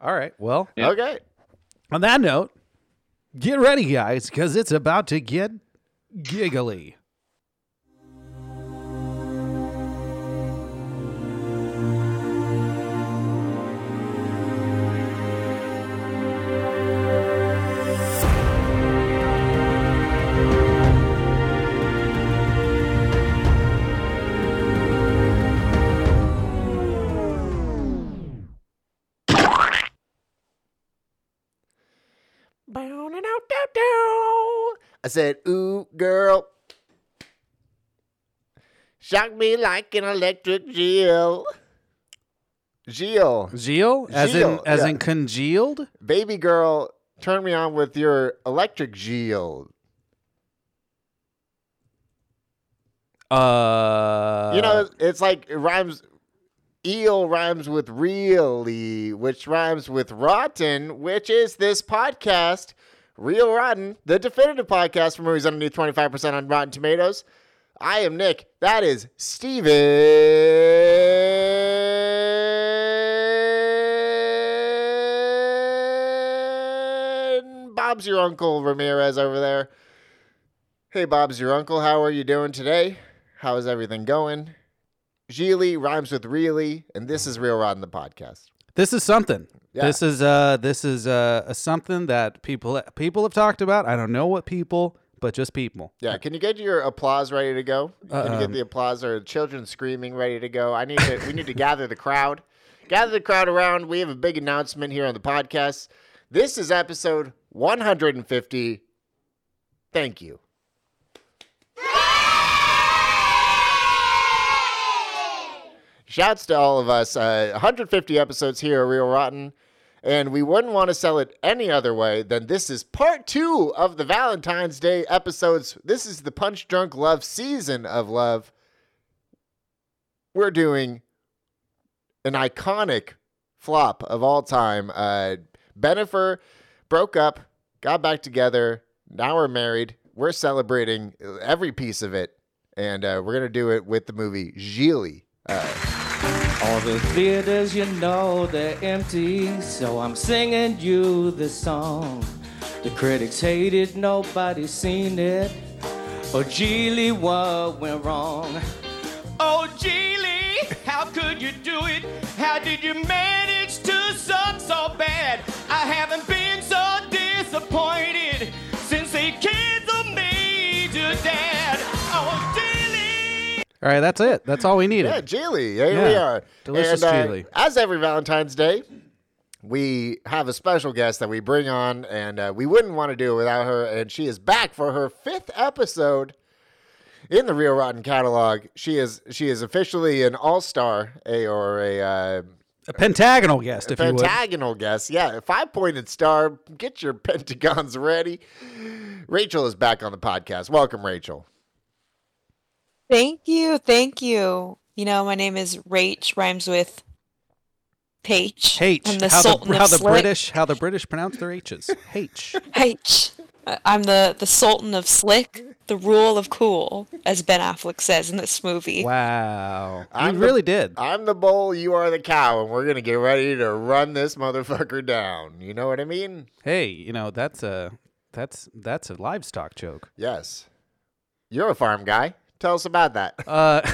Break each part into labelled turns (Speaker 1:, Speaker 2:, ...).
Speaker 1: All right. Well,
Speaker 2: Yeah.
Speaker 3: Okay.
Speaker 1: on that note, get ready, guys, because it's about to get giggly.
Speaker 3: I said, ooh, girl. Shock me like an electric Jill. Jill,
Speaker 1: Zeal, as in
Speaker 3: Zeal,
Speaker 1: as
Speaker 3: yeah.
Speaker 1: in congealed.
Speaker 3: baby girl, turn me on with your electric Jill.
Speaker 1: Uh,
Speaker 3: you know, it's like it rhymes. Eel rhymes with really, which rhymes with rotten, which is this podcast, Real Rotten, the definitive podcast for movies underneath 25% on Rotten Tomatoes. I am Nick. That is Steven. Bob's your uncle Ramirez over there. Hey, Bob's your uncle. How are you doing today? How is everything going? Gili rhymes with really, and this is Real Rod in the podcast.
Speaker 1: this is something.
Speaker 3: Yeah.
Speaker 1: This is uh, this is uh, a something that people people have talked about. I don't know what people, but just people.
Speaker 3: Yeah, can you get your applause ready to go? Can you
Speaker 1: Um,
Speaker 3: get the applause or children screaming ready to go? I need to. we need to gather the crowd. Gather the crowd around. We have a big announcement here on the podcast. This is episode 150. Thank you. Shouts to all of us. Uh, 150 episodes here at Real Rotten. And we wouldn't want to sell it any other way than this is part two of the Valentine's Day episodes. This is the Punch Drunk Love season of love. We're doing an iconic flop of all time. Uh, Benifer broke up, got back together. Now we're married. We're celebrating every piece of it. And uh, we're going to do it with the movie Gigli.
Speaker 2: All the theaters you know they're empty, so I'm singing you this song. The critics hate it, nobody seen it. Oh, Geely, what went wrong? Oh, Geely, how could you do it? How did you manage to suck so bad? I haven't been so disappointed since they canceled me to dad. Oh, Geely.
Speaker 1: All right, that's it. That's all we needed.
Speaker 3: Yeah, Geely. Here we
Speaker 1: Yeah.
Speaker 3: are.
Speaker 1: Delicious
Speaker 3: and, uh,
Speaker 1: Geely.
Speaker 3: As every Valentine's Day, we have a special guest that we bring on, and uh, we wouldn't want to do it without her. And she is back for her fifth episode in the Real Rotten catalog. She is she is officially an all star, a or a. Uh,
Speaker 1: A pentagonal guest, if you would.
Speaker 3: Pentagonal guess. Yeah, a five pointed star. Get your pentagons ready. Rachel is back on the podcast. Welcome, Rachel.
Speaker 4: Thank you. Thank you. You know, my name is Rach, rhymes with Page.
Speaker 1: H.
Speaker 4: I'm the
Speaker 1: how
Speaker 4: Sultan
Speaker 1: the,
Speaker 4: of
Speaker 1: how the
Speaker 4: Slick.
Speaker 1: British how the British pronounce their H's. H.
Speaker 4: H. Uh, I'm the, the Sultan of Slick, the rule of cool, as Ben Affleck says in this movie.
Speaker 1: Wow.
Speaker 3: I'm
Speaker 1: you
Speaker 3: the-
Speaker 1: really did.
Speaker 3: I'm the bull, you are the cow, and we're gonna get ready to run this motherfucker down. You know what I mean?
Speaker 1: Hey, you know that's a that's that's a livestock joke.
Speaker 3: Yes. You're a farm guy. Tell us about that.
Speaker 1: Uh,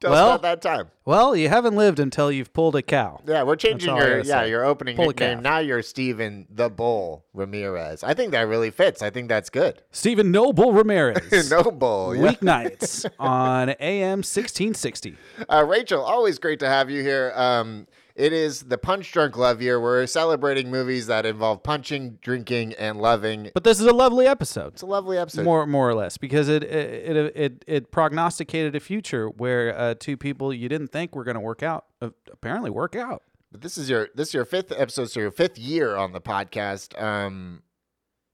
Speaker 3: Tell
Speaker 1: Well-
Speaker 3: us about that time.
Speaker 1: well, you haven't lived until you've pulled a cow.
Speaker 3: Yeah, we're changing
Speaker 1: all I
Speaker 3: your
Speaker 1: gotta
Speaker 3: yeah
Speaker 1: say.
Speaker 3: your opening
Speaker 1: Pull a
Speaker 3: nickname.
Speaker 1: calf.
Speaker 3: Now you're Steven the Bull Ramirez. I think that really fits. I think that's good.
Speaker 1: Stephen Noble Ramirez.
Speaker 3: no bull. Yeah.
Speaker 1: Weeknights on AM sixteen sixty.
Speaker 3: Uh, Rachel, always great to have you here. Um, it is the Punch Drunk Love Year. We're celebrating movies that involve punching, drinking, and loving.
Speaker 1: But this is a lovely episode.
Speaker 3: It's a lovely episode.
Speaker 1: More, more or less, because it it it, it, it prognosticated a future where uh, two people you didn't think were going to work out uh, apparently work out.
Speaker 3: But this is your this is your fifth episode, so your fifth year on the podcast. Um,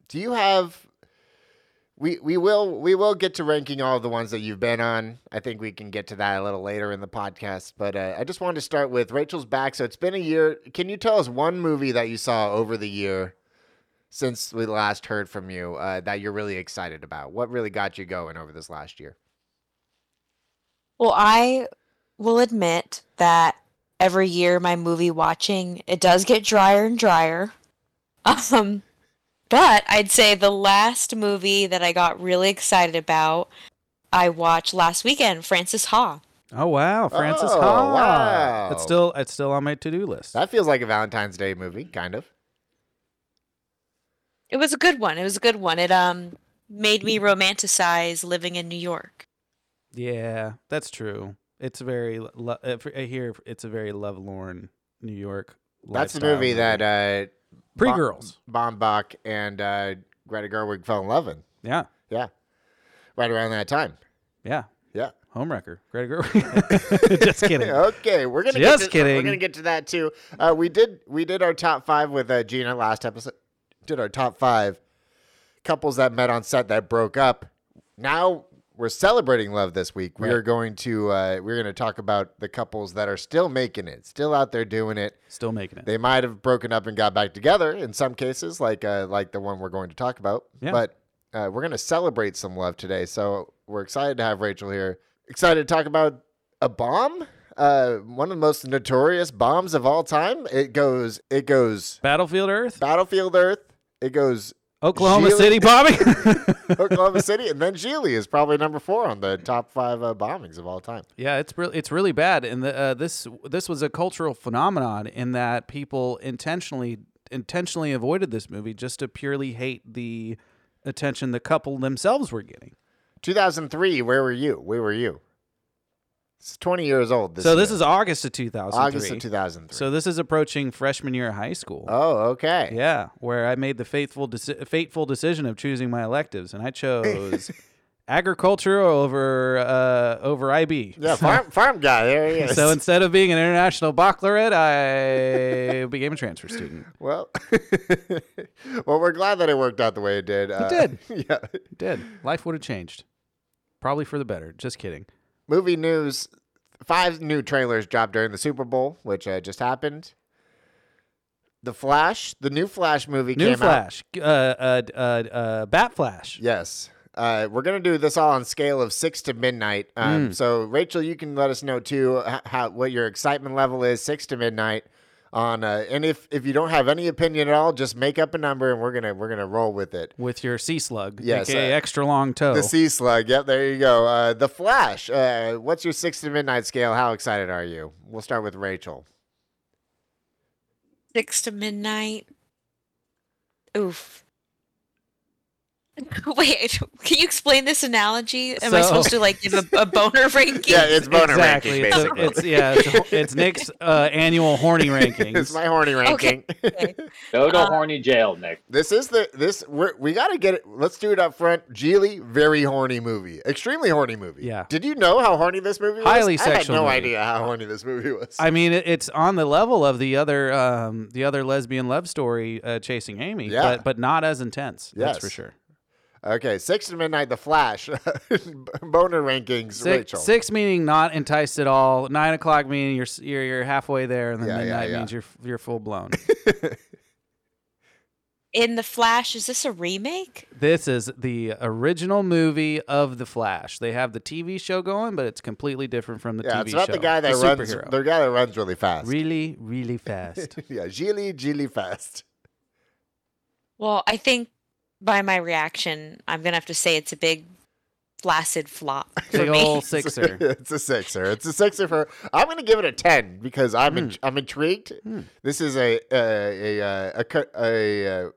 Speaker 3: do you have? We we will we will get to ranking all the ones that you've been on. I think we can get to that a little later in the podcast. But uh, I just wanted to start with Rachel's back. So it's been a year. Can you tell us one movie that you saw over the year since we last heard from you uh, that you're really excited about? What really got you going over this last year?
Speaker 4: Well, I will admit that every year my movie watching it does get drier and drier. Um, but I'd say the last movie that I got really excited about, I watched last weekend, Francis Ha.
Speaker 1: Oh wow, Francis
Speaker 3: Oh,
Speaker 1: Ha.
Speaker 3: wow.
Speaker 1: It's still it's still on my to do list.
Speaker 3: That feels like a Valentine's Day movie, kind of.
Speaker 4: It was a good one. It was a good one. It um made me romanticize living in New York.
Speaker 1: yeah, that's true. It's very lo- uh, for- uh, here. It's a very lovelorn New York.
Speaker 3: That's the
Speaker 1: lifestyle
Speaker 3: movie that uh,
Speaker 1: pre girls.
Speaker 3: Bon- Bombach and uh, Greta Gerwig fell in love in.
Speaker 1: Yeah,
Speaker 3: Yeah, right around that time.
Speaker 1: yeah,
Speaker 3: Yeah.
Speaker 1: homewrecker. Greta Gerwig. Just kidding.
Speaker 3: Okay, we're gonna
Speaker 1: Just
Speaker 3: get to, We're
Speaker 1: kidding.
Speaker 3: gonna get to that too. Uh, we did we did our top five with uh, Gina last episode. Did our top five couples that met on set that broke up. Now we're celebrating love this week. We
Speaker 1: Right.
Speaker 3: are going to uh, we're going to talk about the couples that are still making it, still out there doing it.
Speaker 1: Still making it.
Speaker 3: They might have broken up and got back together in some cases, like uh, like the one we're going to talk about.
Speaker 1: Yeah.
Speaker 3: But uh, we're going to celebrate some love today, so we're excited to have Rachel here. Excited to talk about a bomb, uh, one of the most notorious bombs of all time. It goes, it goes
Speaker 1: Battlefield Earth,
Speaker 3: Battlefield Earth. It goes
Speaker 1: Oklahoma
Speaker 3: Gilly-
Speaker 1: City, Bobby.
Speaker 3: Oklahoma City, and then Geely is probably number four on the top five uh, bombings of all time.
Speaker 1: Yeah, it's really it's really bad, and the, uh, this this was a cultural phenomenon in that people intentionally intentionally avoided this movie just to purely hate the attention the couple themselves were getting.
Speaker 3: 2003. Where were you? Where were you? It's 20 years old. This
Speaker 1: so this
Speaker 3: year.
Speaker 1: is August of two thousand.
Speaker 3: August of 2003.
Speaker 1: So this is approaching freshman year of high school.
Speaker 3: oh, okay.
Speaker 1: Yeah, where I made the fateful deci- fateful decision of choosing my electives, and I chose agriculture over uh, over IB.
Speaker 3: Yeah, farm farm guy. There he is.
Speaker 1: So instead of being an international baccalaureate, I became a transfer student.
Speaker 3: well, well, we're glad that it worked out the way it did. Uh,
Speaker 1: did.
Speaker 3: Yeah.
Speaker 1: Did life would have changed, probably for the better. Just kidding.
Speaker 3: Movie news: Five new trailers dropped during the Super Bowl, which uh, just happened. The Flash, the new Flash movie
Speaker 1: New
Speaker 3: came out.
Speaker 1: Flash, uh, uh, uh, uh, Bat Flash.
Speaker 3: Yes. Uh, we're gonna do this all on scale of six to midnight. Um, So Rachel, you can let us know too h- how what your excitement level is six to midnight on. Uh, and if if you don't have any opinion at all, just make up a number and we're gonna we're gonna roll with it.
Speaker 1: With your sea slug,
Speaker 3: Yes,
Speaker 1: aka
Speaker 3: uh,
Speaker 1: extra long toe.
Speaker 3: The sea slug. Yep, there you go. Uh, the Flash. Uh, what's your six to midnight scale? How excited are you? We'll start with Rachel.
Speaker 4: Six to midnight. Oof. Wait, can you explain this analogy? Am I
Speaker 1: So-
Speaker 4: supposed to like give a, a boner ranking?
Speaker 3: Yeah, it's boner
Speaker 1: exactly.
Speaker 3: ranking.
Speaker 1: It's, a-
Speaker 3: Basically,
Speaker 1: it's yeah. It's, it's Nick's uh, annual horny rankings.
Speaker 3: It's my horny ranking.
Speaker 4: Okay. Uh,
Speaker 2: Go to horny jail, Nick.
Speaker 3: This is the this we're, we got to get it. Let's do it up front. Geely, very horny movie, extremely horny movie.
Speaker 1: Yeah.
Speaker 3: Did you know how horny this movie was?
Speaker 1: Highly
Speaker 3: I had
Speaker 1: sexual
Speaker 3: no
Speaker 1: movie.
Speaker 3: idea how horny this movie was.
Speaker 1: I mean, it, it's on the level of the other um, the other lesbian love story, uh, Chasing Amy,
Speaker 3: Yeah.
Speaker 1: but but not as intense.
Speaker 3: Yes.
Speaker 1: That's for sure.
Speaker 3: okay, six to midnight. The Flash, boner rankings.
Speaker 1: Six,
Speaker 3: Rachel.
Speaker 1: six meaning not enticed at all. Nine o'clock meaning you're s- you're, you're halfway there, and then
Speaker 3: Yeah, yeah,
Speaker 1: midnight
Speaker 3: yeah.
Speaker 1: means you're f- you're full blown.
Speaker 4: In the Flash, is this a remake?
Speaker 1: this is the original movie of the Flash. They have the TV show going, but it's completely different from the
Speaker 3: Yeah,
Speaker 1: TV
Speaker 3: it's about
Speaker 1: show.
Speaker 3: the guy that runs.
Speaker 1: superhero.
Speaker 3: The guy that runs really fast.
Speaker 1: really, really fast.
Speaker 3: yeah, Geely, Geely fast.
Speaker 4: Well, I think by my reaction, I'm gonna have to say it's a big flaccid flop for
Speaker 1: Big
Speaker 4: me.
Speaker 1: ol' sixer.
Speaker 3: it's a sixer. It's a sixer for. I'm going to give it a ten because I'm
Speaker 1: Hmm.
Speaker 3: in, I'm intrigued. This is a a a a, a, a, a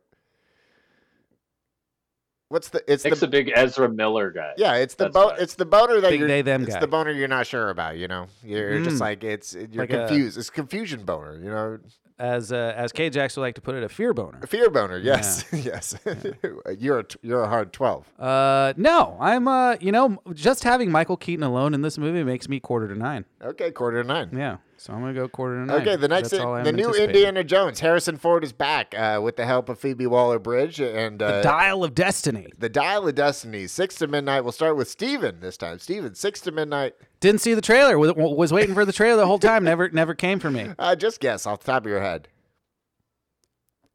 Speaker 3: what's the it's
Speaker 5: Nick's
Speaker 3: the
Speaker 5: a big Ezra Miller guy.
Speaker 3: yeah it's the
Speaker 5: That's
Speaker 3: boat
Speaker 5: fine.
Speaker 3: it's the boner that
Speaker 1: Big
Speaker 3: you're
Speaker 1: they, them
Speaker 3: it's
Speaker 1: guy.
Speaker 3: the boner you're not sure about. You know you're
Speaker 1: Mm.
Speaker 3: just like it's you're
Speaker 1: Like a-
Speaker 3: confused. it's confusion boner. You know
Speaker 1: as uh, as K-Jax would like to put it, a fear boner.
Speaker 3: fear boner. Yes yes. you're a t- you're a hard twelve.
Speaker 1: Uh, no, I'm uh, you know, just having Michael Keaton alone in this movie makes me quarter to nine.
Speaker 3: Okay, quarter to nine.
Speaker 1: Yeah, so I'm gonna go quarter to nine.
Speaker 3: Okay, the next,
Speaker 1: That's all I'm
Speaker 3: the new
Speaker 1: anticipating.
Speaker 3: Indiana Jones, Harrison Ford is back uh, with the help of Phoebe Waller-Bridge and uh,
Speaker 1: the Dial of Destiny.
Speaker 3: the Dial of Destiny, six to midnight. We'll start with Steven this time. Steven, six to midnight.
Speaker 1: Didn't see the trailer. Was, was waiting for the trailer the whole time. Never, never came for me.
Speaker 3: Uh, just guess off the top of your head.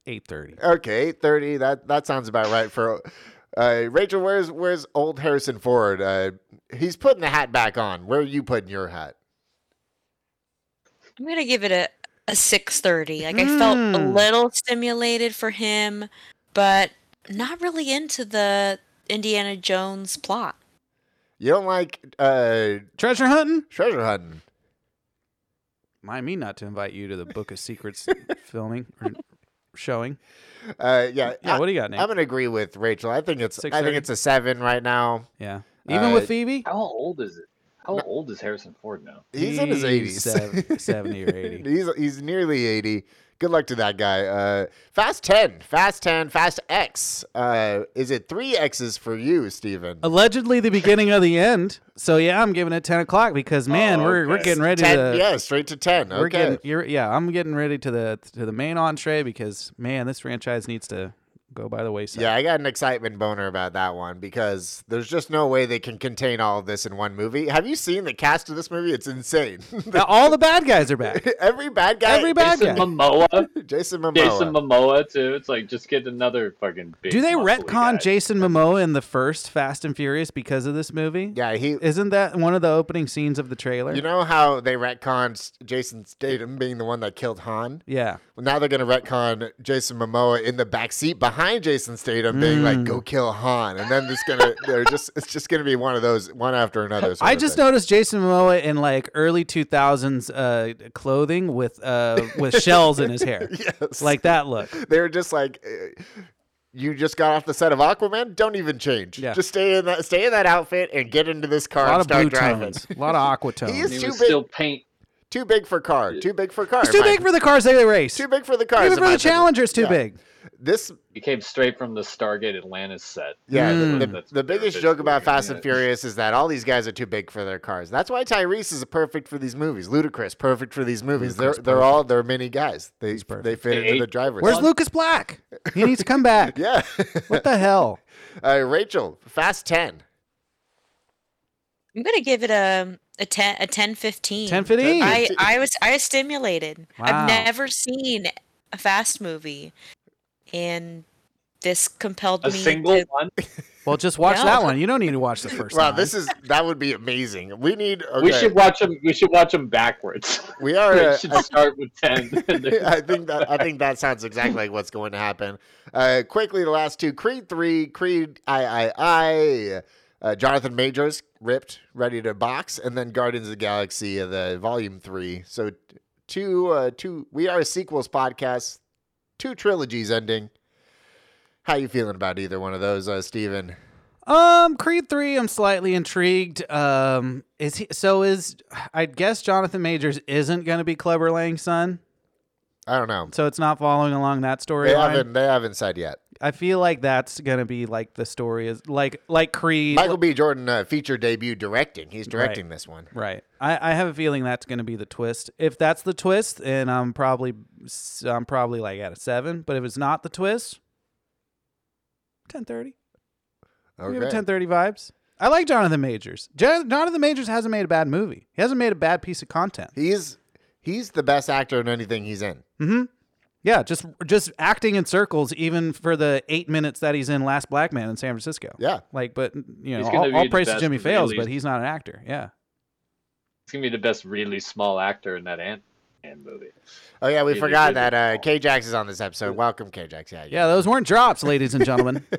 Speaker 1: Eight thirty.
Speaker 3: Okay, eight thirty. That that sounds about right for. Uh, Rachel, where's where's old Harrison Ford? Uh, he's putting the hat back on. Where are you putting your hat?
Speaker 4: I'm gonna give it a a six thirty. Like I felt a
Speaker 1: Mm.
Speaker 4: little stimulated for him, but not really into the Indiana Jones plot.
Speaker 3: You don't like uh,
Speaker 1: Treasure hunting?
Speaker 3: treasure hunting.
Speaker 1: Mind me not to invite you to the Book of Secrets filming or showing.
Speaker 3: Uh, yeah,
Speaker 1: Yeah,
Speaker 3: I,
Speaker 1: what do you got, Nate?
Speaker 3: I'm gonna agree with Rachel. I think it's I
Speaker 1: 6:30?
Speaker 3: think it's a seven right now.
Speaker 1: yeah. Even with
Speaker 3: Uh,
Speaker 1: Phoebe?
Speaker 5: How old is it? How old is Harrison Ford now?
Speaker 3: He's, in his
Speaker 1: He's
Speaker 3: eighties,
Speaker 1: sev- 70 or 80.
Speaker 3: he's he's nearly eighty. Good luck to that guy. Uh, fast ten, fast ten, fast X. Uh, is it three X's for you, Steven?
Speaker 1: Allegedly the beginning of the end. So yeah, I'm giving it ten o'clock because man,
Speaker 5: Oh,
Speaker 1: we're we're
Speaker 5: okay.
Speaker 1: getting ready
Speaker 3: Ten,
Speaker 1: to
Speaker 3: yeah, straight to ten.
Speaker 1: we're
Speaker 3: okay.
Speaker 1: getting you're, yeah, I'm getting ready to the to the main entree because man, this franchise needs to go by the wayside.
Speaker 3: Yeah, I got an excitement boner about that one because there's just no way they can contain all of this in one movie. Have you seen the cast of this movie? It's insane.
Speaker 1: Now all the bad guys are back.
Speaker 3: Every bad guy,
Speaker 1: Every bad
Speaker 5: Jason
Speaker 1: guy.
Speaker 5: Momoa.
Speaker 3: Jason Momoa.
Speaker 5: Jason Momoa too. It's like just get another fucking. Big
Speaker 1: Do they
Speaker 5: muscly guy.
Speaker 1: retcon Jason Momoa in the first Fast and Furious because of this movie?
Speaker 3: yeah, he.
Speaker 1: Isn't that one of the opening scenes of the trailer?
Speaker 3: You know how they retconned Jason Statham being the one that killed Han?
Speaker 1: yeah.
Speaker 3: Well, now they're going to retcon Jason Momoa in the backseat behind Jason Statham, being
Speaker 1: Hmm.
Speaker 3: like, "Go kill Han," and then it's gonna, they're just, it's just gonna be one of those, one after another. sort
Speaker 1: I
Speaker 3: of
Speaker 1: just
Speaker 3: thing.
Speaker 1: noticed Jason Momoa in like early 2000s uh, clothing with uh, with shells in his hair.
Speaker 3: Yes.
Speaker 1: Like that look.
Speaker 3: they were just like uh, you just got off the set of Aquaman. Don't even change.
Speaker 1: Yeah.
Speaker 3: Just stay in that stay in that outfit and get into this car
Speaker 1: A lot
Speaker 3: and
Speaker 1: of
Speaker 3: start
Speaker 1: blue
Speaker 3: driving.
Speaker 1: tones. A lot of aqua tones.
Speaker 3: He is-
Speaker 5: And
Speaker 1: He's
Speaker 5: he
Speaker 3: Too
Speaker 5: was
Speaker 3: big.
Speaker 5: still paint.
Speaker 3: Too big for car. Too big for car.
Speaker 1: too
Speaker 3: in my-
Speaker 1: big for the cars that they race.
Speaker 3: Too big for the cars.
Speaker 1: Even
Speaker 3: in
Speaker 1: for
Speaker 3: my
Speaker 1: the
Speaker 3: opinion.
Speaker 1: Challenger's too
Speaker 3: Yeah.
Speaker 1: big.
Speaker 3: This
Speaker 5: He came straight from the Stargate Atlantis set.
Speaker 3: yeah. the-
Speaker 1: Mm.
Speaker 3: The,
Speaker 5: That's
Speaker 3: the biggest
Speaker 5: garbage
Speaker 3: joke about
Speaker 5: looking,
Speaker 3: Fast
Speaker 5: yeah.
Speaker 3: and Furious is that all these guys are too big for their cars. That's why Tyrese is perfect for these movies. Ludacris perfect for these movies. they're they're all they're mini guys. They they fit into
Speaker 5: Hey,
Speaker 3: the driver's.
Speaker 1: Where's
Speaker 3: seat.
Speaker 1: Lucas Black? He needs to come back.
Speaker 3: Yeah.
Speaker 1: What the hell?
Speaker 3: uh, Rachel, Fast Ten.
Speaker 4: I'm gonna give it a a ten a ten fifteen.
Speaker 1: 1015.
Speaker 4: I I was I was stimulated.
Speaker 1: Wow.
Speaker 4: I've never seen a fast movie, and this compelled
Speaker 5: A
Speaker 4: me.
Speaker 5: single
Speaker 4: to,
Speaker 5: one.
Speaker 1: Well, just watch
Speaker 4: No.
Speaker 1: that one. You don't need to watch the first
Speaker 3: Wow,
Speaker 1: nine.
Speaker 3: this is that would be amazing. We need. Okay.
Speaker 5: We should watch them. We should watch them backwards.
Speaker 3: We are.
Speaker 5: we
Speaker 3: uh,
Speaker 5: should
Speaker 3: I-
Speaker 5: start with ten.
Speaker 3: I think that I think that sounds exactly like what's going to happen. Uh, quickly, the last two: Creed three, Creed I I I. Uh, Jonathan Majors ripped, ready to box, and then Guardians of the Galaxy, uh, the volume three. So t- two, uh, two. We are a sequels podcast. Two trilogies ending. How you feeling about either one of those, uh, Steven?
Speaker 1: Um, Creed three, I'm slightly intrigued. Um, is he? So is I guess Jonathan Majors isn't going to be Clever Lang's son,
Speaker 3: I don't know.
Speaker 1: so it's not following along that
Speaker 3: They
Speaker 1: storyline.
Speaker 3: haven't. They haven't said yet.
Speaker 1: I feel like that's going to be like the story is like like Creed.
Speaker 3: Michael B. Jordan uh, feature debut directing. He's directing this one.
Speaker 1: Right. I, I have a feeling that's going to be the twist. If that's the twist, then I'm probably I'm probably like at a seven. But if it's not the twist, ten thirty. We have
Speaker 3: Okay.
Speaker 1: ten thirty vibes. I like Jonathan Majors. Jon- Jonathan Majors hasn't made a bad movie. He hasn't made a bad piece of content.
Speaker 3: He's he's the best actor in anything he's in.
Speaker 1: hmm Yeah, just just acting in circles, even for the eight minutes that he's in Last Black Man in San Francisco.
Speaker 3: Yeah.
Speaker 1: Like, but you know,
Speaker 5: He's gonna
Speaker 1: all,
Speaker 5: be
Speaker 1: all
Speaker 5: the
Speaker 1: praise to
Speaker 5: best
Speaker 1: Jimmy
Speaker 5: for the
Speaker 1: Fails,
Speaker 5: Elise.
Speaker 1: but he's not an actor. Yeah.
Speaker 5: He's gonna be the best, really small actor in that Ant Man movie.
Speaker 3: Oh yeah, we
Speaker 5: He
Speaker 3: forgot
Speaker 5: did it.
Speaker 3: that uh, K-Jax is on this episode. Welcome K-Jax. Yeah.
Speaker 1: Yeah, those weren't drops, ladies and gentlemen.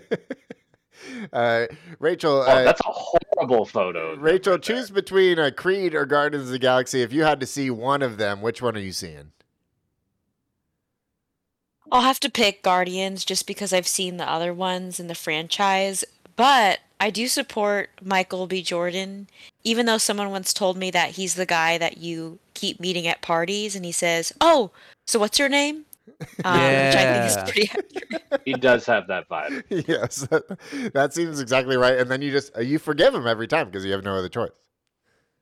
Speaker 3: Uh, Rachel.
Speaker 5: Oh,
Speaker 3: uh,
Speaker 5: that's a horrible photo.
Speaker 3: Rachel, choose between uh, Creed or Guardians of the Galaxy. If you had to see one of them, which one are you seeing?
Speaker 4: I'll have to pick Guardians just because I've seen the other ones in the franchise, but I do support Michael B. Jordan, even though someone once told me that he's the guy that you keep meeting at parties and he says, Oh, so what's your name? Um, Which I think is
Speaker 1: Yeah.
Speaker 4: pretty
Speaker 5: He does have that vibe.
Speaker 3: yes, that, that seems exactly right. And then you just uh, you forgive him every time because you have no other choice.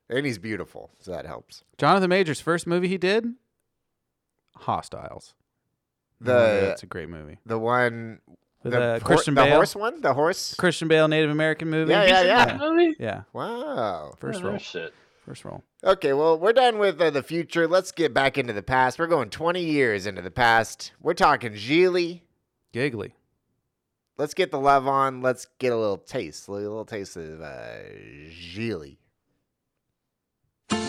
Speaker 3: And he's beautiful, so that helps.
Speaker 1: Jonathan Majors' first movie he did, Hostiles.
Speaker 3: The
Speaker 1: Oh, that's a great movie
Speaker 3: the one
Speaker 1: with
Speaker 3: the,
Speaker 1: uh,
Speaker 3: hor-
Speaker 1: Christian
Speaker 3: the
Speaker 1: Bale.
Speaker 3: horse one, the horse.
Speaker 1: Christian Bale, Native American movie.
Speaker 3: Yeah, yeah, yeah.
Speaker 5: That movie?
Speaker 1: Yeah,
Speaker 3: Wow.
Speaker 1: First
Speaker 5: Oh,
Speaker 1: role.
Speaker 5: shit.
Speaker 1: First role.
Speaker 3: Okay, well, we're done with uh, the future. Let's get back into the past. We're going 20 years into the past. We're talking Gigli.
Speaker 1: Giggly.
Speaker 3: Let's get the love on. Let's get a little taste, a little taste of uh, Gigli.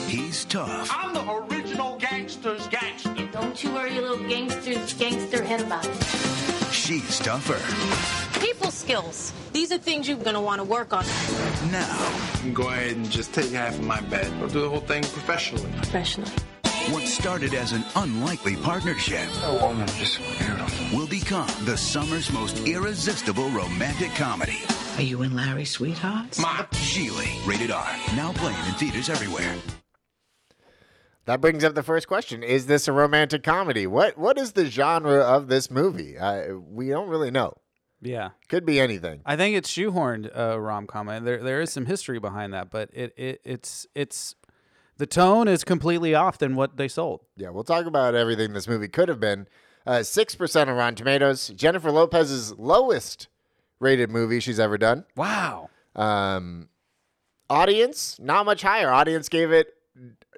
Speaker 6: He's tough.
Speaker 7: I'm the original gangster's gangster.
Speaker 8: Don't you worry, you little gangster's gangster head about it.
Speaker 6: She's tougher.
Speaker 8: People skills. These are things you're gonna want to work on.
Speaker 6: Now,
Speaker 9: Go ahead and just take half of my bet. We'll do the whole thing professionally.
Speaker 8: Professionally.
Speaker 6: what started as an unlikely partnership
Speaker 9: That woman is beautiful.
Speaker 6: will become the summer's most irresistible romantic comedy.
Speaker 10: Are you and Larry sweethearts?
Speaker 9: My
Speaker 6: Sheely, rated R. Now playing in theaters everywhere.
Speaker 3: That brings up the first question: Is this a romantic comedy? What What is the genre of this movie? I, we don't really know.
Speaker 1: Yeah.
Speaker 3: Could be anything.
Speaker 1: I think it's shoehorned uh, rom com, and there there is some history behind that, but it, it it's it's the tone is completely off than what they sold.
Speaker 3: Yeah, we'll talk about everything this movie could have been. Uh, Six percent on Rotten Tomatoes. Jennifer Lopez's lowest rated movie she's ever done.
Speaker 1: Wow.
Speaker 3: Um, audience, not much higher. Audience gave it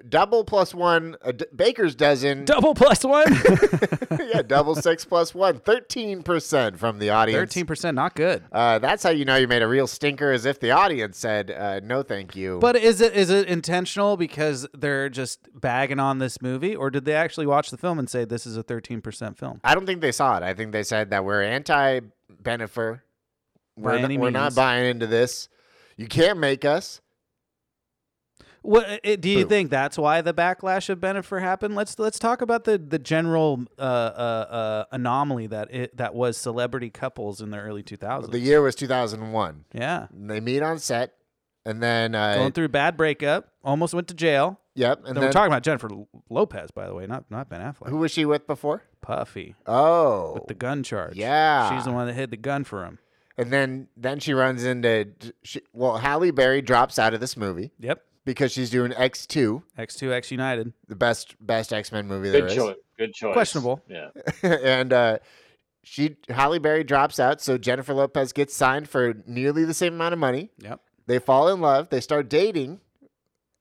Speaker 3: double plus one, a d- baker's dozen.
Speaker 1: Double plus one.
Speaker 3: yeah, double six plus one. 13% from the audience.
Speaker 1: Thirteen percent, not good.
Speaker 3: Uh, that's how you know you made a real stinker, is if the audience said, uh, no, thank you.
Speaker 1: But is it is it intentional because they're just bagging on this movie, or did they actually watch the film and say this is a thirteen percent film?
Speaker 3: I don't think they saw it. I think they said that we're anti Benefer.
Speaker 1: By
Speaker 3: We're,
Speaker 1: any
Speaker 3: n- we're not
Speaker 1: means.
Speaker 3: buying into this. You can't make us.
Speaker 1: What uh, it, do you
Speaker 3: Boo.
Speaker 1: think that's why the backlash of Benefer happened? Let's let's talk about the the general uh, uh, uh, anomaly that it that was celebrity couples in the early two thousands.
Speaker 3: The year was 2001.
Speaker 1: yeah,
Speaker 3: And They meet on set, and then uh,
Speaker 1: going through a bad breakup, almost went to jail.
Speaker 3: yep, and
Speaker 1: And then,
Speaker 3: then
Speaker 1: we're talking about Jennifer L- Lopez, by the way, not not Ben Affleck.
Speaker 3: who was she with before?
Speaker 1: Puffy
Speaker 3: Oh,
Speaker 1: with the gun charge.
Speaker 3: Yeah.
Speaker 1: she's the one that hid the gun for him.
Speaker 3: and then then she runs into she, well, Halle Berry drops out of this movie
Speaker 1: Yep,
Speaker 3: because she's doing X two,
Speaker 1: X two X United.
Speaker 3: the best best X Men movie there
Speaker 5: Good
Speaker 3: is,
Speaker 5: choice. Good choice.
Speaker 1: Questionable.
Speaker 5: Yeah.
Speaker 3: and uh, she Halle Berry drops out, so Jennifer Lopez gets signed for nearly the same amount of money.
Speaker 1: Yep.
Speaker 3: They fall in love, they start dating,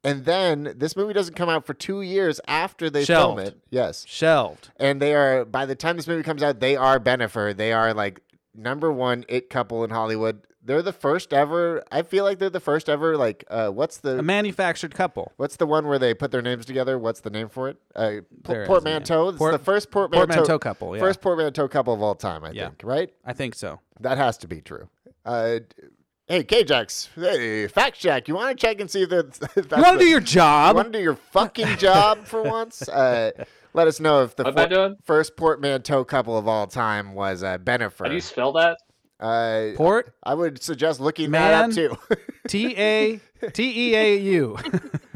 Speaker 3: and then this movie doesn't come out for two years after they film
Speaker 1: Shelved.
Speaker 3: it. Yes,
Speaker 1: Shelved.
Speaker 3: and they are by the time this movie comes out, they are Benefer. They are like number one it couple in Hollywood. They're the first ever. I feel like they're the first ever. Like, uh, what's the
Speaker 1: A manufactured couple.
Speaker 3: what's the one where they put their names together? What's the name for it? Uh, po-
Speaker 1: There is,
Speaker 3: portmanteau.
Speaker 1: yeah.
Speaker 3: It's
Speaker 1: Port-
Speaker 3: the first portmanteau,
Speaker 1: portmanteau couple, yeah.
Speaker 3: First portmanteau couple of all time. I
Speaker 1: Yeah.
Speaker 3: think. Right.
Speaker 1: I think so.
Speaker 3: That has to be true. Uh, hey, KJax. Hey, fact check. You want to check and see if that's. that's
Speaker 1: You want to
Speaker 3: the-
Speaker 1: do your
Speaker 3: you
Speaker 1: job?
Speaker 3: want to do your fucking job for once? Uh, let us know if the
Speaker 5: What am I doing?
Speaker 3: first portmanteau couple of all time was uh, Benifer.
Speaker 5: How do you spell that?
Speaker 3: uh,
Speaker 1: Port
Speaker 3: I would suggest looking
Speaker 1: Man.
Speaker 3: that up too.
Speaker 1: T A T E A U.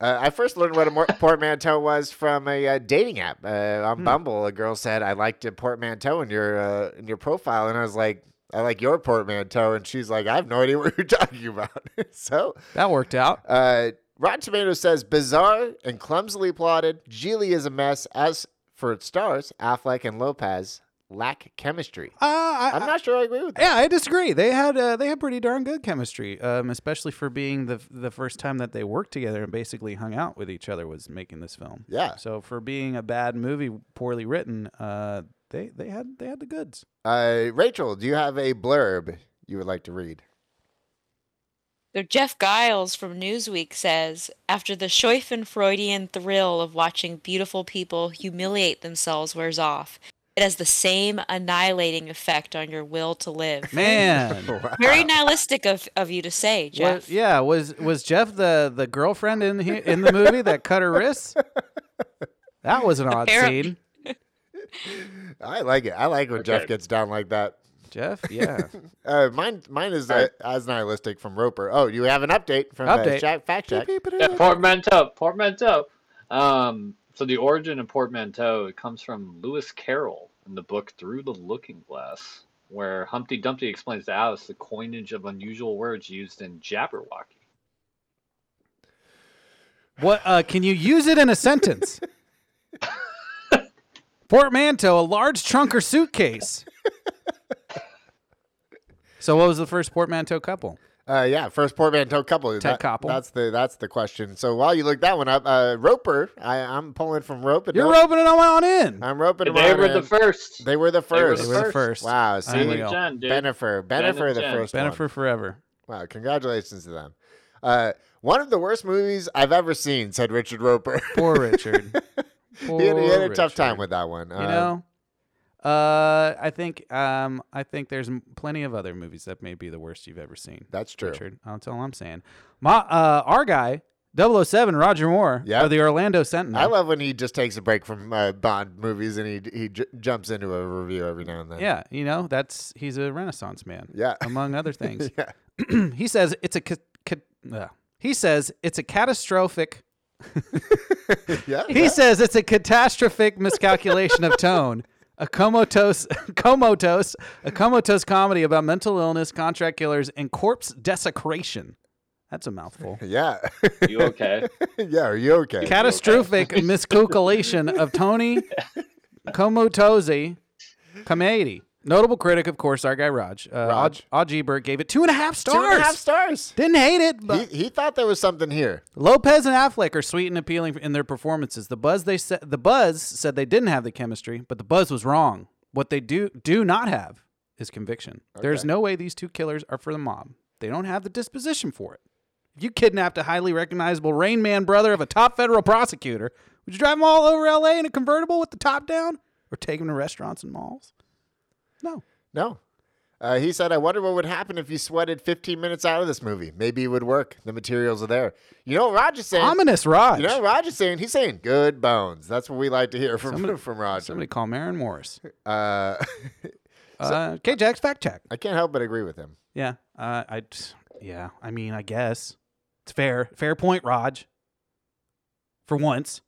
Speaker 3: uh, I first learned what a mor- portmanteau was from a uh, dating app uh, on Bumble. A girl said, "I liked a portmanteau in your uh, in your profile," and I was like. I like your portmanteau, and she's like, I have no idea what you're talking about. so,
Speaker 1: That worked out.
Speaker 3: Uh, Rotten Tomatoes says bizarre and clumsily plotted. Geely is a mess. As for its stars, Affleck and Lopez lack chemistry.
Speaker 1: Uh, I,
Speaker 3: I'm not sure I agree with that.
Speaker 1: yeah, I disagree. They had uh, they had pretty darn good chemistry, um, especially for being the the first time that they worked together and basically hung out with each other was making this film.
Speaker 3: Yeah.
Speaker 1: So for being a bad movie, poorly written, uh, they they had they had the goods.
Speaker 3: Uh, Rachel, do you have a blurb you would like to read?
Speaker 4: So Jeff Giles from Newsweek says, after the Schadenfreudian thrill of watching beautiful people humiliate themselves wears off, it has the same annihilating effect on your will to live.
Speaker 1: Man.
Speaker 4: Very nihilistic of, of you to say, Jeff.
Speaker 1: Was, yeah, was was Jeff the the girlfriend in he, in the movie that cut her wrists? That was an odd
Speaker 4: Apparently.
Speaker 1: scene.
Speaker 3: I like it. I like when Jeff
Speaker 5: Okay.
Speaker 3: gets down like that.
Speaker 1: Jeff, yeah.
Speaker 3: Uh, mine, mine is uh,
Speaker 5: Alright.
Speaker 3: as nihilistic from Roper. Oh, you have an update from Uh,
Speaker 1: Update.
Speaker 3: Jack, fact check.
Speaker 5: Yeah, portmanteau. Portmanteau. Um, so the origin of portmanteau it comes from Lewis Carroll in the book Through the Looking Glass, where Humpty Dumpty explains to Alice the coinage of unusual words used in Jabberwocky.
Speaker 1: What uh, can you use it in a sentence? Portmanteau, a large trunk or suitcase. so what was the first portmanteau couple?
Speaker 3: Uh, yeah, first portmanteau couple.
Speaker 1: Ted Koppel.
Speaker 3: That's the that's the question. So while you look that one up, uh, Roper, I, I'm pulling from Roper.
Speaker 1: You're opening them on in.
Speaker 3: I'm roping. them
Speaker 5: They
Speaker 3: on
Speaker 5: were the
Speaker 3: in.
Speaker 5: first.
Speaker 3: They were the
Speaker 5: were the
Speaker 1: They
Speaker 3: first.
Speaker 1: were the
Speaker 5: first.
Speaker 1: first. I
Speaker 3: Wow,
Speaker 5: Ben
Speaker 3: see,
Speaker 1: Unreal.
Speaker 5: and Jen, dude.
Speaker 3: Benifer,
Speaker 5: Ben and
Speaker 3: Benifer, the
Speaker 5: Jen.
Speaker 3: first one.
Speaker 1: Benifer forever.
Speaker 3: Wow, congratulations to them. Uh, one of the worst movies I've ever seen, said Richard Roper.
Speaker 1: Poor Richard.
Speaker 3: he, had, he had a
Speaker 1: Poor
Speaker 3: tough time
Speaker 1: Richard.
Speaker 3: with that one. Uh,
Speaker 1: You know, uh, I think um, I think there's m- plenty of other movies that may be the worst you've ever seen.
Speaker 3: That's true.
Speaker 1: Richard. That's all I'm saying. My uh, our guy, 007, Roger Moore,
Speaker 3: Yep.
Speaker 1: of the Orlando Sentinel.
Speaker 3: I love when he just takes a break from uh, Bond movies and he he j- jumps into a review every now and then.
Speaker 1: yeah, Um, you know that's he's a Renaissance man.
Speaker 3: Yeah.
Speaker 1: among other things. he says it's a. Ca- ca- uh, he says it's a catastrophic.
Speaker 3: yeah.
Speaker 1: He says it's a catastrophic miscalculation of tone. A comatose, comatose, a comatose comedy about mental illness, contract killers, and corpse desecration. That's a mouthful.
Speaker 3: Yeah.
Speaker 5: You okay?
Speaker 3: yeah. Are you okay?
Speaker 1: Catastrophic miscalculation of Tony Komotozzi Kamadi. Notable critic, of course, our guy Raj. Uh,
Speaker 3: Raj.
Speaker 1: Aj Ebert gave it two and a half stars.
Speaker 3: Two and a half stars.
Speaker 1: Didn't hate it, but
Speaker 3: He, he thought there was something here.
Speaker 1: Lopez and Affleck are sweet and appealing in their performances. The buzz they said the buzz said they didn't have the chemistry, but the buzz was wrong. What they do do not have is conviction. There's no way these two killers are for the mob. They don't have the disposition for it. If you kidnapped a highly recognizable Rain Man brother of a top federal prosecutor, would you drive him all over LA in a convertible with the top down or take him to restaurants and malls? No.
Speaker 3: No. Uh, he said, I wonder what would happen if you sweated 15 minutes out of this movie. Maybe it would work. The materials are there. You know what Roger's saying?
Speaker 1: Ominous Raj.
Speaker 3: You know what Roger's saying? He's saying good bones. That's what we like to hear from, from Roger.
Speaker 1: Somebody call Maren Morris.
Speaker 3: Uh,
Speaker 1: Uh, K Jack's fact check.
Speaker 3: I can't help but agree with him.
Speaker 1: Yeah. Uh, I. Yeah. I mean, I guess it's fair. Fair point, Raj. For once,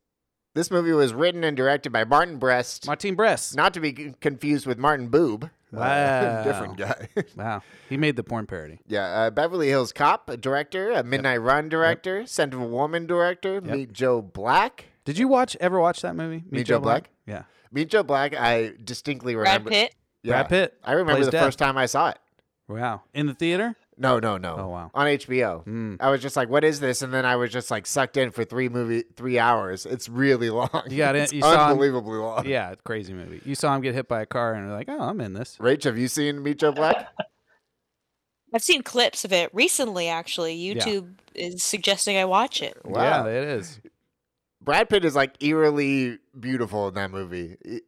Speaker 3: This movie was written and directed by Martin Brest,
Speaker 1: Martin Bress.
Speaker 3: not to be c- confused with Martin Boob. Uh,
Speaker 1: Wow.
Speaker 3: different guy.
Speaker 1: wow. He made the porn parody.
Speaker 3: yeah, uh, Beverly Hills Cop a director, a Midnight Run director, Scent of a Woman director, Meet Joe Black.
Speaker 1: Did you watch ever watch that movie? Meet,
Speaker 3: Joe Black?
Speaker 1: Yeah.
Speaker 3: Meet Joe Black, I distinctly
Speaker 4: Brad
Speaker 3: remember.
Speaker 4: Pitt.
Speaker 3: Yeah.
Speaker 1: Brad Pitt
Speaker 3: I remember
Speaker 1: plays
Speaker 3: the
Speaker 1: Death.
Speaker 3: first time I saw it.
Speaker 1: Wow. In the theater.
Speaker 3: No, no, no.
Speaker 1: Oh, wow.
Speaker 3: On HBO. I was just like, what is this? And then I was just like sucked in for three movie three hours. It's really long.
Speaker 1: You got it.
Speaker 3: It's
Speaker 1: You saw him-
Speaker 3: unbelievably long.
Speaker 1: Yeah. Crazy movie. You saw him get hit by a car and you're like, oh, I'm in this.
Speaker 3: Rach, have you seen Meet Joe Black?
Speaker 4: I've seen clips of it recently, actually. YouTube is suggesting I watch it.
Speaker 3: Wow.
Speaker 1: Yeah, it is.
Speaker 3: Brad Pitt is like eerily beautiful in that movie. He-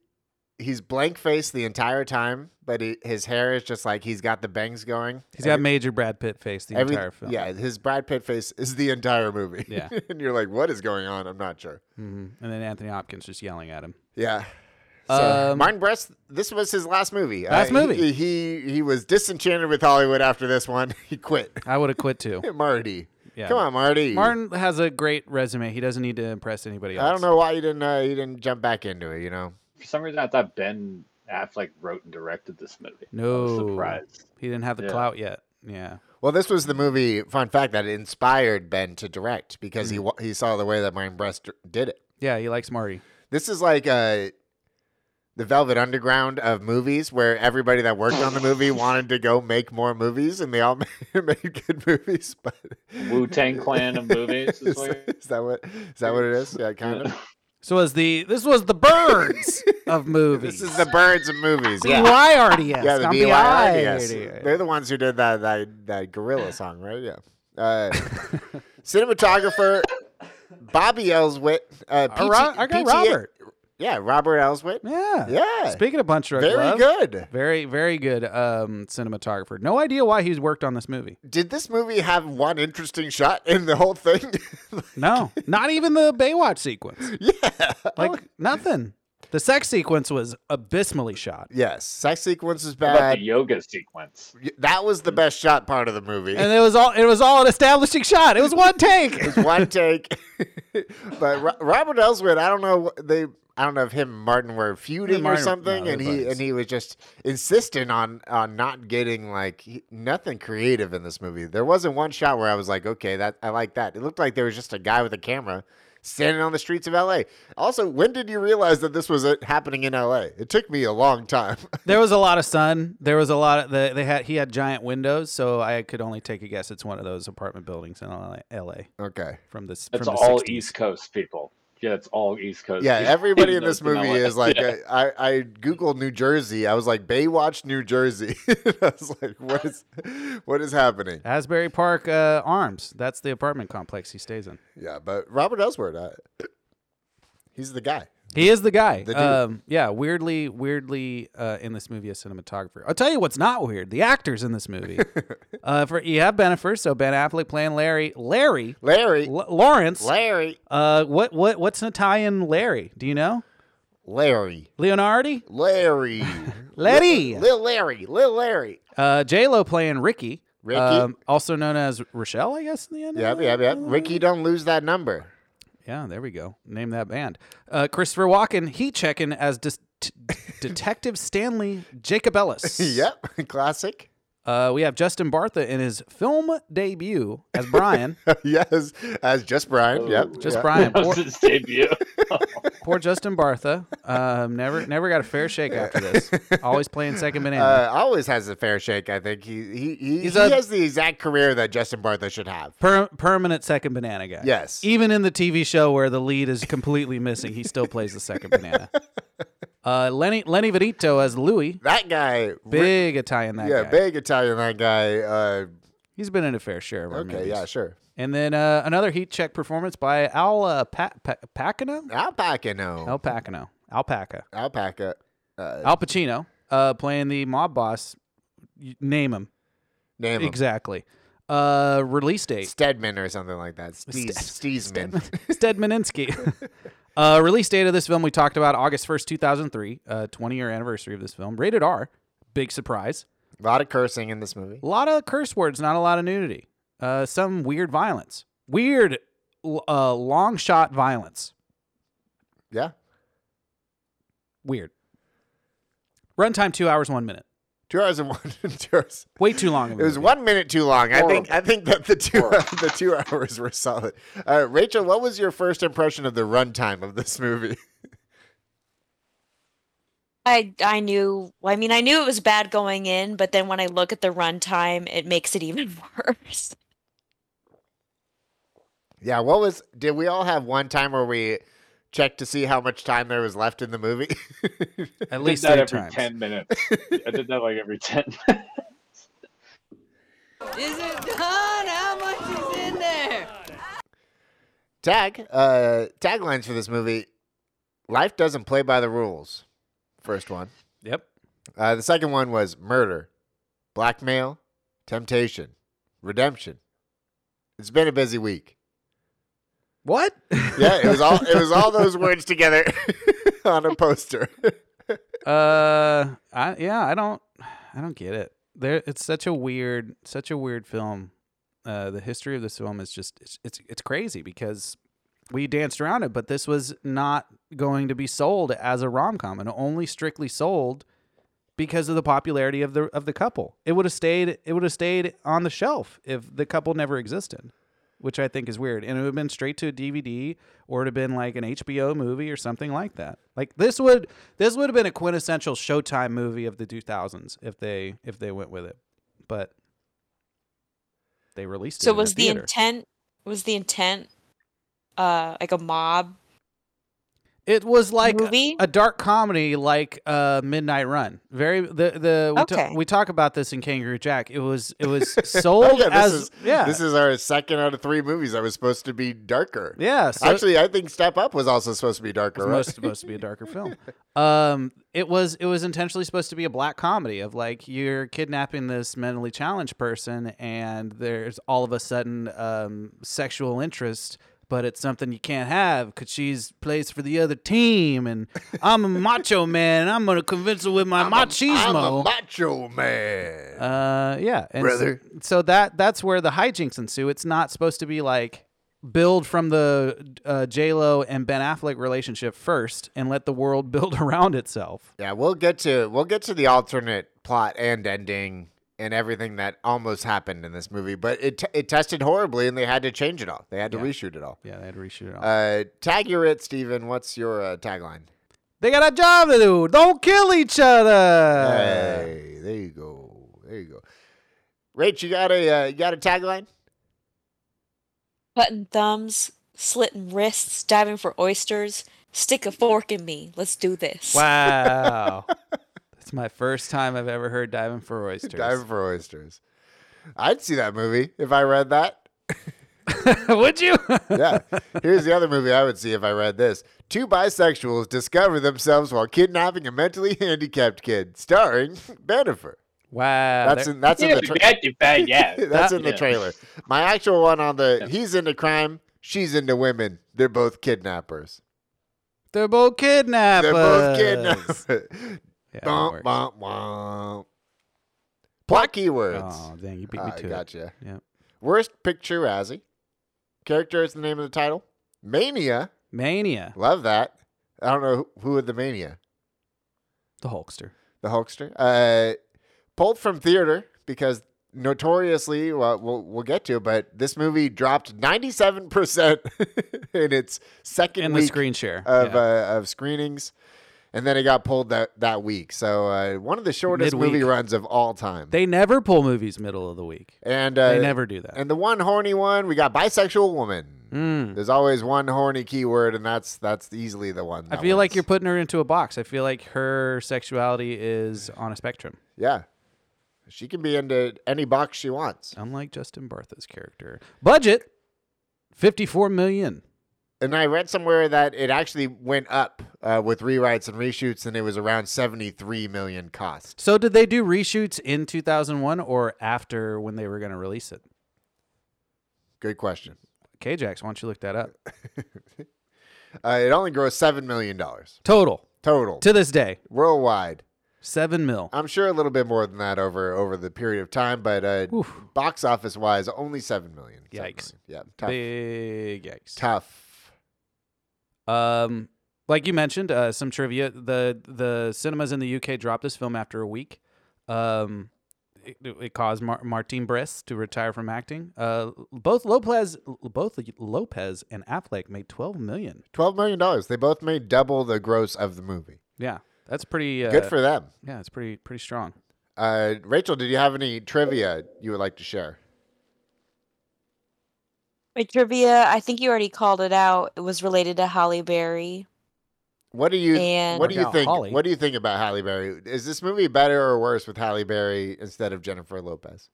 Speaker 3: He's blank faced the entire time, but he, his hair is just like he's got the bangs going.
Speaker 1: He's got major Brad Pitt face the
Speaker 3: Every-
Speaker 1: entire film.
Speaker 3: Yeah, his Brad Pitt face is the entire movie.
Speaker 1: Yeah.
Speaker 3: and you're like, what is going on? I'm not sure.
Speaker 1: hmm And then Anthony Hopkins just yelling at him.
Speaker 3: Yeah. So,
Speaker 1: Um,
Speaker 3: Martin Brest, this was his last movie. Uh,
Speaker 1: Last movie.
Speaker 3: He, he he was disenchanted with Hollywood after this one. He quit.
Speaker 1: I would have quit too.
Speaker 3: Marty.
Speaker 1: Yeah.
Speaker 3: Come on, Marty.
Speaker 1: Martin has a great resume. He doesn't need to impress anybody else.
Speaker 3: I don't know why you didn't uh, you didn't jump back into it, you know.
Speaker 5: For some reason, I thought Ben Affleck wrote and directed this movie. I was
Speaker 1: No.
Speaker 5: surprised.
Speaker 1: He didn't have the
Speaker 5: Yeah.
Speaker 1: clout yet. Yeah.
Speaker 3: Well, this was the movie fun fact that inspired Ben to direct because
Speaker 1: Mm.
Speaker 3: he wa he saw the way that Martin Brest did it.
Speaker 1: Yeah, he likes Marty.
Speaker 3: This is like uh the Velvet Underground of movies, where everybody that worked on the movie wanted to go make more movies, and they all made good movies. But
Speaker 5: Wu Tang Clan of movies. Is
Speaker 3: is,
Speaker 5: what you're-
Speaker 3: is that what is that what it is? Yeah, kind of.
Speaker 1: So as the this was the birds of movies.
Speaker 3: This is the birds of movies. Yeah,
Speaker 1: BYRDS.
Speaker 3: yeah, the
Speaker 1: not
Speaker 3: BYRDS.
Speaker 1: BYRDS.
Speaker 3: They're the ones who did that that that gorilla song, right? Yeah. Uh, cinematographer Bobby Ellswit. Uh, PT,
Speaker 1: Our, Ro- our guy
Speaker 3: PTA
Speaker 1: Robert.
Speaker 3: Yeah, Robert Ellswit.
Speaker 1: Yeah.
Speaker 3: Yeah.
Speaker 1: Speaking of Punch Drunk
Speaker 3: Very
Speaker 1: Love,
Speaker 3: good.
Speaker 1: Very, very good um, cinematographer. No idea why he's worked on this movie.
Speaker 3: Did this movie have one interesting shot in the whole thing?
Speaker 1: No, not even the Baywatch sequence.
Speaker 3: yeah. Oh.
Speaker 1: Like nothing. The sex sequence was abysmally shot.
Speaker 3: yes, sex sequence is
Speaker 5: How about
Speaker 3: bad.
Speaker 5: the yoga sequence?
Speaker 3: That was the best shot part of the movie.
Speaker 1: And it was all it was all an establishing shot. It was one take.
Speaker 3: It's one take. but Ro- Robert Elswit, I don't know wh- they I don't know if him and Martin were feuding
Speaker 1: Martin-
Speaker 3: or
Speaker 1: no,
Speaker 3: something,
Speaker 1: they're
Speaker 3: and he
Speaker 1: buddies.
Speaker 3: and he was just insisting on on not getting like he- nothing creative in this movie. There wasn't one shot where I was like, okay, that I like that. It looked like there was just a guy with a camera standing on the streets of L.A. Also, when did you realize that this was uh, happening in L.A.? It took me a long time.
Speaker 1: There was a lot of sun. There was a lot of the, they had he had giant windows, so I could only take a guess it's one of those apartment buildings in LA, LA
Speaker 3: okay,
Speaker 1: from this
Speaker 5: That's
Speaker 1: from the
Speaker 5: all
Speaker 1: 60s.
Speaker 5: East Coast people. yeah, it's all East Coast.
Speaker 3: Yeah, everybody in this
Speaker 5: knows the
Speaker 3: movie
Speaker 5: Mallet.
Speaker 3: is like,
Speaker 5: Yeah.
Speaker 3: uh, I, I Googled New Jersey. I was like, Baywatch, New Jersey. I was like, what is, what is happening?
Speaker 1: Asbury Park uh, Arms. That's the apartment complex he stays in.
Speaker 3: Yeah, but Robert Elsword, uh, he's the guy.
Speaker 1: He is the guy.
Speaker 3: The dude.
Speaker 1: um, yeah, weirdly, weirdly uh, in this movie, a cinematographer. I'll tell you what's not weird: the actors in this movie. uh, for you have Bennifer, so Ben Affleck playing Larry, Larry,
Speaker 3: Larry.
Speaker 1: L- Lawrence.
Speaker 3: Larry.
Speaker 1: uh, what what what's an Italian Larry? Do you know
Speaker 3: Larry.
Speaker 1: Leonardi?
Speaker 3: Larry.
Speaker 1: Larry.
Speaker 3: Lil Larry. Lil Larry.
Speaker 1: Uh, J Lo playing Ricky. um,
Speaker 3: Ricky?
Speaker 1: also known as Rochelle, I guess. In the end. of
Speaker 3: Yep,
Speaker 1: the-
Speaker 3: yep, yep. Ricky, don't lose that number.
Speaker 1: Yeah, there we go. Name that band. Uh, Christopher Walken, he checking as dis- t- Detective Stanley Jacob Ellis.
Speaker 3: Yep, classic.
Speaker 1: Uh, we have Justin Bartha in his film debut as Brian.
Speaker 3: yes, as just Brian. Yep,
Speaker 1: Just
Speaker 3: yeah.
Speaker 1: Brian.
Speaker 5: That
Speaker 1: Poor,
Speaker 5: was his debut.
Speaker 1: poor Justin Bartha. Um, never, never got a fair shake after this. Always playing second banana.
Speaker 3: Uh, always has a fair shake. I think he he he,
Speaker 1: He's
Speaker 3: he
Speaker 1: a-
Speaker 3: has the exact career that Justin Bartha should have.
Speaker 1: Per- permanent second banana guy.
Speaker 3: Yes.
Speaker 1: Even in the TV show where the lead is completely missing, he still plays the second banana. Uh, Lenny Lenny Verito as Louis.
Speaker 3: That guy, re-
Speaker 1: Big Italian that
Speaker 3: yeah,
Speaker 1: guy.
Speaker 3: big Italian. That guy. Uh,
Speaker 1: He's been in a fair share of our
Speaker 3: okay,
Speaker 1: movies.
Speaker 3: yeah, sure.
Speaker 1: And then uh, another heat check performance by Al uh, pa- pa- Pacino?
Speaker 3: Alpaca, no,
Speaker 1: Al Pacino. Alpaca.
Speaker 3: alpaca. Uh,
Speaker 1: Al Pacino uh, playing the mob boss. Y- Name him.
Speaker 3: name him
Speaker 1: Exactly. Uh, release date.
Speaker 3: Stedman or something like that. Stees, Steesman.
Speaker 1: Stedmaninsky. uh, release date of this film we talked about August 1st, 2003, uh, 20 year anniversary of this film. Rated R. Big surprise.
Speaker 3: A lot of cursing in this movie.
Speaker 1: A lot of curse words, not a lot of nudity. Uh, some weird violence. Weird l- uh, long shot violence.
Speaker 3: Yeah,
Speaker 1: Weird. Runtime two hours, one minute.
Speaker 3: two hours and one. two hours.
Speaker 1: Way too long. Of
Speaker 3: It
Speaker 1: a
Speaker 3: was
Speaker 1: movie.
Speaker 3: one minute too long. I think
Speaker 5: Horrible.
Speaker 3: I think that the two the two hours were solid. Uh, Rachel, what was your first impression of the runtime of this movie?
Speaker 4: I I knew. well, I mean, I knew it was bad going in, but then when I look at the runtime, it makes it even worse.
Speaker 3: Yeah, what was? Did we all have one time where we checked to see how much time there was left in the movie?
Speaker 1: At
Speaker 5: I did
Speaker 1: least
Speaker 5: that
Speaker 1: three
Speaker 5: every
Speaker 1: times.
Speaker 5: ten minutes. I did that like every ten.
Speaker 10: Is it done? How much is in there?
Speaker 3: Tag uh, taglines for this movie: Life doesn't play by the rules. First one.
Speaker 1: Yep.
Speaker 3: Uh, the second one was murder, blackmail, temptation, redemption. It's been a busy week.
Speaker 1: What?
Speaker 3: Yeah, it was all it was all those words together on a poster.
Speaker 1: uh, I, yeah, I don't, I don't get it. There, it's such a weird, such a weird film. Uh, the history of this film is just, it's, it's, it's crazy because we danced around it, but this was not going to be sold as a rom com, and only strictly sold because of the popularity of the of the couple. It would have stayed, it would have stayed on the shelf if the couple never existed. Which I think is weird, and it would have been straight to a DVD, or it'd have been like an HBO movie or something like that. Like this would this would have been a quintessential Showtime movie of the 2000s if they if they went with it, but they released it.
Speaker 4: So
Speaker 1: in a
Speaker 4: was the
Speaker 1: theater.
Speaker 4: intent? Was the intent? Uh, like a mob
Speaker 1: It was like a-
Speaker 4: Movie?
Speaker 1: a dark comedy, like uh, Midnight Run. Very the the we, ta-
Speaker 4: Okay.
Speaker 1: we talk about this in Kangaroo Jack. It was it was sold
Speaker 3: Oh, yeah, this
Speaker 1: as
Speaker 3: is
Speaker 1: yeah
Speaker 3: this is our second out of three movies that was supposed to be darker.
Speaker 1: yeah. So
Speaker 3: Actually, I think Step Up was also supposed to be
Speaker 1: it
Speaker 3: darker.
Speaker 1: was
Speaker 3: Right?
Speaker 1: most supposed to be a darker film. Um, it was it was intentionally supposed to be a black comedy of like you're kidnapping this mentally challenged person, and there's all of a sudden um, sexual interest. But it's something you can't have because she's plays for the other team, and I'm a macho man, and I'm gonna convince her with my machismo.
Speaker 3: I'm a macho man.
Speaker 1: Uh, yeah, and
Speaker 3: Brother.
Speaker 1: So, so that that's where the hijinks ensue. It's not supposed to be like build from the uh, J Lo and Ben Affleck relationship first, and let the world build around itself.
Speaker 3: yeah, we'll get to we'll get to the alternate plot and ending and everything that almost happened in this movie, but it t- it tested horribly and they had to change it all. They had to reshoot it all.
Speaker 1: Yeah, they had to reshoot it all.
Speaker 3: Uh, tag your it, Steven. What's your uh, tagline?
Speaker 1: they got a job to do. Don't kill each
Speaker 3: Uh,
Speaker 1: other.
Speaker 3: Hey, there you go. There you go. Rach, you got a uh, you got a tagline?
Speaker 4: button thumbs slitting wrists, diving for oysters. Stick a fork in me. Let's do this.
Speaker 1: Wow. That's my first time I've ever heard diving for oysters.
Speaker 3: Dive for oysters. I'd see that movie if I read that.
Speaker 1: Would you?
Speaker 3: Yeah. Here's the other movie I would see if I read this. Two bisexuals discover themselves while kidnapping a mentally handicapped kid, starring Benifer.
Speaker 1: wow.
Speaker 3: That's
Speaker 1: there-
Speaker 3: in that's in the tra-
Speaker 5: yeah.
Speaker 3: that's in the
Speaker 5: Yeah.
Speaker 3: trailer. My actual one on the he's into crime, she's into women. They're both kidnappers.
Speaker 1: They're both kidnappers.
Speaker 3: They're both kidnappers.
Speaker 1: Yeah, that
Speaker 3: Bum,
Speaker 1: works.
Speaker 3: bum, bum. Plot keywords.
Speaker 1: Oh, dang. You beat me
Speaker 3: I
Speaker 1: to it.
Speaker 3: gotcha.
Speaker 1: Yep.
Speaker 3: Worst picture, Razzie. Character is the name of the title. Mania.
Speaker 1: Mania.
Speaker 3: Love that. I don't know who- who had the mania.
Speaker 1: The Hulkster.
Speaker 3: The Hulkster. Uh, pulled from theater because notoriously, well, we'll, we'll get to it, but this movie dropped 97% in its second
Speaker 1: In the
Speaker 3: week
Speaker 1: screen share.
Speaker 3: of,
Speaker 1: yeah.
Speaker 3: uh, of screenings. And then it got pulled that, that week. So uh, one of the shortest
Speaker 1: Midweek.
Speaker 3: movie runs of all time.
Speaker 1: they never pull movies middle of the week.
Speaker 3: and uh,
Speaker 1: they never do that.
Speaker 3: And the one horny one, we got bisexual woman.
Speaker 1: Mm.
Speaker 3: There's always one horny keyword, and that's that's easily the one.
Speaker 1: I
Speaker 3: that
Speaker 1: feel like
Speaker 3: wins.
Speaker 1: you're putting her into a box. I feel like her sexuality is on a spectrum,
Speaker 3: Yeah. She can be into any box she wants.
Speaker 1: unlike Justin Bartha's character. Budget 54 million.
Speaker 3: And I read somewhere that it actually went up uh, with rewrites and reshoots, and it was around 73 million cost.
Speaker 1: So did they do reshoots in 2001 or after when they were going to release it?
Speaker 3: Good question.
Speaker 1: KJax, why don't you look that up?
Speaker 3: Uh, it only grossed $7 million
Speaker 1: Total
Speaker 3: total
Speaker 1: to this day,
Speaker 3: worldwide.
Speaker 1: 7 mil.
Speaker 3: I'm sure a little bit more than that over over the period of time, but uh,
Speaker 1: Oof.
Speaker 3: box office wise, only 7 million. Seven
Speaker 1: Yikes.
Speaker 3: million. Yeah, tough.
Speaker 1: Big yikes.
Speaker 3: Tough.
Speaker 1: Um, like you mentioned, uh, some trivia. The the cinemas in the UK dropped this film after a week. Um, it, it caused Mar- Martin Brest to retire from acting. Uh, both Lopez, both Lopez and Affleck made twelve million.
Speaker 3: $12 million. They both made double the gross of the movie.
Speaker 1: Yeah, that's pretty. Uh,
Speaker 3: Good for them.
Speaker 1: Yeah, it's pretty pretty strong.
Speaker 3: Uh, Rachel, did you have any trivia you would like to share?
Speaker 4: My trivia, I think you already called it out. It was related to Holly Berry.
Speaker 3: What do you
Speaker 4: And-
Speaker 3: What do you
Speaker 1: Workout
Speaker 3: think?
Speaker 1: Holly.
Speaker 3: What do you think about Halle Berry? Is this movie better or worse with Halle Berry instead of Jennifer Lopez?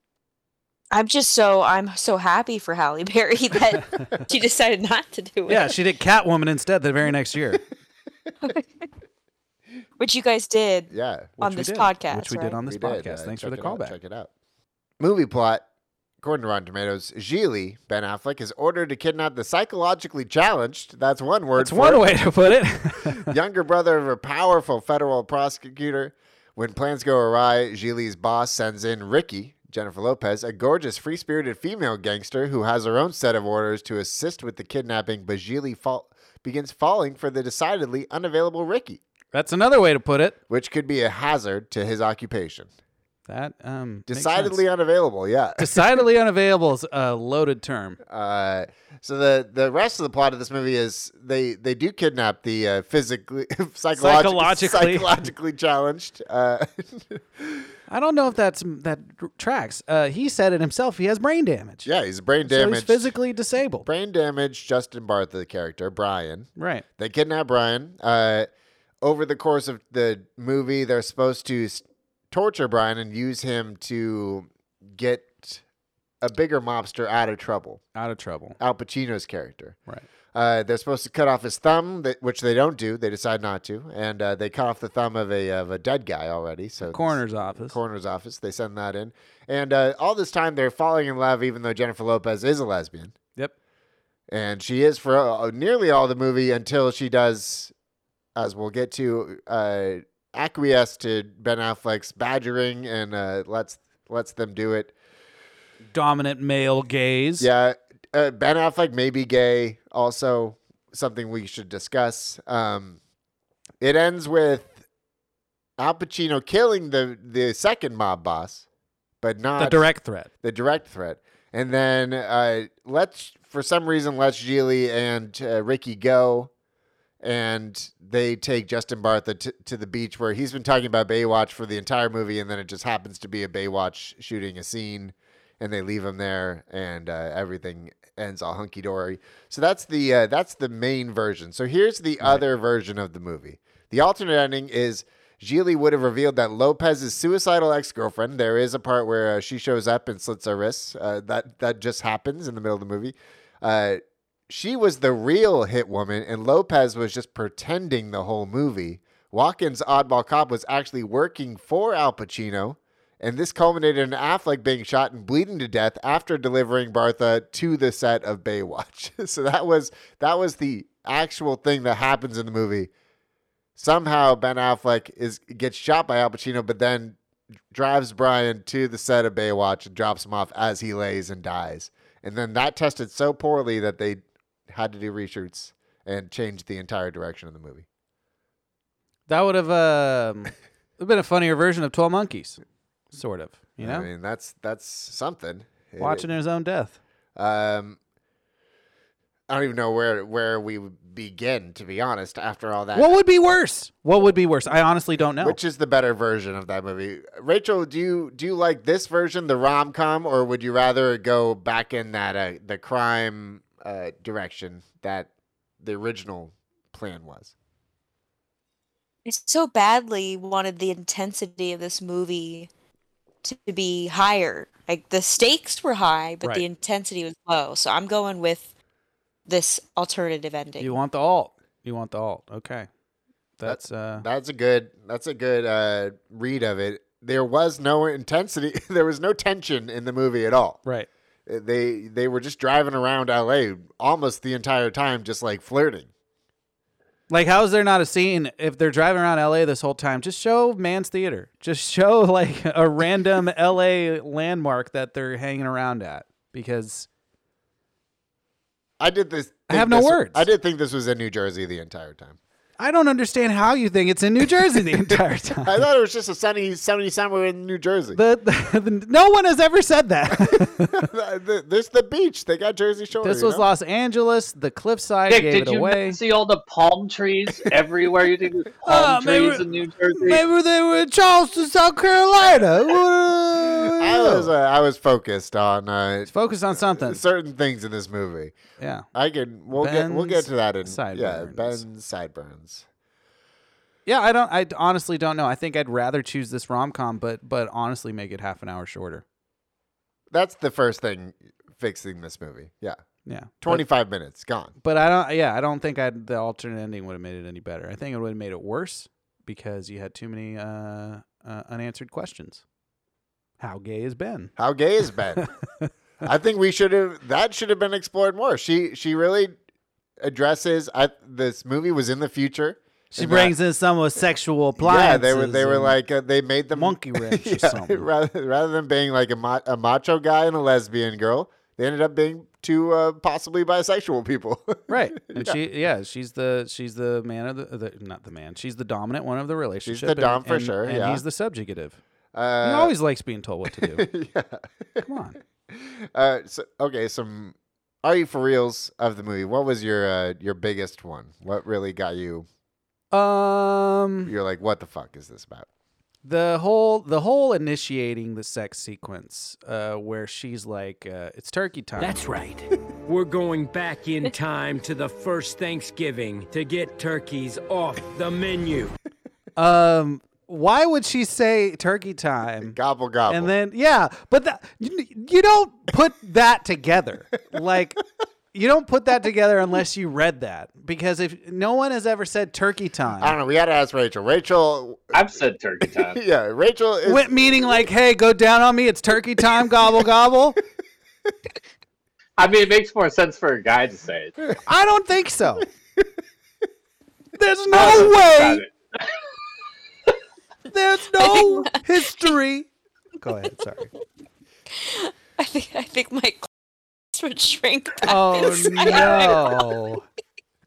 Speaker 4: I'm just so I'm so happy for Halle Berry that she decided not to do it.
Speaker 1: Yeah, she did Catwoman instead the very next year, which
Speaker 4: Which you guys did.
Speaker 3: Yeah,
Speaker 4: On
Speaker 1: we
Speaker 4: this
Speaker 1: did,
Speaker 4: podcast,
Speaker 1: which we
Speaker 4: right?
Speaker 1: did on this
Speaker 3: we
Speaker 1: podcast.
Speaker 3: did. Uh,
Speaker 1: Thanks for the
Speaker 3: check it out,
Speaker 1: callback.
Speaker 3: Check it out. Movie plot. According to Rotten Tomatoes, Gigli Ben Affleck is ordered to kidnap the psychologically challenged. That's one word.
Speaker 1: That's
Speaker 3: for
Speaker 1: one
Speaker 3: it,
Speaker 1: way to put it.
Speaker 3: Younger brother of a powerful federal prosecutor. When plans go awry, Gigli's boss sends in Ricky, Jennifer Lopez, a gorgeous, free spirited female gangster who has her own set of orders to assist with the kidnapping, but Gigli fall- begins falling for the decidedly unavailable Ricky,
Speaker 1: That's another way to put it.
Speaker 3: which could be a hazard to his occupation.
Speaker 1: That um makes sense.
Speaker 3: Decidedly unavailable, yeah.
Speaker 1: decidedly unavailable is a loaded term.
Speaker 3: Uh, so the the rest of the plot of this movie is they they do kidnap the uh, physically psychologically
Speaker 1: Psychologically.
Speaker 3: psychologically challenged. Uh,
Speaker 1: I don't know if that's that tracks. Uh, he said it himself. He has brain damage.
Speaker 3: yeah, he's brain
Speaker 1: so he's
Speaker 3: damaged.
Speaker 1: physically disabled.
Speaker 3: brain damaged. Justin Bartha, the character Brian.
Speaker 1: Right.
Speaker 3: They kidnap Brian. Uh, over the course of the movie, they're supposed to s- torture Brian and use him to get a bigger mobster out of trouble.
Speaker 1: Out of trouble.
Speaker 3: Al Pacino's character.
Speaker 1: Right.
Speaker 3: Uh, they're supposed to cut off his thumb, that, which they don't do. They decide not to, and uh, they cut off the thumb of a of a dead guy already. So it's-
Speaker 1: Coroner's office.
Speaker 3: coroner's office. They send that in, and uh, all this time they're falling in love, even though Jennifer Lopez is a lesbian,
Speaker 1: yep.
Speaker 3: and she is for uh, nearly all the movie until she does, as we'll get to, uh, acquiesce to Ben Affleck's badgering and uh, lets lets them do it.
Speaker 1: Dominant male gaze.
Speaker 3: Yeah, uh, Ben Affleck may be gay. Also, something we should discuss. Um, it ends with Al Pacino killing the the second mob boss, but not
Speaker 1: The direct threat.
Speaker 3: the direct threat. And then uh, let's for some reason lets Geely and uh, Ricky go, and they take Justin Bartha t- to the beach where he's been talking about Baywatch for the entire movie, and then it just happens to be a Baywatch shooting a scene, and they leave him there, and uh, everything ends all hunky dory. So that's the uh, that's the main version. So here's the other version of the movie. The alternate ending is Gigli would have revealed that Lopez's suicidal ex girlfriend. There is a part where uh, she shows up and slits her wrists. Uh, that that just happens in the middle of the movie. Uh, she was the real hit woman, and Lopez was just pretending the whole movie. Watkins' oddball cop was actually working for Al Pacino, and this culminated in Affleck being shot and bleeding to death after delivering Bartha to the set of Baywatch. so that was that was the actual thing that happens in the movie. Somehow Ben Affleck is gets shot by Al Pacino, but then drives Brian to the set of Baywatch and drops him off as he lays and dies. And then that tested so poorly that they had to do reshoots and change the entire direction of the movie.
Speaker 1: That would have um, would've been a funnier version of Twelve Monkeys, sort of. You know,
Speaker 3: I mean that's that's something. It-
Speaker 1: watching his own death.
Speaker 3: Um, I don't even know where where we would begin to be honest. After all that,
Speaker 1: What would be worse? What would be worse? I honestly don't know.
Speaker 3: which is the better version of that movie? Rachel, do you do you like this version, the rom com, or would you rather go back in that uh, the crime uh, direction that the original plan was?
Speaker 4: I so badly wanted the intensity of this movie to be higher. Like the stakes were high, but
Speaker 1: Right.
Speaker 4: the intensity was low. So I'm going with this alternative ending.
Speaker 1: you want the alt. You want the alt. Okay, that's uh,
Speaker 3: That's a good that's a good uh, read of it. There was no intensity. there was no tension in the movie at all.
Speaker 1: right.
Speaker 3: they they were just driving around LA almost the entire time, just like flirting.
Speaker 1: Like, how is there not a scene if they're driving around LA this whole time? Just show Man's Theater. Just show like a random LA landmark that they're hanging around at because
Speaker 3: I did this.
Speaker 1: I
Speaker 3: think
Speaker 1: have no
Speaker 3: this-
Speaker 1: words.
Speaker 3: I did think this was in New Jersey the entire time.
Speaker 1: I don't understand how you think it's in New Jersey the entire
Speaker 3: I
Speaker 1: time.
Speaker 3: thought it was just a sunny, sunny summer in New Jersey.
Speaker 1: The, the, the- no one has ever said that.
Speaker 3: The, this the beach. They got Jersey Shore.
Speaker 1: this
Speaker 3: you
Speaker 1: was
Speaker 3: know?
Speaker 1: Los Angeles. The cliffside
Speaker 5: Nick,
Speaker 1: gave
Speaker 5: did
Speaker 1: it
Speaker 5: you
Speaker 1: away.
Speaker 5: not see all the palm trees everywhere? You think there's
Speaker 1: Ah,
Speaker 5: palm
Speaker 1: maybe-
Speaker 5: trees in New Jersey?
Speaker 1: Maybe they were in Charleston, South Carolina.
Speaker 3: I was uh, I was focused on uh,
Speaker 1: Focus on something.
Speaker 3: certain things in this movie.
Speaker 1: Yeah.
Speaker 3: I can we'll get we'll get
Speaker 1: Ben's
Speaker 3: to that in yeah
Speaker 1: sideburns.
Speaker 3: Ben's sideburns.
Speaker 1: Yeah, I don't. I honestly don't know. I think I'd rather choose this rom com, but but honestly, make it half an hour shorter.
Speaker 3: That's the first thing fixing this movie. Yeah,
Speaker 1: Yeah,
Speaker 3: twenty five minutes gone.
Speaker 1: But I don't. Yeah, I don't think I'd, the alternate ending would have made it any better. I think it would have made it worse because you had too many uh, uh, unanswered questions. How gay is Ben?
Speaker 3: How gay is Ben? I think we should have that should have been explored more. She she really addresses I, this movie was in the future.
Speaker 1: She
Speaker 3: and
Speaker 1: brings in some of sexual
Speaker 3: that,
Speaker 1: appliances.
Speaker 3: yeah, they were they were
Speaker 1: and-
Speaker 3: like uh, they made the
Speaker 1: monkey wrench or something.
Speaker 3: rather, rather than being like a, ma- a macho guy and a lesbian girl, they ended up being two uh, possibly bisexual people.
Speaker 1: right, and she yeah, she's the she's the man of the, the not the man. She's the dominant one of the relationship. and-
Speaker 3: dom for
Speaker 1: and-
Speaker 3: sure,
Speaker 1: And
Speaker 3: yeah.
Speaker 1: he's the subjugative.
Speaker 3: uh,
Speaker 1: he always likes being told what to do. Come on.
Speaker 3: uh, so, okay, some are you for reals of the movie? What was your uh, your biggest one? What really got you?
Speaker 1: Um,
Speaker 3: You're like, what the fuck is this about?
Speaker 1: the whole the whole initiating the sex sequence, uh, where she's like, uh, "It's turkey time."
Speaker 11: That's right. We're going back in time to the first Thanksgiving to get turkeys off the menu.
Speaker 1: Um, why would she say turkey time?
Speaker 3: Gobble gobble.
Speaker 1: And then yeah, but that you, you don't put that together. Like you don't put that together unless you read that because if no one has ever said turkey
Speaker 3: I
Speaker 1: time.
Speaker 3: don't know. We gotta ask Rachel. Rachel,
Speaker 5: I've said turkey time.
Speaker 3: yeah, Rachel is.
Speaker 1: Went meaning like, hey, go down on me. It's turkey time. Gobble gobble.
Speaker 5: I mean, it makes more sense for a guy to say it.
Speaker 1: I don't think so. There's no
Speaker 5: Got
Speaker 1: way.
Speaker 5: it.
Speaker 1: There's no history. Go ahead. Sorry.
Speaker 4: I think I think my clothes would shrink back.
Speaker 1: Oh
Speaker 4: inside my
Speaker 1: no!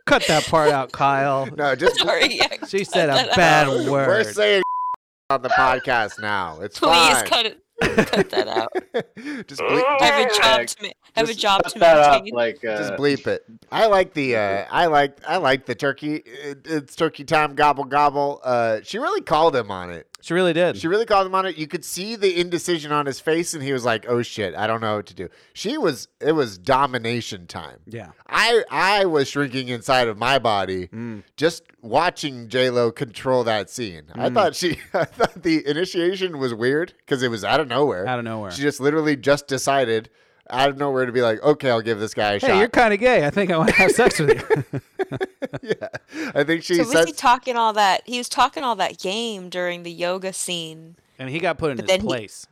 Speaker 1: Cut that part out, Kyle.
Speaker 3: no, just
Speaker 4: Sorry, yeah,
Speaker 1: She said a bad
Speaker 3: we're
Speaker 1: word.
Speaker 3: saying on the podcast now. It's
Speaker 4: please
Speaker 3: fine.
Speaker 4: cut it. Cut that out.
Speaker 3: Just bleep,
Speaker 4: I have a job to ma- I have a
Speaker 3: Just
Speaker 4: job
Speaker 5: Cut
Speaker 4: to
Speaker 5: that up
Speaker 4: maintain.
Speaker 5: like uh,
Speaker 3: just bleep it. I like the uh, I like I like the turkey. It- It's turkey time. Gobble gobble. Uh, she really called him on it.
Speaker 1: She really did.
Speaker 3: She really called him on it. You could see the indecision on his face, and he was like, "Oh shit, I don't know what to do." She was. It was domination time.
Speaker 1: yeah.
Speaker 3: I I was shrinking inside of my body
Speaker 1: Mm.
Speaker 3: just watching J Lo control that scene. I
Speaker 1: Mm.
Speaker 3: thought she, I thought the initiation was weird because it was out of nowhere.
Speaker 1: Out of nowhere.
Speaker 3: She just literally just decided out of nowhere to be like, okay, I'll give this guy a
Speaker 1: Hey, you're
Speaker 3: shot.
Speaker 1: kind of gay. I think I want to have sex with you.
Speaker 3: I think she
Speaker 4: So was
Speaker 3: said
Speaker 4: he talking all that? He was talking all that game during the yoga scene.
Speaker 1: and he got put in
Speaker 4: But
Speaker 1: his
Speaker 4: then he-
Speaker 1: place.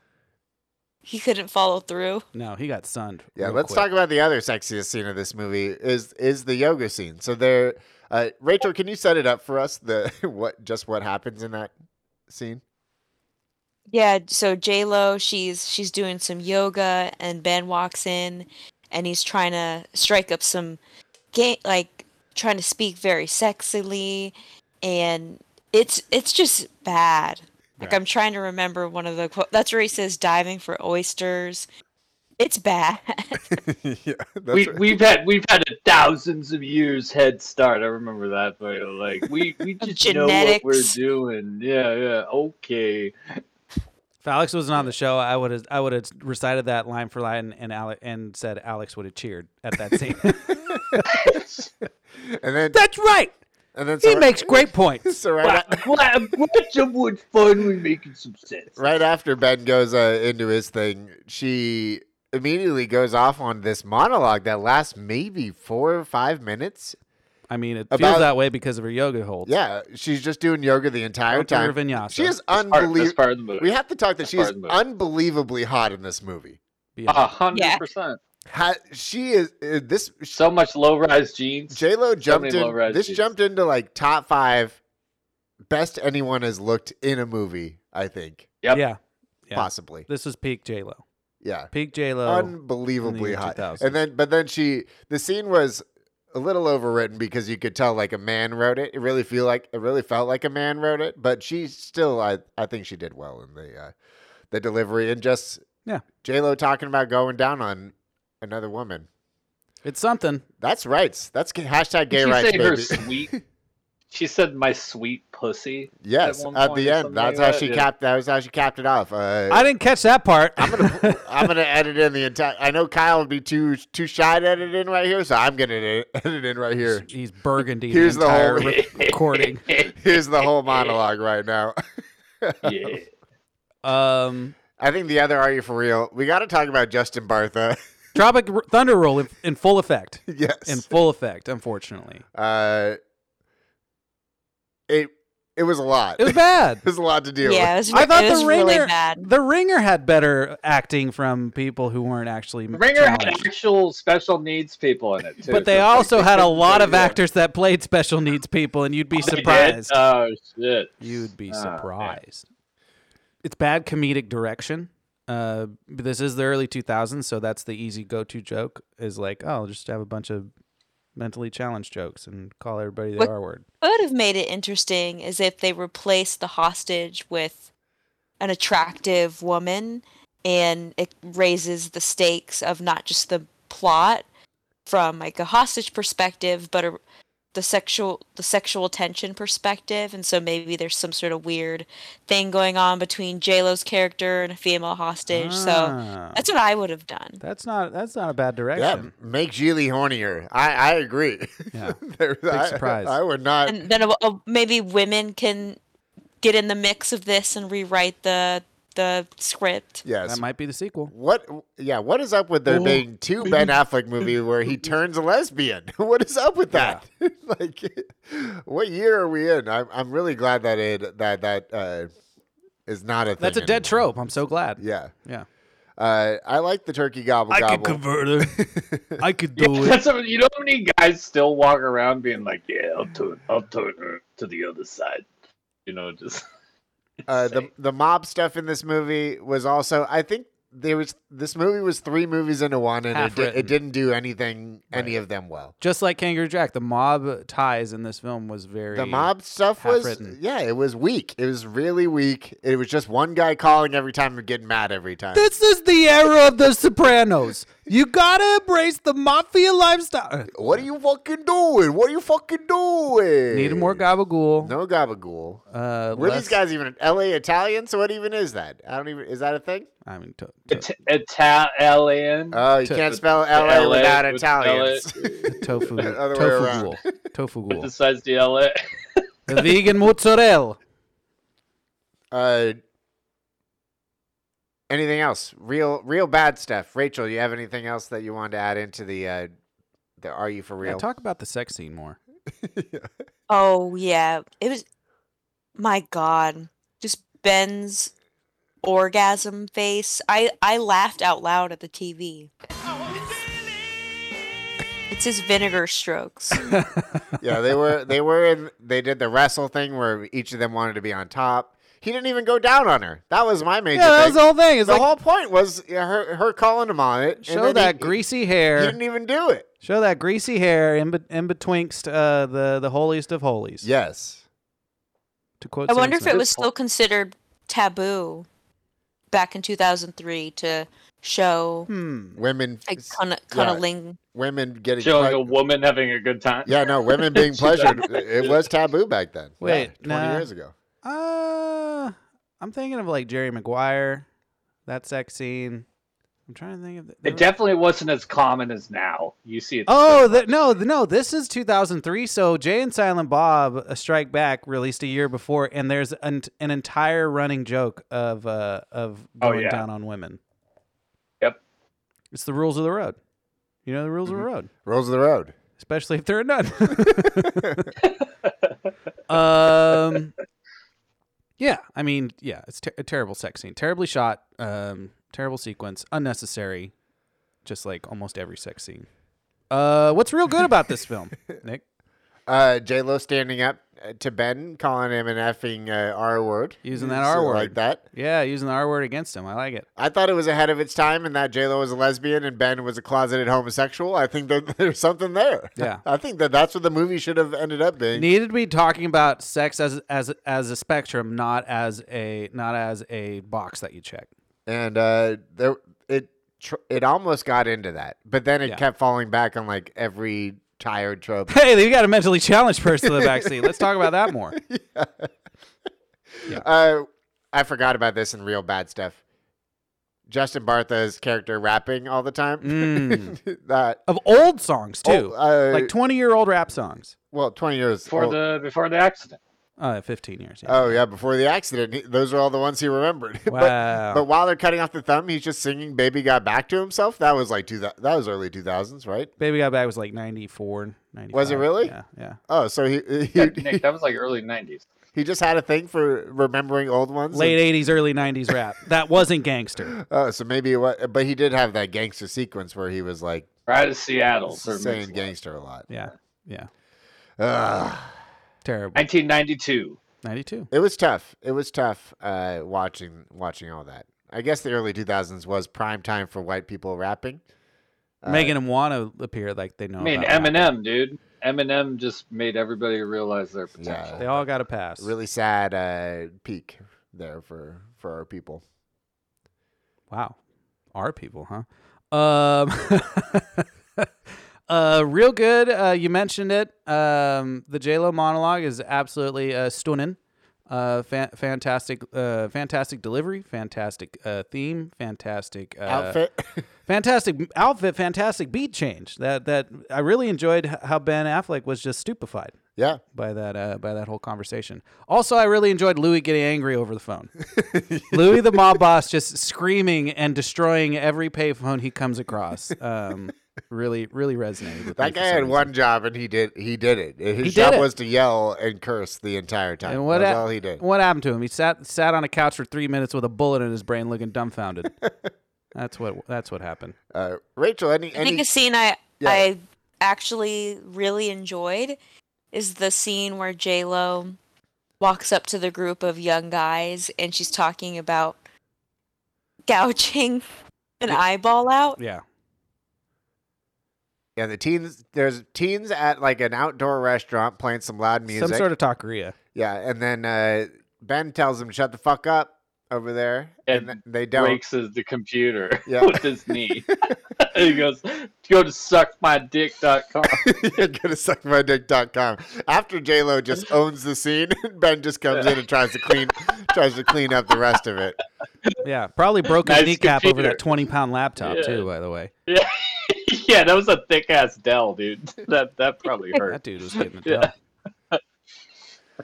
Speaker 4: He couldn't follow through.
Speaker 1: No, he got sunned.
Speaker 3: Yeah,
Speaker 1: real
Speaker 3: let's
Speaker 1: quick.
Speaker 3: talk about the other sexiest scene of this movie is is the yoga scene. So there, uh, Rachel, can you set it up for us? The what just what happens in that scene?
Speaker 4: Yeah, so J Lo, she's she's doing some yoga, and Ben walks in, and he's trying to strike up some game, like trying to speak very sexily, and it's it's just bad. Like I'm trying to remember one of the quote. That's where he says diving for oysters. It's bad.
Speaker 3: yeah, that's
Speaker 5: we,
Speaker 3: right.
Speaker 5: we've had we've had a thousands of years head start. I remember that, but like we we just know what we're
Speaker 4: Genetics.
Speaker 5: doing. Yeah, yeah. Okay.
Speaker 1: If Alex wasn't on the show, I would have I would have recited that line for line, and Ale- and said Alex would have cheered at that scene.
Speaker 3: and then
Speaker 1: That's right.
Speaker 3: and then
Speaker 1: He
Speaker 3: Sor-
Speaker 1: makes great points.
Speaker 3: So right,
Speaker 5: Glad,
Speaker 3: a-
Speaker 5: I'm glad, I'm glad someone's finally making some sense.
Speaker 3: right after Ben goes uh, into his thing, she immediately goes off on this monologue that lasts maybe four or five minutes.
Speaker 1: I mean, it
Speaker 3: About-
Speaker 1: feels that way because of her yoga holds.
Speaker 3: Yeah, she's just doing yoga the entire
Speaker 1: Out to her
Speaker 3: time.
Speaker 1: vinyasa.
Speaker 3: She is
Speaker 5: Part, that's
Speaker 3: unbelievable.
Speaker 5: part of the
Speaker 3: We
Speaker 5: movie.
Speaker 3: have to talk that she
Speaker 5: part
Speaker 3: is
Speaker 5: of the movie.
Speaker 3: unbelievably hot in this movie.
Speaker 1: Yeah.
Speaker 3: Uh,
Speaker 5: A hundred
Speaker 4: Yeah.
Speaker 5: percent.
Speaker 3: Ha- she is uh, this
Speaker 5: So much low rise jeans.
Speaker 3: J Lo jumped
Speaker 5: many
Speaker 3: in.
Speaker 5: low-rise
Speaker 3: This
Speaker 5: jeans.
Speaker 3: jumped into like top five best anyone has looked in a movie. I think
Speaker 5: Yep.
Speaker 1: Yeah. Yeah.
Speaker 3: possibly.
Speaker 1: This was peak J Lo.
Speaker 3: Yeah,
Speaker 1: Peak J Lo.
Speaker 3: unbelievably
Speaker 1: year
Speaker 3: hot.
Speaker 1: 2000.
Speaker 3: And then, but then she, the scene was a little overwritten because you could tell like a man wrote it. It really feel like it really felt like a man wrote it. But she still, I, I think she did well in the, uh, the delivery and just
Speaker 1: Yeah.
Speaker 3: J Lo talking about going down on another woman.
Speaker 1: it's something.
Speaker 3: That's rights. That's g- hashtag gay
Speaker 5: she
Speaker 3: rights,
Speaker 5: said her
Speaker 3: baby.
Speaker 5: sweet. She said my sweet pussy.
Speaker 3: yes,
Speaker 5: one
Speaker 3: at
Speaker 5: point
Speaker 3: the
Speaker 5: or
Speaker 3: end,
Speaker 5: something
Speaker 3: that's
Speaker 5: like
Speaker 3: how
Speaker 5: that,
Speaker 3: she
Speaker 5: yeah.
Speaker 3: capped. That was how she capped it off. Uh,
Speaker 1: I didn't catch that part.
Speaker 3: I'm gonna I'm gonna edit in the entire. I know Kyle would be too too shy to edit in right here, so I'm gonna edit edit in right here.
Speaker 1: He's burgundy.
Speaker 3: Here's
Speaker 1: the
Speaker 3: the
Speaker 1: entire
Speaker 3: whole-
Speaker 1: re- recording.
Speaker 3: Here's the whole monologue right now.
Speaker 5: Yeah.
Speaker 1: Um,
Speaker 3: I think the other are you for real? We got to talk about Justin Bartha.
Speaker 1: Tropic R- Thunder Roll in, in full effect.
Speaker 3: yes.
Speaker 1: In full effect, unfortunately,
Speaker 3: uh, it it was a lot.
Speaker 1: it was bad.
Speaker 3: It was a lot to deal
Speaker 4: yeah, it
Speaker 3: with.
Speaker 4: was,
Speaker 1: I thought
Speaker 4: it was
Speaker 1: the ringer,
Speaker 4: really bad.
Speaker 1: the ringer had better acting from people who weren't actually
Speaker 5: Ringer had
Speaker 1: challenged.
Speaker 5: actual special needs people in it too.
Speaker 1: But they
Speaker 5: so it's like
Speaker 1: also had a
Speaker 5: couldn't
Speaker 1: lot
Speaker 5: say
Speaker 1: of
Speaker 5: that.
Speaker 1: actors that played special needs people, and you'd be
Speaker 5: They did?
Speaker 1: surprised.
Speaker 5: Oh shit.
Speaker 1: You'd be
Speaker 3: Ah,
Speaker 5: Oh, man.
Speaker 1: surprised. It's bad comedic direction. Uh, but this is the early 2000s, so that's the easy go-to joke. Is like, oh, I'll just have a bunch of mentally challenged jokes and call everybody the
Speaker 4: What-
Speaker 1: R word.
Speaker 4: What would have made it interesting is if they replaced the hostage with an attractive woman, and it raises the stakes of not just the plot from like a hostage perspective, but a, the sexual the sexual tension perspective. And so maybe there's some sort of weird thing going on between J Lo's character and a female hostage. So
Speaker 1: Ah,
Speaker 4: that's what I would have done.
Speaker 1: that's not that's not a bad
Speaker 3: Yeah,
Speaker 1: direction.
Speaker 3: make Geely hornier. I, I agree.
Speaker 1: Yeah.
Speaker 3: There- I-
Speaker 1: surprise.
Speaker 3: I, would not.
Speaker 4: and then a, a, maybe women can get in the mix of this and rewrite the the script.
Speaker 3: yes.
Speaker 1: That might be the sequel.
Speaker 3: What? Yeah. What is up with there
Speaker 5: Ooh.
Speaker 3: being two Ben Affleck movie where he turns a lesbian? What is up with that? like, what year are we in? I'm I'm really glad that it that that uh, is not a thing.
Speaker 1: That's a dead
Speaker 3: anymore.
Speaker 1: trope. I'm so glad.
Speaker 3: Yeah.
Speaker 1: Yeah.
Speaker 3: Uh, I like the turkey gobble gobble.
Speaker 1: convert her. I could
Speaker 5: Yeah, that's what, you know how many guys still walk around being like, "Yeah, I'll turn, I'll turn her to the other side," you know, just
Speaker 3: uh, the the mob stuff in this movie was also. I think there was this movie was three movies into one, and it, did,
Speaker 1: Half-written.
Speaker 3: it didn't do anything any of them well.
Speaker 1: Just like Kangaroo Jack, the mob ties in this film was very
Speaker 3: The mob stuff was
Speaker 1: half-written.
Speaker 3: yeah, it was weak. It was really weak. It was just one guy calling every time and getting mad every time.
Speaker 1: This is the era of the Sopranos. You gotta embrace the mafia lifestyle.
Speaker 3: what are you fucking doing? What are you fucking doing?
Speaker 1: Need more gabagool.
Speaker 3: No gabagool.
Speaker 1: Uh,
Speaker 3: Were
Speaker 1: less-
Speaker 3: these guys even L.A. Italian? So what even is that? I don't even. Is that a thing?
Speaker 1: I mean, to, to,
Speaker 5: It- Italian.
Speaker 3: Oh, you
Speaker 1: Mm. To-
Speaker 3: can't spell L.A.
Speaker 5: LA
Speaker 3: without
Speaker 5: with
Speaker 3: Italians.
Speaker 1: tofu,
Speaker 3: Other way
Speaker 1: tofu
Speaker 3: around.
Speaker 1: ghoul, tofu ghoul,
Speaker 5: Besides the LA.
Speaker 1: The vegan mozzarella.
Speaker 3: uh, anything else? Real, real bad stuff. Rachel, you have anything else that you wanted to add into the uh, the Are You for Real?
Speaker 1: Yeah, talk about the sex scene more.
Speaker 4: Oh yeah, it was. My God, just Ben's orgasm face. I I laughed out loud at the TV. It's his vinegar strokes.
Speaker 3: yeah, they were, they were, in, they did the wrestle thing where each of them wanted to be on top. He didn't even go down on her. That was my major.
Speaker 1: Yeah, that
Speaker 3: thing.
Speaker 1: was the whole thing. It's
Speaker 3: the
Speaker 1: like
Speaker 3: whole point was her, her calling him on it. and
Speaker 1: show
Speaker 3: then
Speaker 1: that
Speaker 3: he,
Speaker 1: greasy
Speaker 3: He
Speaker 1: hair.
Speaker 3: didn't even do it.
Speaker 1: Show that greasy hair in, bet in betwixt uh, the the holiest of holies.
Speaker 3: Yes.
Speaker 1: To quote,
Speaker 4: I wonder if
Speaker 1: Samson.
Speaker 4: it was still considered taboo back in 2003 to show
Speaker 1: Hmm.
Speaker 3: Women.
Speaker 4: like cunni-
Speaker 3: yeah,
Speaker 4: cunniling.
Speaker 3: women getting
Speaker 5: Showing
Speaker 3: preg-
Speaker 5: a woman having a good time.
Speaker 3: Yeah, no, women being pleasured. It was taboo back then. Yeah,
Speaker 1: Wait,
Speaker 3: twenty
Speaker 1: nah.
Speaker 3: years ago.
Speaker 1: Uh, I'm thinking of like Jerry Maguire, that sex scene. I'm trying to think of. The,
Speaker 5: It definitely wasn't as common as now. You see it.
Speaker 1: Oh the, no, the, no! This is 2003. So Jay and Silent Bob: A Strike Back released a year before, and there's an, an entire running joke of uh, of
Speaker 5: Oh,
Speaker 1: going
Speaker 5: yeah.
Speaker 1: down on women.
Speaker 5: Yep. Mm-hmm.
Speaker 1: It's the rules of the road. You know the rules of the road,
Speaker 3: Rules of the road.
Speaker 1: especially if there are none. um, yeah, I mean, yeah, it's ter- a terrible sex scene, terribly shot, um, terrible sequence, unnecessary, just like almost every sex scene. Uh, what's real good about this film, Nick?
Speaker 3: Uh, J Lo standing up uh, to Ben, calling him an effing uh, R word,
Speaker 1: Using that R
Speaker 3: So
Speaker 1: word.
Speaker 3: like that.
Speaker 1: Yeah, using the R word against him. I like it.
Speaker 3: I thought it was ahead of its time, and that J Lo was a lesbian and Ben was a closeted homosexual. I think that there's something there.
Speaker 1: Yeah.
Speaker 3: I think that that's what the movie should have ended up being.
Speaker 1: Needed to be talking about sex as as as a spectrum, not as a not as a box that you check.
Speaker 3: and uh, there it tr- it almost got into that, but then it
Speaker 1: Yeah.
Speaker 3: kept falling back on like every tired trope.
Speaker 1: Hey, you got a mentally challenged person in the backseat. Let's talk about that more.
Speaker 3: Uh, I forgot about this in real bad stuff. Justin Bartha's character rapping all the time.
Speaker 1: Mm.
Speaker 3: that
Speaker 1: Of old songs too,
Speaker 3: Oh, uh,
Speaker 1: like twenty year old rap songs.
Speaker 3: well, twenty years.
Speaker 5: Before
Speaker 3: old.
Speaker 5: the before the accident.
Speaker 1: Uh, fifteen years. Yeah.
Speaker 3: oh yeah, before the accident. he- Those are all the ones he remembered.
Speaker 1: Wow.
Speaker 3: but, but while they're cutting off the thumb, he's just singing "Baby Got Back to Himself." That was like two. That was early two thousands, right?
Speaker 1: Baby Got Back was like 94, 95.
Speaker 3: Was it really?
Speaker 1: Yeah, yeah.
Speaker 3: Oh, so he he,
Speaker 5: Yeah,
Speaker 3: he,
Speaker 5: Nick, that was like early '90s.
Speaker 3: just had a thing for remembering old ones.
Speaker 1: Late 80s, early 90s rap. That wasn't gangster.
Speaker 3: Oh, so maybe it was, but he did have that gangster sequence where he was like
Speaker 5: Right to Seattle. Oh, For
Speaker 3: saying
Speaker 5: Mix-a-Lot.
Speaker 3: gangster a lot.
Speaker 1: Yeah, yeah.
Speaker 3: Ugh.
Speaker 1: Terrible.
Speaker 5: 1992.
Speaker 1: 92.
Speaker 3: It was tough. It was tough uh, watching watching all that. I guess the early 2000s was prime time for white people rapping. Uh,
Speaker 1: Making them want to appear like they know.
Speaker 5: Uh, I mean,
Speaker 1: about rap.
Speaker 5: Eminem, dude. Eminem just made everybody realize their potential.
Speaker 1: They all got a pass.
Speaker 3: Really sad uh, peak there for for our people.
Speaker 1: Wow. Our people, huh? Um, uh, real good. Uh, you mentioned it. Um, the JLo monologue is absolutely uh, stunning. Uh, fan- fantastic, uh, fantastic delivery, fantastic uh, theme, fantastic uh,
Speaker 3: Outfit.
Speaker 1: fantastic m- outfit, fantastic beat change. That that I really enjoyed h- how Ben Affleck was just stupefied
Speaker 3: yeah.
Speaker 1: by that uh, by that whole conversation. Also, I really enjoyed Louis getting angry over the phone. Louis, the mob boss, just screaming and destroying every payphone he comes across. Um, really, really resonated. With me
Speaker 3: That
Speaker 1: for
Speaker 3: guy
Speaker 1: some
Speaker 3: had
Speaker 1: reason.
Speaker 3: one job and he did he did it. His
Speaker 1: He did
Speaker 3: job
Speaker 1: it.
Speaker 3: was to yell and curse the entire time.
Speaker 1: And what
Speaker 3: That's
Speaker 1: hap-
Speaker 3: all he did.
Speaker 1: What happened to him? He sat sat on a couch for three minutes with a bullet in his brain, looking dumbfounded. that's what that's what happened.
Speaker 3: Uh, Rachel, any
Speaker 4: I think
Speaker 3: any
Speaker 4: a scene I
Speaker 3: Yeah.
Speaker 4: I actually really enjoyed is the scene where J Lo walks up to the group of young guys and she's talking about gouging an eyeball out.
Speaker 1: Yeah.
Speaker 3: Yeah, the teens. There's teens at like an outdoor restaurant playing some loud music.
Speaker 1: Some sort of taqueria.
Speaker 3: Yeah, and then uh, Ben tells him, "Shut the fuck up over there," and,
Speaker 5: And
Speaker 3: th- they don't.
Speaker 5: breaks his, the computer
Speaker 3: Yeah.
Speaker 5: with his knee. and he goes, "Go to suckmydick.com."
Speaker 3: You're gonna suck my dick.com. After J Lo just owns the scene, Ben just comes in and tries to clean, tries to clean up the rest of it.
Speaker 1: Yeah. Probably broke his
Speaker 5: Nice
Speaker 1: kneecap over
Speaker 5: computer.
Speaker 1: that 20 pound laptop,
Speaker 5: Yeah.
Speaker 1: too, by the way.
Speaker 5: yeah, yeah, that was a thick ass Dell, dude. That that probably
Speaker 1: That
Speaker 5: hurt.
Speaker 1: dude was getting it
Speaker 5: Yeah.
Speaker 1: done.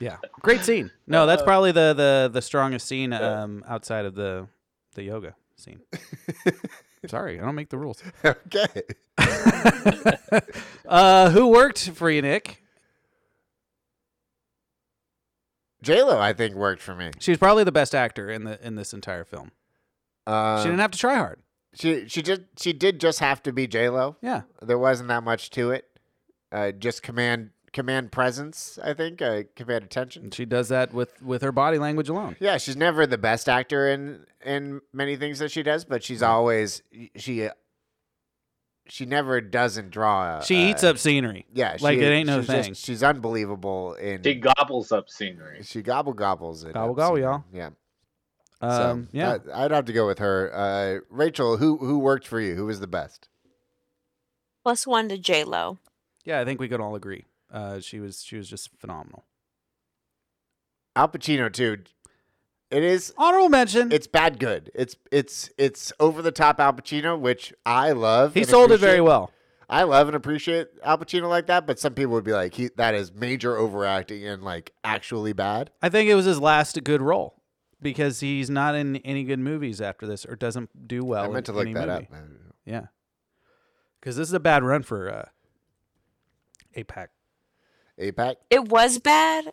Speaker 1: Yeah. Great scene. No, that's probably the the the strongest scene um outside of the the yoga scene. Sorry, I don't make the rules.
Speaker 3: Okay.
Speaker 1: Uh who worked for you, Nick?
Speaker 3: J Lo, I think worked for me.
Speaker 1: She was probably the best actor in the in this entire film.
Speaker 3: Uh,
Speaker 1: She didn't have to try hard.
Speaker 3: she she just she did just have to be J Lo.
Speaker 1: Yeah.
Speaker 3: There wasn't that much to it. Uh, just command command presence. I think uh, command attention.
Speaker 1: And she does that with with her body language alone.
Speaker 3: Yeah, she's never the best actor in in many things that she does, but she's
Speaker 1: Mm.
Speaker 3: always she she never doesn't draw. a-
Speaker 1: She eats
Speaker 3: a-
Speaker 1: up scenery.
Speaker 3: Yeah,
Speaker 1: Like it ain't no
Speaker 3: she's just-
Speaker 1: thing.
Speaker 3: she's unbelievable in
Speaker 5: He gobbles up scenery.
Speaker 3: she gobble gobbles it.
Speaker 1: Gobble
Speaker 3: up
Speaker 1: gobble,
Speaker 3: somehow.
Speaker 1: y'all.
Speaker 3: Yeah. So,
Speaker 1: Um, yeah.
Speaker 3: that- I'd have to go with her. Uh, Rachel, who who worked for you? Who was the best?
Speaker 4: Plus one to J Lo.
Speaker 1: yeah, I think we can all agree. Uh, she was she was just phenomenal.
Speaker 3: Al Pacino too. It is.
Speaker 1: Honorable mention.
Speaker 3: It's bad good. It's it's it's over the top Al Pacino, which I love.
Speaker 1: he
Speaker 3: and
Speaker 1: sold it very
Speaker 3: appreciate.
Speaker 1: well.
Speaker 3: I love and appreciate Al Pacino like that, but some people would be like, he that is major overacting and like actually bad.
Speaker 1: I think it was his last good role because he's not in any good movies after this or doesn't do well.
Speaker 3: I meant to
Speaker 1: in
Speaker 3: look
Speaker 1: any
Speaker 3: that
Speaker 1: movie.
Speaker 3: up.
Speaker 1: Yeah. Because this is a bad run for uh, APAC.
Speaker 3: APAC.
Speaker 4: It was bad,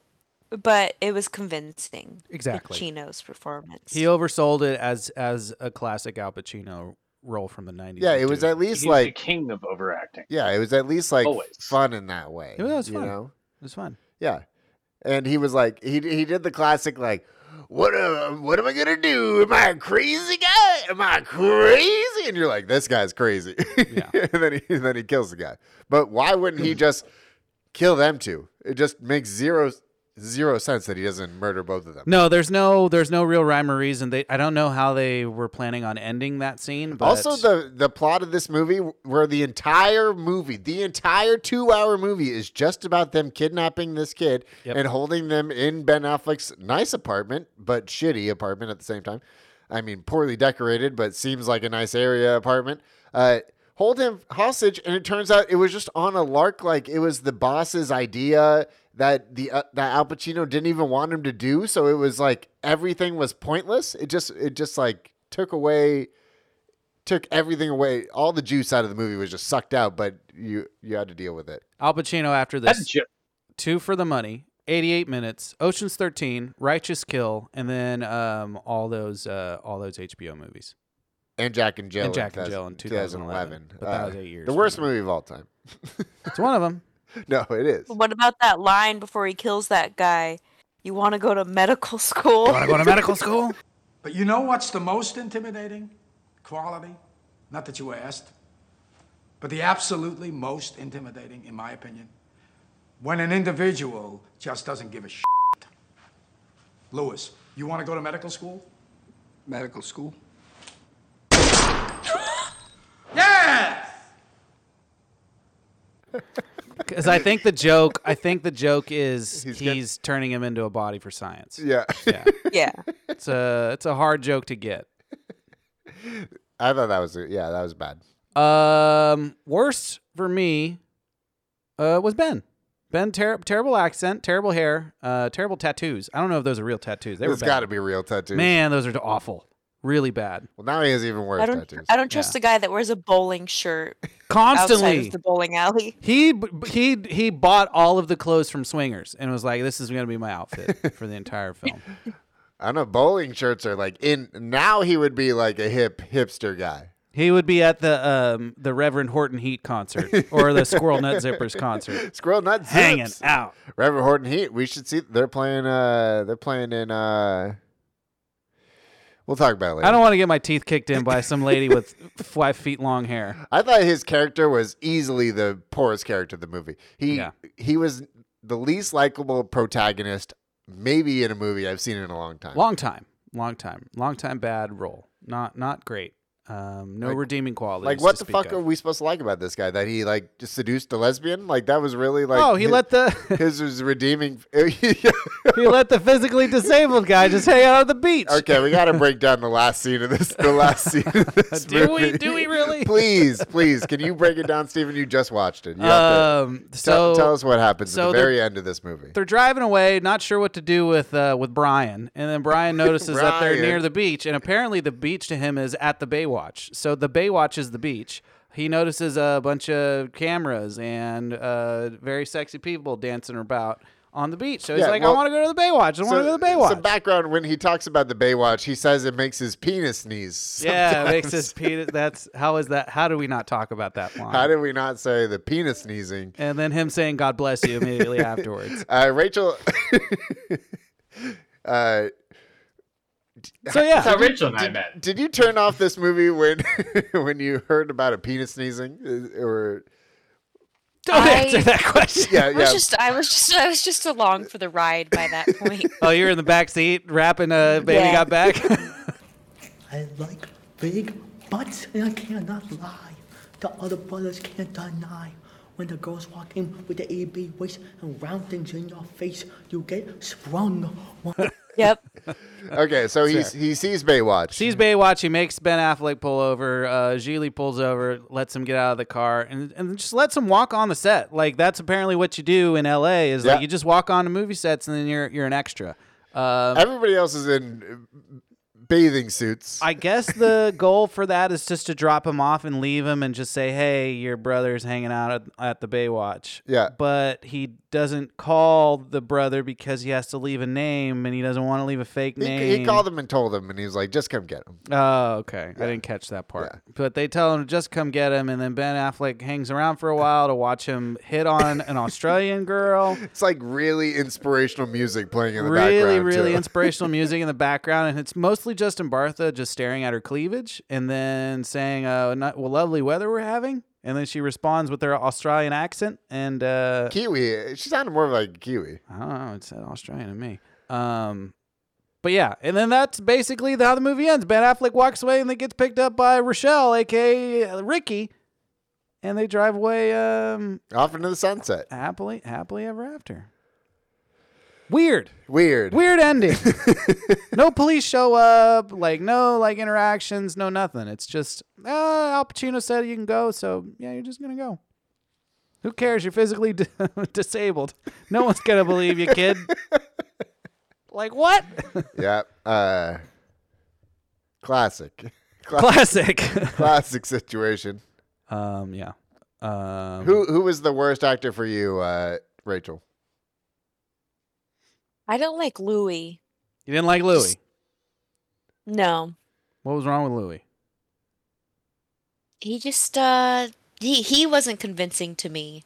Speaker 4: but it was convincing.
Speaker 1: Exactly.
Speaker 4: Pacino's performance.
Speaker 1: He oversold it as as a classic Al Pacino role from the 90s.
Speaker 3: Yeah,
Speaker 1: would
Speaker 3: it was
Speaker 1: do.
Speaker 3: at
Speaker 5: He's
Speaker 3: least
Speaker 5: the
Speaker 3: like
Speaker 5: king of overacting.
Speaker 3: yeah, it was at least like
Speaker 5: Always.
Speaker 3: fun in that way.
Speaker 1: It was
Speaker 3: you
Speaker 1: fun.
Speaker 3: know?
Speaker 1: It was fun.
Speaker 3: Yeah, and he was like he he did the classic like. What am, what am I gonna do? Am I a crazy guy? Am I crazy? And you're like, this guy's crazy.
Speaker 1: Yeah.
Speaker 3: and then he then he kills the guy. But why wouldn't he just kill them two? It just makes zero zero sense that he doesn't murder both of them.
Speaker 1: No, there's no there's no real rhyme or reason. They I don't know how they were planning on ending that scene. But
Speaker 3: Also, the the plot of this movie, where the entire movie, the entire two hour movie, is just about them kidnapping this kid
Speaker 1: Yep.
Speaker 3: and holding them in Ben Affleck's nice apartment, but shitty apartment at the same time. I mean, poorly decorated, but seems like a nice area apartment. Uh, hold him hostage, and it turns out it was just on a lark. Like it was the boss's idea that the uh, that Al Pacino didn't even want him to do. So it was like everything was pointless. It just it just like took away took everything away. All the juice out of the movie was just sucked out, but you you had to deal with it.
Speaker 1: Al Pacino after
Speaker 5: That
Speaker 1: this
Speaker 5: ju-
Speaker 1: two for the money, 88 minutes, Ocean's 13, Righteous Kill, and then um, all those uh, all those HBO movies.
Speaker 3: And Jack and Jill.
Speaker 1: And Jack and
Speaker 3: 2000-
Speaker 1: Jill in 2011. But that was eight years
Speaker 3: The worst
Speaker 1: from now.
Speaker 3: movie of all time.
Speaker 1: It's one of them.
Speaker 3: No, it is.
Speaker 4: What about that line before he kills that guy? You want to go to medical school?
Speaker 1: Want to go to medical school?
Speaker 12: But you know what's the most intimidating? Quality? Not that you asked, but the absolutely most intimidating, in my opinion, when an individual just doesn't give a shit. Lewis, you want to go to medical school? Medical school? Yes!
Speaker 1: Because I think the joke, I think the joke is
Speaker 3: He's
Speaker 1: he's,
Speaker 3: got-
Speaker 1: turning him into a body for science.
Speaker 3: Yeah.
Speaker 4: yeah.
Speaker 1: It's a it's a hard joke to get.
Speaker 3: I thought that was yeah, that was bad.
Speaker 1: Um, worst for me uh, was Ben. Ben, ter- terrible accent, terrible hair, uh, terrible tattoos. I don't know if those are real tattoos. They
Speaker 3: There's
Speaker 1: were
Speaker 3: got
Speaker 1: bad.
Speaker 3: to be real tattoos.
Speaker 1: Man, those are awful. Really bad.
Speaker 3: Well, now he has even worse
Speaker 4: I don't.
Speaker 3: tattoos.
Speaker 4: I don't trust a guy that wears a bowling shirt outside
Speaker 1: Constantly.
Speaker 4: of the bowling alley.
Speaker 1: He b- he he bought all of the clothes from Swingers and was like, "This is gonna be my outfit for the entire film."
Speaker 3: I don't know. Bowling shirts are like in now. He would be like a hip hipster guy.
Speaker 1: He would be at the um, the Reverend Horton Heat concert or the Squirrel Nut Zippers concert,
Speaker 3: Squirrel nut zips.
Speaker 1: hanging out.
Speaker 3: Reverend Horton Heat. We should see. They're playing. Uh, they're playing in. Uh, We'll talk about it later.
Speaker 1: I don't want to get my teeth kicked in by some lady with five feet long hair.
Speaker 3: I thought his character was easily the poorest character of the movie. He
Speaker 1: Yeah.
Speaker 3: he was the least likable protagonist, maybe in a movie I've seen in a long time.
Speaker 1: Long time, long time, long time bad role. Not not great. Um, no redeeming qualities.
Speaker 3: like
Speaker 1: to
Speaker 3: what the
Speaker 1: speak
Speaker 3: fuck
Speaker 1: of.
Speaker 3: are we supposed to like about this guy? That he like just seduced a lesbian? Like that was really like
Speaker 1: Oh, he
Speaker 3: his-
Speaker 1: let the
Speaker 3: his was redeeming.
Speaker 1: he let the physically disabled guy just hang out on the beach.
Speaker 3: okay, we got to break down the last scene of this. The last scene of this
Speaker 1: Do we-
Speaker 3: movie.
Speaker 1: do we really?
Speaker 3: please, please, can you break it down, Stephen? You just watched it. You have
Speaker 1: Um,
Speaker 3: to
Speaker 1: so
Speaker 3: tell, tell us what happens
Speaker 1: so
Speaker 3: at the
Speaker 1: they're-
Speaker 3: very end of this movie.
Speaker 1: They're driving away, not sure what to do with uh, with Brian, and then Brian notices that they're near
Speaker 3: Brian.
Speaker 1: the beach, and apparently the beach to him is at the Baywatch. So the Baywatch is the beach. He notices a bunch of cameras and uh, very sexy people dancing about on the beach. So he's
Speaker 3: Yeah,
Speaker 1: like,
Speaker 3: well-
Speaker 1: I want to go to the Baywatch. I want to go to the Baywatch.
Speaker 3: Some background when he talks about the Baywatch, he says it makes his penis sneeze.
Speaker 1: yeah, it
Speaker 3: sometimes.
Speaker 1: makes his penis. That's how is that? How do we not talk about that line?
Speaker 3: How did we not say the penis sneezing?
Speaker 1: and then him saying "God bless you" immediately afterwards.
Speaker 3: Uh, Rachel. uh,
Speaker 1: So yeah,
Speaker 5: That's how Rachel and I
Speaker 3: did,
Speaker 5: met.
Speaker 3: Did you turn off this movie when when you heard about a penis sneezing? Uh, Or
Speaker 1: don't
Speaker 4: I-
Speaker 1: answer that question.
Speaker 3: yeah,
Speaker 4: I was
Speaker 3: Uh, yeah.
Speaker 4: just I was just I was just along for the ride by that point.
Speaker 1: Oh, you're in the back seat rapping uh, Baby
Speaker 4: Yeah.
Speaker 1: Got Back?
Speaker 13: I like big butts, and I cannot lie. The other brothers can't deny. When the girls walk in with the AB waist and round things in your face, you get sprung.
Speaker 4: Yep.
Speaker 3: okay, so he he sees Baywatch.
Speaker 1: Sees Baywatch. He makes Ben Affleck pull over. Uh, Gigli pulls over, lets him get out of the car, and, and just lets him walk on the set. Like, that's apparently what you do in LA is
Speaker 3: Yeah.
Speaker 1: like you just walk on to movie sets and then you're, you're an extra. Um,
Speaker 3: Everybody else is in bathing suits.
Speaker 1: I guess the goal for that is just to drop him off and leave him and just say, hey, your brother's hanging out at, at the Baywatch.
Speaker 3: Yeah.
Speaker 1: But he doesn't call the brother because he has to leave a name and he doesn't want to leave a fake name.
Speaker 3: he, he called him and told him, and he was like, "Just come get him."
Speaker 1: Oh, okay. I didn't catch that part. But they tell him to just come get him, and then Ben Affleck hangs around for a while to watch him hit on an Australian girl.
Speaker 3: It's like really inspirational music playing in the
Speaker 1: Really,
Speaker 3: background.
Speaker 1: really
Speaker 3: too.
Speaker 1: inspirational music in the background, and it's mostly Justin Bartha just staring at her cleavage and then saying, "Oh, not, well, lovely weather we're having." And then she responds with her Australian accent, and uh,
Speaker 3: Kiwi. She sounded more like a Kiwi.
Speaker 1: I don't know, it said Australian to me. Um, but yeah, and then that's basically how the movie ends. Ben Affleck walks away and then gets picked up by Rochelle, aka uh, Ricky, and they drive away um,
Speaker 3: Off into the sunset.
Speaker 1: happily, happily ever after. Weird,
Speaker 3: Weird.
Speaker 1: weird ending. no police show up, like no like interactions, no nothing. It's just uh, Al Pacino said you can go, so yeah, you're just gonna go. Who cares? You're physically d- disabled. No one's gonna believe you, kid. like what?
Speaker 3: Yeah. Uh, classic.
Speaker 1: Classic.
Speaker 3: classic situation.
Speaker 1: um, yeah. Um,
Speaker 3: Who who was the worst actor for you, uh, Rachel?
Speaker 4: I don't like Louis.
Speaker 1: You didn't like Louis.
Speaker 4: No.
Speaker 1: What was wrong with Louis?
Speaker 4: He just uh he he wasn't convincing to me.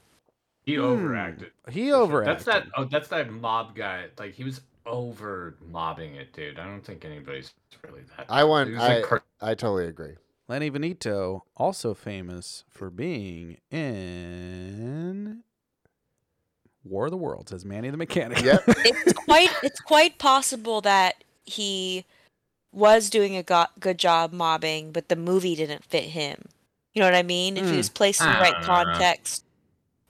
Speaker 14: He
Speaker 3: Hmm.
Speaker 14: overacted.
Speaker 1: He overacted.
Speaker 14: That's that. Oh, that's that mob guy. Like he was over mobbing it, dude. I don't think anybody's really that.
Speaker 3: I
Speaker 14: He
Speaker 3: want.
Speaker 14: was like
Speaker 3: I,
Speaker 14: cra-
Speaker 3: I totally agree.
Speaker 1: Lenny Benito, also famous for being in War of the Worlds as Manny the Mechanic.
Speaker 3: Yep.
Speaker 4: It's quite it's quite possible that he was doing a go- good job mobbing, but the movie didn't fit him. You know what I mean? If he
Speaker 1: Hmm.
Speaker 4: was placed in the
Speaker 14: Ah.
Speaker 4: right context,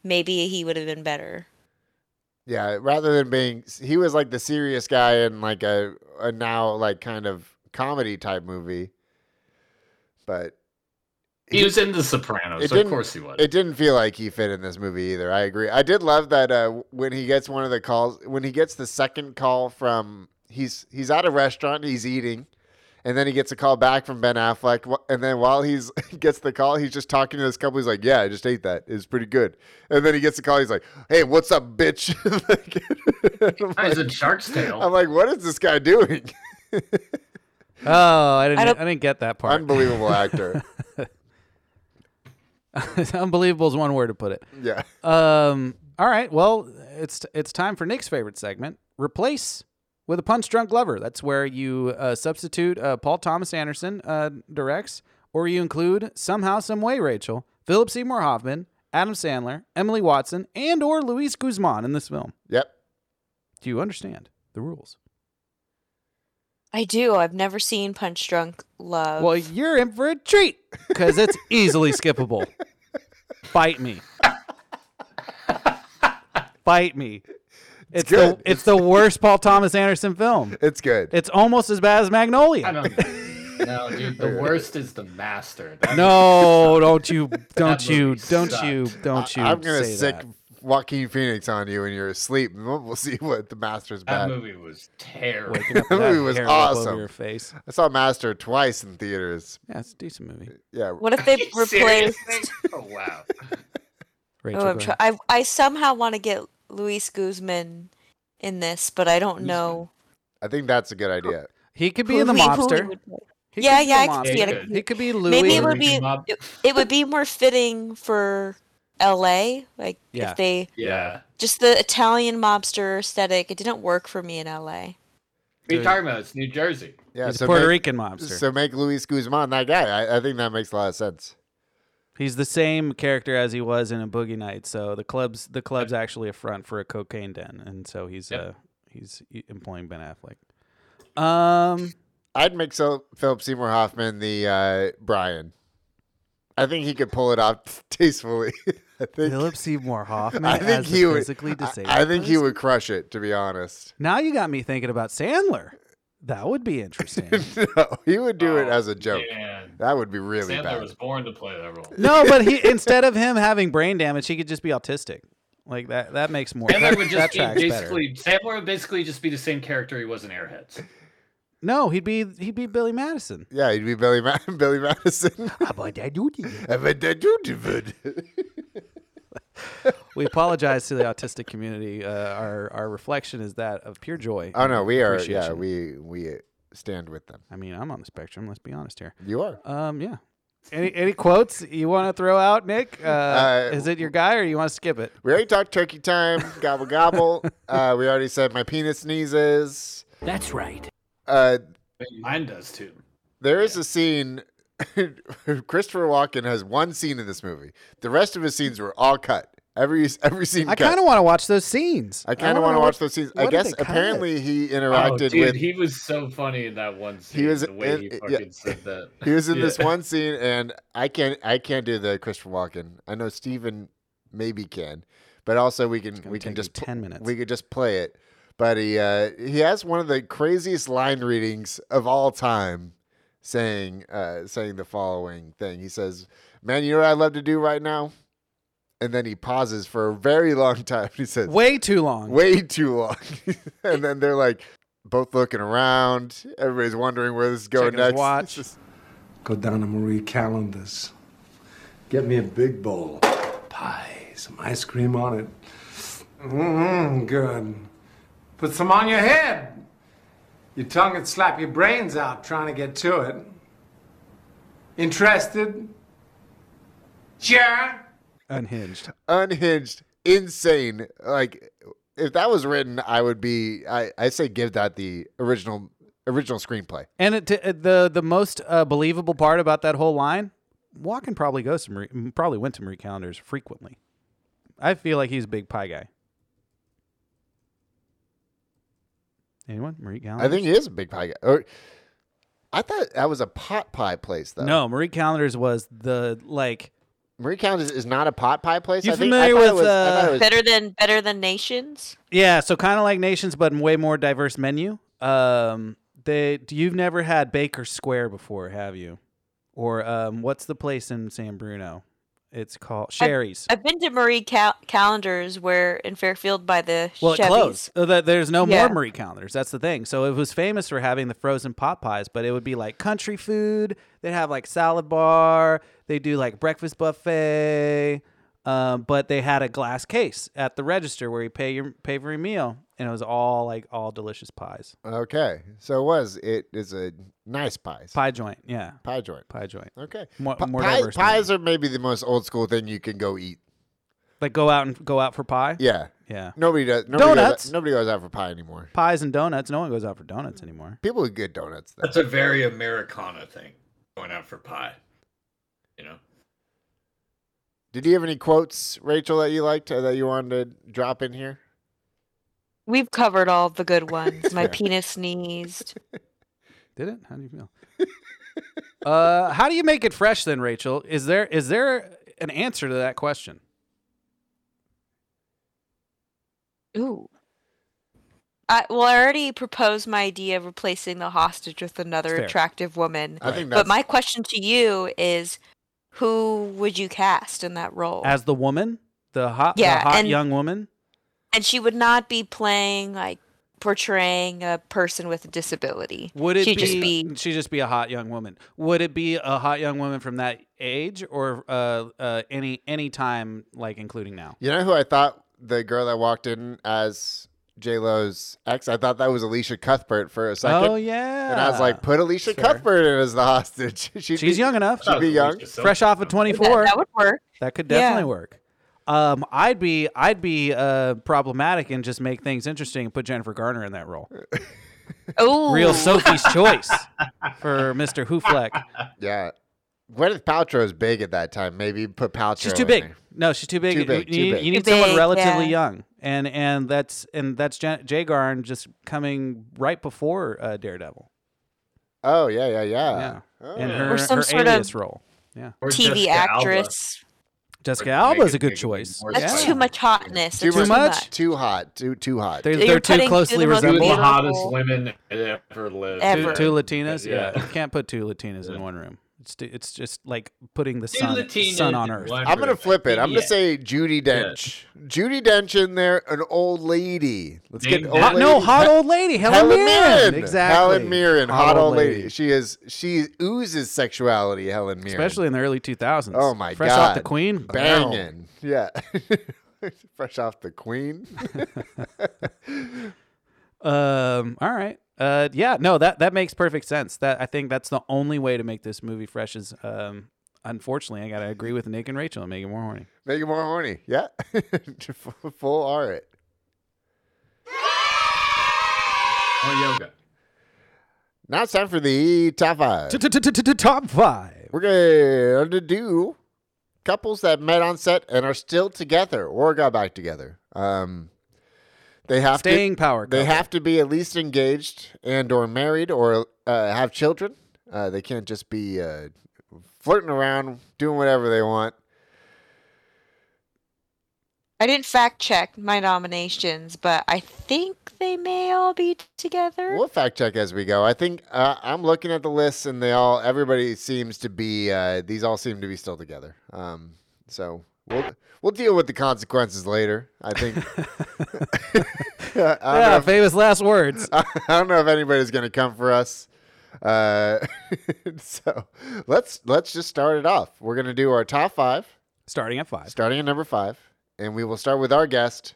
Speaker 4: maybe he would have been better.
Speaker 3: Yeah. Rather than being, he was like the serious guy in like a, a now like kind of comedy type movie, but
Speaker 14: he was in The Sopranos. Of
Speaker 3: didn't-
Speaker 14: course he was.
Speaker 3: It didn't feel like he fit in this movie either. I agree. I did love that uh, when he gets one of the calls, when he gets the second call from he's he's at a restaurant, he's eating, and then he gets a call back from Ben Affleck, wh- and then while he's gets the call, he's just talking to this couple. He's like, "Yeah, I just ate that. It's pretty good." And then he gets the call. He's like, "Hey, what's up, bitch?" Like, I'm
Speaker 14: He's
Speaker 3: like-
Speaker 14: in Shark's Tale.
Speaker 3: I'm like, "What is this guy doing?"
Speaker 1: Oh, I didn't.
Speaker 4: I
Speaker 1: I,
Speaker 4: don't-
Speaker 1: didn't get that part.
Speaker 3: Unbelievable actor.
Speaker 1: Unbelievable is one word to put it.
Speaker 3: Yeah.
Speaker 1: Um. All right. Well, it's it's time for Nick's favorite segment. Replace with a punch drunk lover. That's where you uh, substitute uh, Paul Thomas Anderson uh, directs, or you include somehow, some way, Rachel, Philip Seymour Hoffman, Adam Sandler, Emily Watson, and or Luis Guzman in this film.
Speaker 3: Yep.
Speaker 1: Do you understand the rules?
Speaker 4: I do. I've never seen Punch Drunk Love.
Speaker 1: Well, you're in for a treat because it's easily skippable. Bite me. Bite me. It's,
Speaker 3: good.
Speaker 1: the it's the worst Paul Thomas Anderson film.
Speaker 3: It's good.
Speaker 1: It's almost as bad as Magnolia.
Speaker 14: I don't. no, dude. The worst is the master. That-
Speaker 1: No, don't you, don't
Speaker 14: That
Speaker 1: you,
Speaker 14: movie
Speaker 1: don't
Speaker 14: sucked.
Speaker 1: you, don't you.
Speaker 3: I- I'm gonna
Speaker 1: say
Speaker 3: sick
Speaker 1: that.
Speaker 3: Joaquin Phoenix on you when you're asleep. and We'll we'll see what the master's
Speaker 14: That
Speaker 3: bad.
Speaker 14: movie was terrible.
Speaker 1: Waking up
Speaker 3: That
Speaker 1: with that
Speaker 3: movie was
Speaker 1: hair up
Speaker 3: awesome.
Speaker 1: Over your face.
Speaker 3: I saw Master twice in theaters.
Speaker 1: Yeah, it's a decent movie.
Speaker 3: Yeah.
Speaker 4: What if they replace?
Speaker 14: Seriously? Oh wow.
Speaker 1: Rachel,
Speaker 4: Oh, I'm
Speaker 1: go
Speaker 4: try-
Speaker 1: ahead.
Speaker 4: I I somehow want to get Luis Guzman in this, but I don't know.
Speaker 3: I think that's a good idea.
Speaker 1: he could be
Speaker 4: who
Speaker 1: the
Speaker 4: he- who he
Speaker 1: mobster.
Speaker 4: would play.
Speaker 1: He
Speaker 4: Yeah,
Speaker 1: could be
Speaker 4: yeah,
Speaker 1: the
Speaker 4: I could see
Speaker 1: mobster.
Speaker 4: it.
Speaker 1: He could be Louis.
Speaker 4: Maybe it would be
Speaker 14: Louis Mob-
Speaker 4: it, it would be more fitting for L.A. Like
Speaker 1: Yeah.
Speaker 4: if they
Speaker 14: Yeah.
Speaker 4: just the Italian mobster aesthetic. It didn't work for me in L.A.
Speaker 14: What are you
Speaker 1: Dude.
Speaker 14: talking about? It's New Jersey.
Speaker 3: Yeah.
Speaker 1: He's a
Speaker 3: so
Speaker 1: Puerto
Speaker 3: make,
Speaker 1: Rican mobster.
Speaker 3: So make Luis Guzman that guy. I, I think that makes a lot of sense.
Speaker 1: He's the same character as he was in a Boogie Night. So the club's the club's actually a front for a cocaine den, and so he's
Speaker 14: Yep.
Speaker 1: uh he's employing Ben Affleck. Um,
Speaker 3: I'd make so Philip Seymour Hoffman the uh, Brian. I think he could pull it off tastefully. I think.
Speaker 1: Philip Seymour Hoffman
Speaker 3: I think
Speaker 1: as the
Speaker 3: he would.
Speaker 1: physically
Speaker 3: I-
Speaker 1: disabled.
Speaker 3: I, think he
Speaker 1: person?
Speaker 3: would crush it. To be honest,
Speaker 1: Now you got me thinking about Sandler. That would be interesting.
Speaker 3: no, he would do it
Speaker 14: Oh,
Speaker 3: as a joke.
Speaker 14: Man.
Speaker 3: That would be really
Speaker 14: Sandler
Speaker 3: bad.
Speaker 14: was born to play that role.
Speaker 1: no, but he instead of him having brain damage, he could just be autistic. Like that. That makes more.
Speaker 14: Sandler
Speaker 1: that,
Speaker 14: would just
Speaker 1: that
Speaker 14: be
Speaker 1: tracks better.
Speaker 14: basically Sandler would basically just be the same character he was in Airheads.
Speaker 1: No, he'd be he'd be Billy Madison.
Speaker 3: Yeah, he'd be Billy Ma- Billy Madison.
Speaker 1: We apologize to the autistic community. Uh, our our reflection is that of pure joy.
Speaker 3: oh no, we are. Yeah,
Speaker 1: Appreciation.
Speaker 3: we we stand with them.
Speaker 1: I mean, I'm on the spectrum. Let's be honest here.
Speaker 3: You are.
Speaker 1: Um, yeah. Any any quotes you want to throw out, Nick? Uh,
Speaker 3: Uh,
Speaker 1: is it your guy, or you want to skip it?
Speaker 3: We already talked turkey time. Gobble gobble. uh, we already said my penis sneezes.
Speaker 11: That's right.
Speaker 3: Uh,
Speaker 14: Mine does too.
Speaker 3: There is a scene. Christopher Walken has one scene in this movie. The rest of his scenes were all cut. Every every scene.
Speaker 1: I kind of want to watch those scenes. Oh,
Speaker 3: I kind of want to watch those scenes. I
Speaker 1: what did
Speaker 3: guess
Speaker 1: they cut?
Speaker 3: apparently he
Speaker 14: Oh,
Speaker 3: interacted
Speaker 14: dude,
Speaker 3: with. He,
Speaker 14: he was so funny in that one scene.
Speaker 3: was
Speaker 14: the way
Speaker 3: in-
Speaker 14: he
Speaker 3: yeah.
Speaker 14: fucking said that.
Speaker 3: was in this
Speaker 14: Yeah.
Speaker 3: one scene, and I can't. I can't do the Christopher Walken. I know Steven maybe can, but also we can.
Speaker 1: gonna
Speaker 3: We can
Speaker 1: take you
Speaker 3: just pl-
Speaker 1: 10 minutes.
Speaker 3: We could just play it. But he uh, he has one of the craziest line readings of all time, saying uh, saying the following thing. He says, "Man, you know what I love to do right now." And then he pauses for a very long time. He says,
Speaker 1: Way too long.
Speaker 3: way too long. and then they're like both looking around. Everybody's wondering where this is going
Speaker 1: Checking his
Speaker 3: next.
Speaker 1: watch.
Speaker 3: It's just-
Speaker 15: Go down to Marie Callender's. Get me a big bowl. Pie, some ice cream on it. Mmm, good. Put some on your head. Your tongue would slap your brains out trying to get to it. Interested? Sure.
Speaker 1: Unhinged.
Speaker 3: unhinged, insane. Like if that was written, I would be. I I say give that the original original screenplay.
Speaker 1: And it, t- the the most uh, believable part about that whole line, Walken probably goes to Marie, probably went to Marie Callender's frequently. I feel like he's a big pie guy. Anyone? Marie Callender?
Speaker 3: I think he is a big pie guy. Or, I thought that was a pot pie place though.
Speaker 1: No, Marie Callender's was the like.
Speaker 3: Marie Callender's is not a pot pie place.
Speaker 1: You
Speaker 3: I think,
Speaker 1: familiar
Speaker 3: I thought it
Speaker 1: with, uh,
Speaker 3: was- I thought it was-
Speaker 4: Better than better than Nations.
Speaker 1: Yeah, so kind of like Nations, but way more diverse menu. Um, they you've never had Baker Square before, have you? Or um, what's the place in San Bruno? It's called Sherry's.
Speaker 4: I've been to Marie Cal- Callender's where in Fairfield by the
Speaker 1: well, it
Speaker 4: Chevys.
Speaker 1: closed. Uh, that- There's no
Speaker 4: Yeah.
Speaker 1: more Marie Callender's. That's the thing. So it was famous for having the frozen pot pies, but it would be like country food. They'd have like salad bar. They do like breakfast buffet. Um, but they had a glass case at the register where you pay your pay for your meal, and it was all like all delicious pies,
Speaker 3: okay, so it was. It is a nice pie. Pie,
Speaker 1: pie joint. Yeah,
Speaker 3: joint.
Speaker 1: pie joint.
Speaker 3: Okay.
Speaker 1: More-
Speaker 3: Pi-
Speaker 1: more
Speaker 3: pie-
Speaker 1: diverse
Speaker 3: pies are maybe the most old school thing you can go eat.
Speaker 1: Like go out and go out for pie.
Speaker 3: Yeah.
Speaker 1: Yeah.
Speaker 3: Nobody does. Nobody
Speaker 1: Donuts.
Speaker 3: Goes out, nobody goes out for pie anymore.
Speaker 1: Pies and donuts. No one goes out for donuts anymore.
Speaker 3: People are good donuts. Though.
Speaker 14: That's a very Americana thing, going out for pie. You know,
Speaker 3: Did you have any quotes, Rachel, that you liked uh, that you wanted to drop in here?
Speaker 4: We've covered all the good ones. My
Speaker 3: Yeah.
Speaker 4: penis sneezed.
Speaker 1: Did it? How do you feel? uh, how do you make it fresh then, Rachel? Is there is there an answer to that question?
Speaker 4: Ooh. I, well, I already proposed my idea of replacing the hostage with another
Speaker 3: Fair.
Speaker 4: attractive woman.
Speaker 3: I think
Speaker 4: but
Speaker 3: that's-
Speaker 4: my question to you is, who would you cast in that role?
Speaker 1: As the woman, the hot, the
Speaker 4: Yeah,
Speaker 1: hot
Speaker 4: and-
Speaker 1: young woman.
Speaker 4: and she would not be playing like portraying a person with a disability.
Speaker 1: Would it
Speaker 4: She'd
Speaker 1: be,
Speaker 4: just be
Speaker 1: She'd just be a hot young woman. Would it be a hot young woman from that age, or uh, uh, any any time, like including now?
Speaker 3: You know who I thought the girl that walked in as J Lo's ex? I thought that was Alicia Cuthbert for a second.
Speaker 1: Oh yeah.
Speaker 3: And I was like, put Alicia
Speaker 1: Fair.
Speaker 3: Cuthbert in as the hostage.
Speaker 1: She's
Speaker 3: She'd be-
Speaker 1: young enough.
Speaker 3: She'd be young.
Speaker 1: fresh off of twenty four.
Speaker 4: that, that would work.
Speaker 1: That could
Speaker 4: Yeah.
Speaker 1: definitely work. Um, I'd be I'd be uh, problematic and just make things interesting and put Jennifer Garner in that role.
Speaker 4: Oh,
Speaker 1: Real Sophie's choice for Mr. Hoofleck.
Speaker 3: Yeah. Gwyneth Paltrow's big at that time. Maybe put Paltrow.
Speaker 1: She's too
Speaker 3: in
Speaker 1: big.
Speaker 3: there.
Speaker 1: No, she's too big.
Speaker 3: Too big,
Speaker 1: You,
Speaker 3: too
Speaker 1: need,
Speaker 3: big.
Speaker 1: you need
Speaker 4: Too
Speaker 1: someone
Speaker 4: big,
Speaker 1: relatively
Speaker 4: yeah.
Speaker 1: young, and and that's and that's Jen, Jay Garn just coming right before uh, Daredevil.
Speaker 3: Oh yeah, yeah, yeah.
Speaker 1: Yeah,
Speaker 3: Oh.
Speaker 1: and her
Speaker 4: Or some
Speaker 1: her
Speaker 4: sort of
Speaker 1: alias role. Yeah,
Speaker 14: Or
Speaker 4: TV
Speaker 14: Jessica Alba.
Speaker 4: actress.
Speaker 1: Jessica
Speaker 14: make
Speaker 1: Alba's
Speaker 14: it
Speaker 1: a good
Speaker 14: big,
Speaker 1: choice.
Speaker 14: more
Speaker 4: That's
Speaker 1: Yeah.
Speaker 4: too much hotness.
Speaker 3: Too
Speaker 4: That's too
Speaker 1: much?
Speaker 4: much.
Speaker 3: Too hot. Too too hot.
Speaker 1: They're,
Speaker 4: You're
Speaker 1: they're too
Speaker 4: putting two
Speaker 1: closely
Speaker 4: the most
Speaker 14: two of the
Speaker 1: resembled.
Speaker 4: beautiful-
Speaker 14: hottest women that ever lived.
Speaker 4: Ever.
Speaker 1: Two, two Latinas. Yeah.
Speaker 14: Yeah.
Speaker 1: you can't put two Latinas in
Speaker 14: Yeah.
Speaker 1: one room. It's t- it's just like putting the
Speaker 14: Two
Speaker 1: sun
Speaker 14: Latinas
Speaker 1: sun on
Speaker 14: in
Speaker 1: Earth.
Speaker 14: one
Speaker 3: I'm gonna
Speaker 14: room.
Speaker 3: flip it. I'm
Speaker 14: Yeah.
Speaker 3: gonna say Judy Dench. Judy Dench in there, an old lady. Let's get
Speaker 14: Name
Speaker 3: old
Speaker 1: Hot,
Speaker 14: that.
Speaker 3: lady.
Speaker 1: no, hot old lady. Helen, Mirren. Exactly.
Speaker 3: Helen Mirren, hot, old lady. She is. She oozes sexuality. Helen Mirren,
Speaker 1: Especially in the early 2000s.
Speaker 3: Oh my
Speaker 1: Fresh
Speaker 3: god,
Speaker 1: off the Queen. Bam.
Speaker 3: banging. Yeah, fresh off the Queen.
Speaker 1: Um. All right. Uh. Yeah. No. That that makes perfect sense. That I think that's the only way to make this movie fresh is um. Unfortunately, I gotta agree with Nick and Rachel and make it more horny.
Speaker 3: Make it more horny. Yeah, Full- full R it.
Speaker 14: Or Oh, yoga.
Speaker 3: Now it's time for the top five.
Speaker 1: Top five.
Speaker 3: We're gonna do couples that met on set and are still together or got back together. Um, they have
Speaker 1: Staying
Speaker 3: to,
Speaker 1: power.
Speaker 3: They
Speaker 1: couple.
Speaker 3: have to be at least engaged and or married or uh, have children. Uh, they can't just be uh, flirting around, doing whatever they want.
Speaker 4: I didn't fact check my nominations, but I think they may all be t- together.
Speaker 3: We'll fact check as we go. I think uh, I'm looking at the list, and they all everybody seems to be uh, these all seem to be still together. Um, so we'll we'll deal with the consequences later. I think. I,
Speaker 1: yeah.
Speaker 3: don't know
Speaker 1: Famous last words.
Speaker 3: if, I don't know if anybody's gonna come for us. Uh, so let's let's just start it off. We're gonna do our top five,
Speaker 1: Starting at five.
Speaker 3: starting at number five, and we will start with our guest.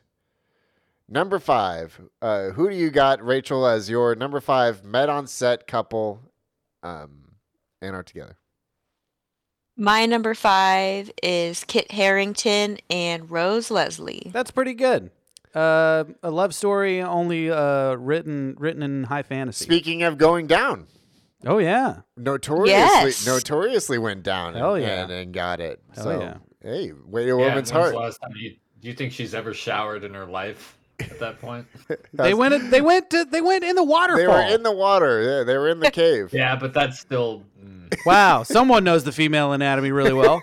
Speaker 3: Number five, uh, who do you got, Rachel, as your number five met on set couple um, and are together?
Speaker 4: My number five is Kit Harrington and Rose Leslie.
Speaker 1: That's pretty good. Uh, a love story only uh, written written in high fantasy.
Speaker 3: Speaking of going down,
Speaker 1: Oh yeah,
Speaker 3: notoriously
Speaker 4: Yes.
Speaker 3: notoriously went down
Speaker 1: Hell
Speaker 3: and,
Speaker 1: yeah.
Speaker 3: and, and got it.
Speaker 1: Hell
Speaker 3: so,
Speaker 1: yeah.
Speaker 3: hey, way to a
Speaker 14: Yeah,
Speaker 3: woman's
Speaker 14: when's
Speaker 3: heart.
Speaker 14: the last time you- do you think she's ever showered in her life at that point?
Speaker 1: they went. They went. To, they went in the waterfall.
Speaker 3: They were in the water. Yeah, they were in the cave.
Speaker 14: yeah, but that's still. mm.
Speaker 1: wow, someone knows the female anatomy really well.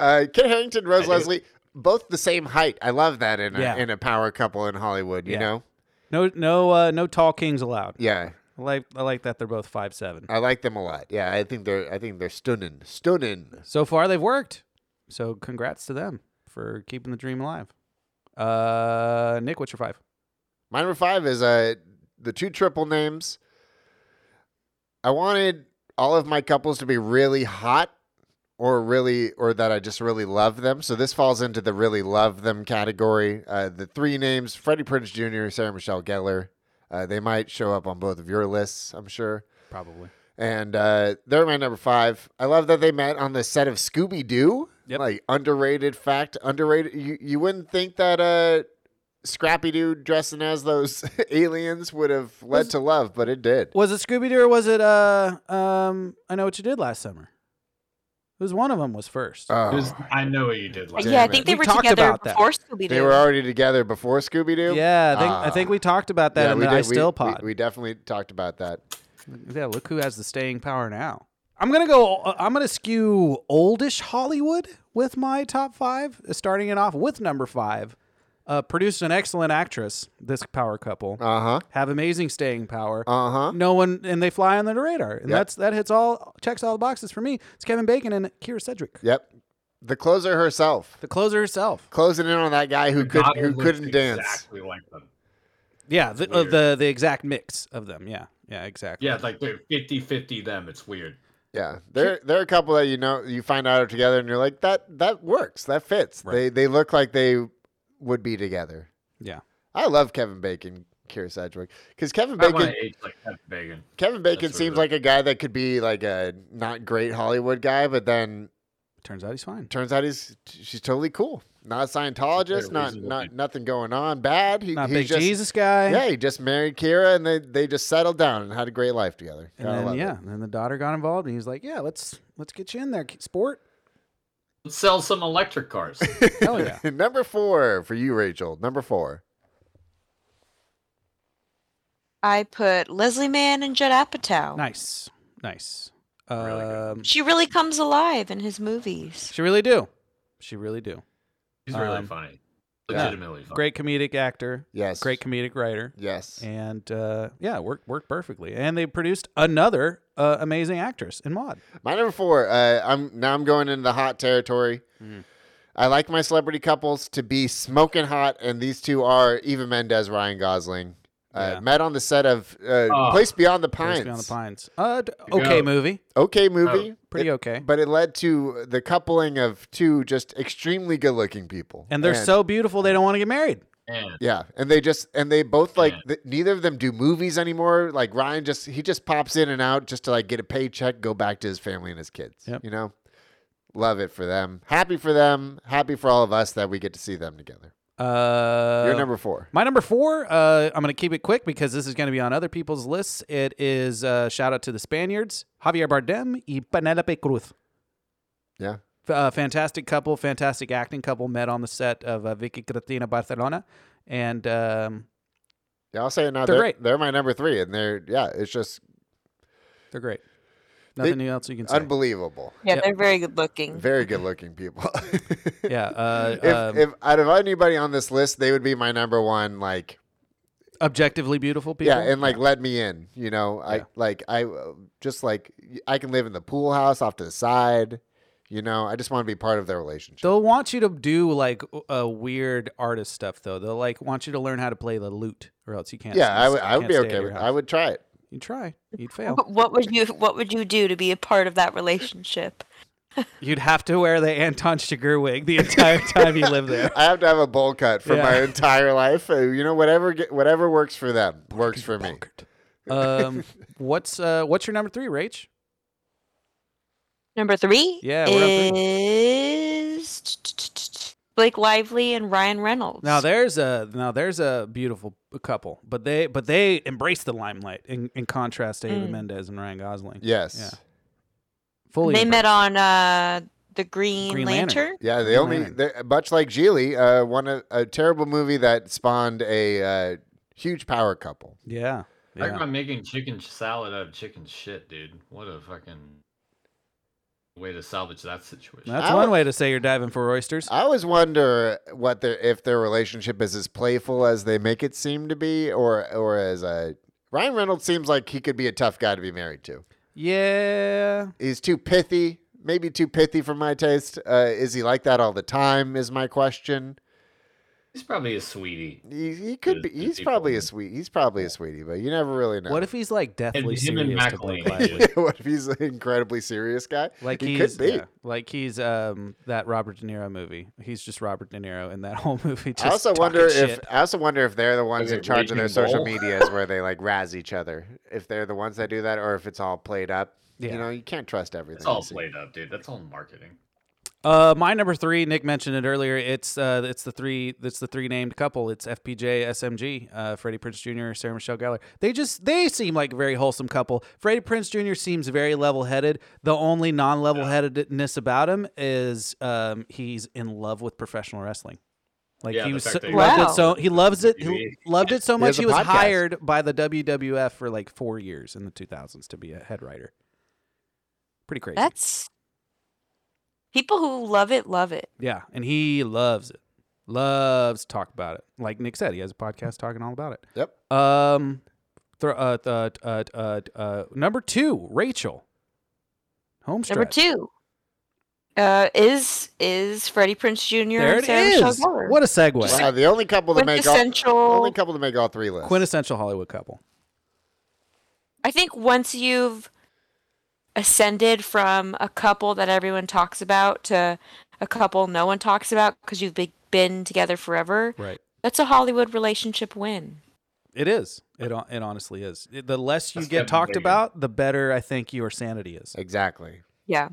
Speaker 3: Uh, Kit Harrington, Rose
Speaker 14: I do.
Speaker 3: Leslie, both the same height. I love that in a,
Speaker 1: Yeah.
Speaker 3: in a power couple in Hollywood. You
Speaker 1: Yeah.
Speaker 3: know,
Speaker 1: No, no, uh, no tall kings allowed.
Speaker 3: yeah,
Speaker 1: I like I like that they're both five seven.
Speaker 3: I like them a lot. Yeah, I think they're I think they're stunning, stunning.
Speaker 1: So far, they've worked. So congrats to them for keeping the dream alive. Uh, Nick, what's your five?
Speaker 3: My number five is uh the two triple names. I wanted all of my couples to be really hot or really or that I just really love them. So this falls into the really love them category. Uh, the three names, Freddie Prince Jr., Sarah Michelle Gellar. Uh, they might show up on both of your lists, I'm sure.
Speaker 1: Probably.
Speaker 3: And uh, they're my number five. I love that they met on the set of Scooby Doo. Like underrated fact, underrated. You you wouldn't think that uh, Scrappy Doo dressing as those aliens would have led to love, but it did.
Speaker 1: Was it Scooby Doo or was it uh um I know what you did last summer? It was one of them was first.
Speaker 3: Oh.
Speaker 14: I know what you did last.
Speaker 4: yeah, I think they
Speaker 1: We
Speaker 4: were
Speaker 1: talked
Speaker 4: together
Speaker 1: about that.
Speaker 4: before Scooby
Speaker 3: They
Speaker 4: Doo.
Speaker 3: were already together before Scooby Doo.
Speaker 1: Yeah, I think, I think we talked about that in the I Still
Speaker 3: Ah. we,
Speaker 1: pod.
Speaker 3: We, definitely talked about that.
Speaker 1: yeah, look who has the staying power now. I'm gonna go. uh, I'm gonna skew oldish Hollywood with my top five, uh, starting it off with number five. Uh, produced an excellent actress. This power couple
Speaker 3: Uh huh.
Speaker 1: have amazing staying power.
Speaker 3: Uh huh.
Speaker 1: No one, and they fly under the radar, and
Speaker 3: Yep.
Speaker 1: that's that hits all checks all the boxes for me. It's Kevin Bacon and Kira Sedgwick,
Speaker 3: Yep. The closer herself,
Speaker 1: the closer herself.
Speaker 3: closing in on that guy who could
Speaker 14: Daughter
Speaker 3: who
Speaker 14: looks
Speaker 3: couldn't dance.
Speaker 14: Exactly like them.
Speaker 1: Yeah, the uh, the the exact mix of them. Yeah, yeah, exactly.
Speaker 14: Yeah, like they're 50-50 them. It's weird.
Speaker 3: Yeah, there there are a couple that you know you find out are together, and you're like that that works, that fits. They they look like they would be together.
Speaker 1: Yeah.
Speaker 3: I love Kevin Bacon, Kira Sedgwick, because Kevin
Speaker 14: I want
Speaker 3: Bacon
Speaker 14: to age like Kevin Bacon.
Speaker 3: Kevin Bacon
Speaker 14: That's what
Speaker 3: seems
Speaker 14: it
Speaker 3: like a guy that could be like a not great Hollywood guy, but then
Speaker 1: Turns out he's fine.
Speaker 3: turns out he's she's totally cool. Not a Scientologist, not
Speaker 14: reasonable
Speaker 3: not nothing going on bad. He,
Speaker 1: Not
Speaker 3: he's
Speaker 1: big
Speaker 3: just,
Speaker 1: Jesus guy.
Speaker 3: Yeah, he just married Kira, and they they just settled down and had a great life together.
Speaker 1: And
Speaker 3: Gotta
Speaker 1: then
Speaker 3: love it.
Speaker 1: yeah, and then the daughter got involved, and he's like, "Yeah, let's let's get you in there, sport."
Speaker 14: Let's sell some electric cars.
Speaker 1: Hell yeah.
Speaker 3: number four for you, Rachel. Number four.
Speaker 4: I put Leslie Mann and Judd Apatow.
Speaker 1: nice, nice. Um,
Speaker 4: She really comes alive in his movies.
Speaker 1: she really do. She really do.
Speaker 14: He's really
Speaker 1: Um,
Speaker 14: funny.
Speaker 1: yeah.
Speaker 14: Legitimately funny.
Speaker 1: Great comedic actor.
Speaker 3: Yes.
Speaker 1: Great comedic writer.
Speaker 3: Yes.
Speaker 1: And uh, yeah, worked worked perfectly. And they produced another uh, amazing actress in Maud.
Speaker 3: My number four. Uh, I'm now I'm going into the hot territory.
Speaker 1: Mm-hmm.
Speaker 3: I like my celebrity couples to be smoking hot, and these two are Eva Mendes, Ryan Gosling. Uh,
Speaker 1: Yeah.
Speaker 3: Met on the set of uh,
Speaker 14: Oh.
Speaker 3: Place Beyond the Pines.
Speaker 1: Place Beyond the Pines. Uh, d- okay
Speaker 14: go.
Speaker 1: movie.
Speaker 3: Okay movie,
Speaker 1: Pretty
Speaker 3: It-
Speaker 1: okay.
Speaker 3: but it led to the coupling of two just extremely good-looking people,
Speaker 1: And they're so beautiful they don't want to get married.
Speaker 14: And
Speaker 3: Yeah, and they just and they both like th- neither of them do movies anymore. Like Ryan just he just pops in and out just to like get a paycheck, go back to his family and his kids.
Speaker 1: Yep.
Speaker 3: You know, love it for them. Happy for them. Happy for all of us that we get to see them together.
Speaker 1: Uh,
Speaker 3: You're number four.
Speaker 1: My number four, uh, I'm going to keep it quick because this is going to be on other people's lists. It is uh, shout out to the Spaniards, Javier Bardem y Penelope Cruz.
Speaker 3: Yeah.
Speaker 1: F- Uh, fantastic couple, fantastic acting couple met on the set of uh, Vicky Cristina Barcelona. And um,
Speaker 3: Yeah, I'll say it now.
Speaker 1: They're
Speaker 3: They're,
Speaker 1: great.
Speaker 3: they're my number three, and they're yeah, it's just
Speaker 1: they're great. Nothing else you can say.
Speaker 3: unbelievable.
Speaker 4: Yeah,
Speaker 1: Yep.
Speaker 4: they're very good looking.
Speaker 3: Very good looking people.
Speaker 1: yeah. Uh,
Speaker 3: If,
Speaker 1: um,
Speaker 3: if out of anybody on this list, they would be my number one. Like
Speaker 1: objectively beautiful people.
Speaker 3: Yeah, and like let me in. You know, I
Speaker 1: Yeah.
Speaker 3: like I uh, just like y- I can live in the pool house off to the side. You know, I just want to be part of their relationship.
Speaker 1: They'll want you to do like uh, weird artist stuff though. They'll like want you to learn how to play the lute, or else you can't.
Speaker 3: yeah, I
Speaker 1: s-
Speaker 3: would. I would
Speaker 1: can't
Speaker 3: be
Speaker 1: stay at
Speaker 3: okay
Speaker 1: your
Speaker 3: with.
Speaker 1: house.
Speaker 3: I would try it.
Speaker 1: You'd try. You'd fail.
Speaker 4: Wh- What would you What would you do to be a part of that relationship?
Speaker 1: You'd have to wear the Anton Chigurh wig the entire time you live there.
Speaker 3: I have to have a bowl cut for
Speaker 1: Yeah.
Speaker 3: my entire life. Uh, You know, whatever ge- whatever works for them works for me.
Speaker 1: Um, what's uh, what's your number three, Rach?
Speaker 4: Number three
Speaker 1: Yeah, we're on
Speaker 4: is Blake Lively and Ryan Reynolds.
Speaker 1: Now there's a now there's a beautiful couple, but they but they embrace the limelight in, in contrast to Ava
Speaker 4: Mm.
Speaker 1: Mendez and Ryan Gosling.
Speaker 3: Yes.
Speaker 1: Yeah.
Speaker 3: Yeah.
Speaker 1: Fully.
Speaker 4: they met
Speaker 1: embrace.
Speaker 4: on uh, the Green,
Speaker 1: Green Lantern.
Speaker 4: Lantern.
Speaker 3: they only
Speaker 1: Right.
Speaker 3: they, much like Geely, uh, one a, a terrible movie that spawned a uh, huge power couple.
Speaker 1: Yeah.
Speaker 14: I remember
Speaker 1: Yeah.
Speaker 14: making chicken salad out of chicken shit, dude. What a fucking way to salvage that situation.
Speaker 1: That's
Speaker 3: I
Speaker 1: one
Speaker 3: would-
Speaker 1: way to say you're diving for oysters.
Speaker 3: I always wonder what their if their relationship is as playful as they make it seem to be, or or as a Ryan Reynolds seems like he could be a tough guy to be married to.
Speaker 1: yeah.
Speaker 3: He's too pithy, maybe too pithy for my taste. Uh, is he like that all the time? Is my question.
Speaker 14: He's probably a sweetie.
Speaker 3: He, he could
Speaker 14: Is
Speaker 3: be.
Speaker 14: the
Speaker 3: He's
Speaker 14: people
Speaker 3: probably a
Speaker 14: in-
Speaker 3: sweet. He's probably a sweetie, but you never really know.
Speaker 1: What if he's like deathly
Speaker 14: him and
Speaker 1: serious to Blake
Speaker 14: Macaulay.
Speaker 1: Lively?
Speaker 3: what if he's an incredibly serious guy?
Speaker 1: Like
Speaker 3: he
Speaker 1: he's
Speaker 3: could be.
Speaker 1: yeah, like he's um that Robert De Niro movie. He's just Robert De Niro in that whole movie. Just
Speaker 3: I also wonder if
Speaker 1: shit.
Speaker 3: I also wonder if they're the ones
Speaker 14: Is
Speaker 3: in
Speaker 14: it
Speaker 3: charge of their
Speaker 14: Raging
Speaker 3: social
Speaker 14: Bull?
Speaker 3: medias where they like razz each other. If they're the ones that do that, or if it's all played up.
Speaker 1: Yeah.
Speaker 3: You know, you can't trust everything.
Speaker 14: It's all
Speaker 3: you see.
Speaker 14: played up, dude. That's all marketing.
Speaker 1: Uh, my number three, Nick mentioned it earlier. It's uh, it's the three, it's the three named couple. It's FPJ, SMG, uh, Freddie Prince Jr., Sarah Michelle Gellar. They just they seem like a very wholesome couple. Freddie Prince Jr. seems very level headed. The only non level headedness about him is um, he's in love with professional wrestling. Like
Speaker 5: Yeah,
Speaker 1: he
Speaker 5: the
Speaker 1: was so,
Speaker 5: fact that he-
Speaker 1: loved it
Speaker 5: Wow.
Speaker 1: so he loves it. He
Speaker 5: TV.
Speaker 1: loved it so
Speaker 5: He
Speaker 1: much
Speaker 5: has a
Speaker 1: he was
Speaker 5: podcast.
Speaker 1: hired by the WWF for like four years in the 2000s to be a head writer. Pretty crazy.
Speaker 4: That's people who love it, love it.
Speaker 1: Yeah, and he loves it. Loves to talk about it. Like Nick said, he has a podcast talking all about it. Yep. Um, thro- uh, th- uh, uh, uh, number two, Rachel. Home
Speaker 4: Number two uh, is is Freddie Prince Jr.
Speaker 1: There
Speaker 4: and
Speaker 1: it
Speaker 4: Sarah Michelle
Speaker 1: is.
Speaker 4: Gellar.
Speaker 1: What a segue.
Speaker 4: Just
Speaker 3: Wow, the only couple to make all
Speaker 4: quintessential-
Speaker 3: only couple to make all three lists.
Speaker 1: Quintessential Hollywood couple.
Speaker 4: I think once you've ascended from a couple that everyone talks about to a couple no one talks about because you've be- been together forever,
Speaker 1: Right.
Speaker 4: that's a Hollywood relationship win.
Speaker 1: It is. It hon- it honestly is. It- the less you
Speaker 4: That's
Speaker 1: get
Speaker 4: good.
Speaker 1: talked
Speaker 4: There you go.
Speaker 1: about, the better I think your sanity is.
Speaker 3: Exactly.
Speaker 4: Yeah.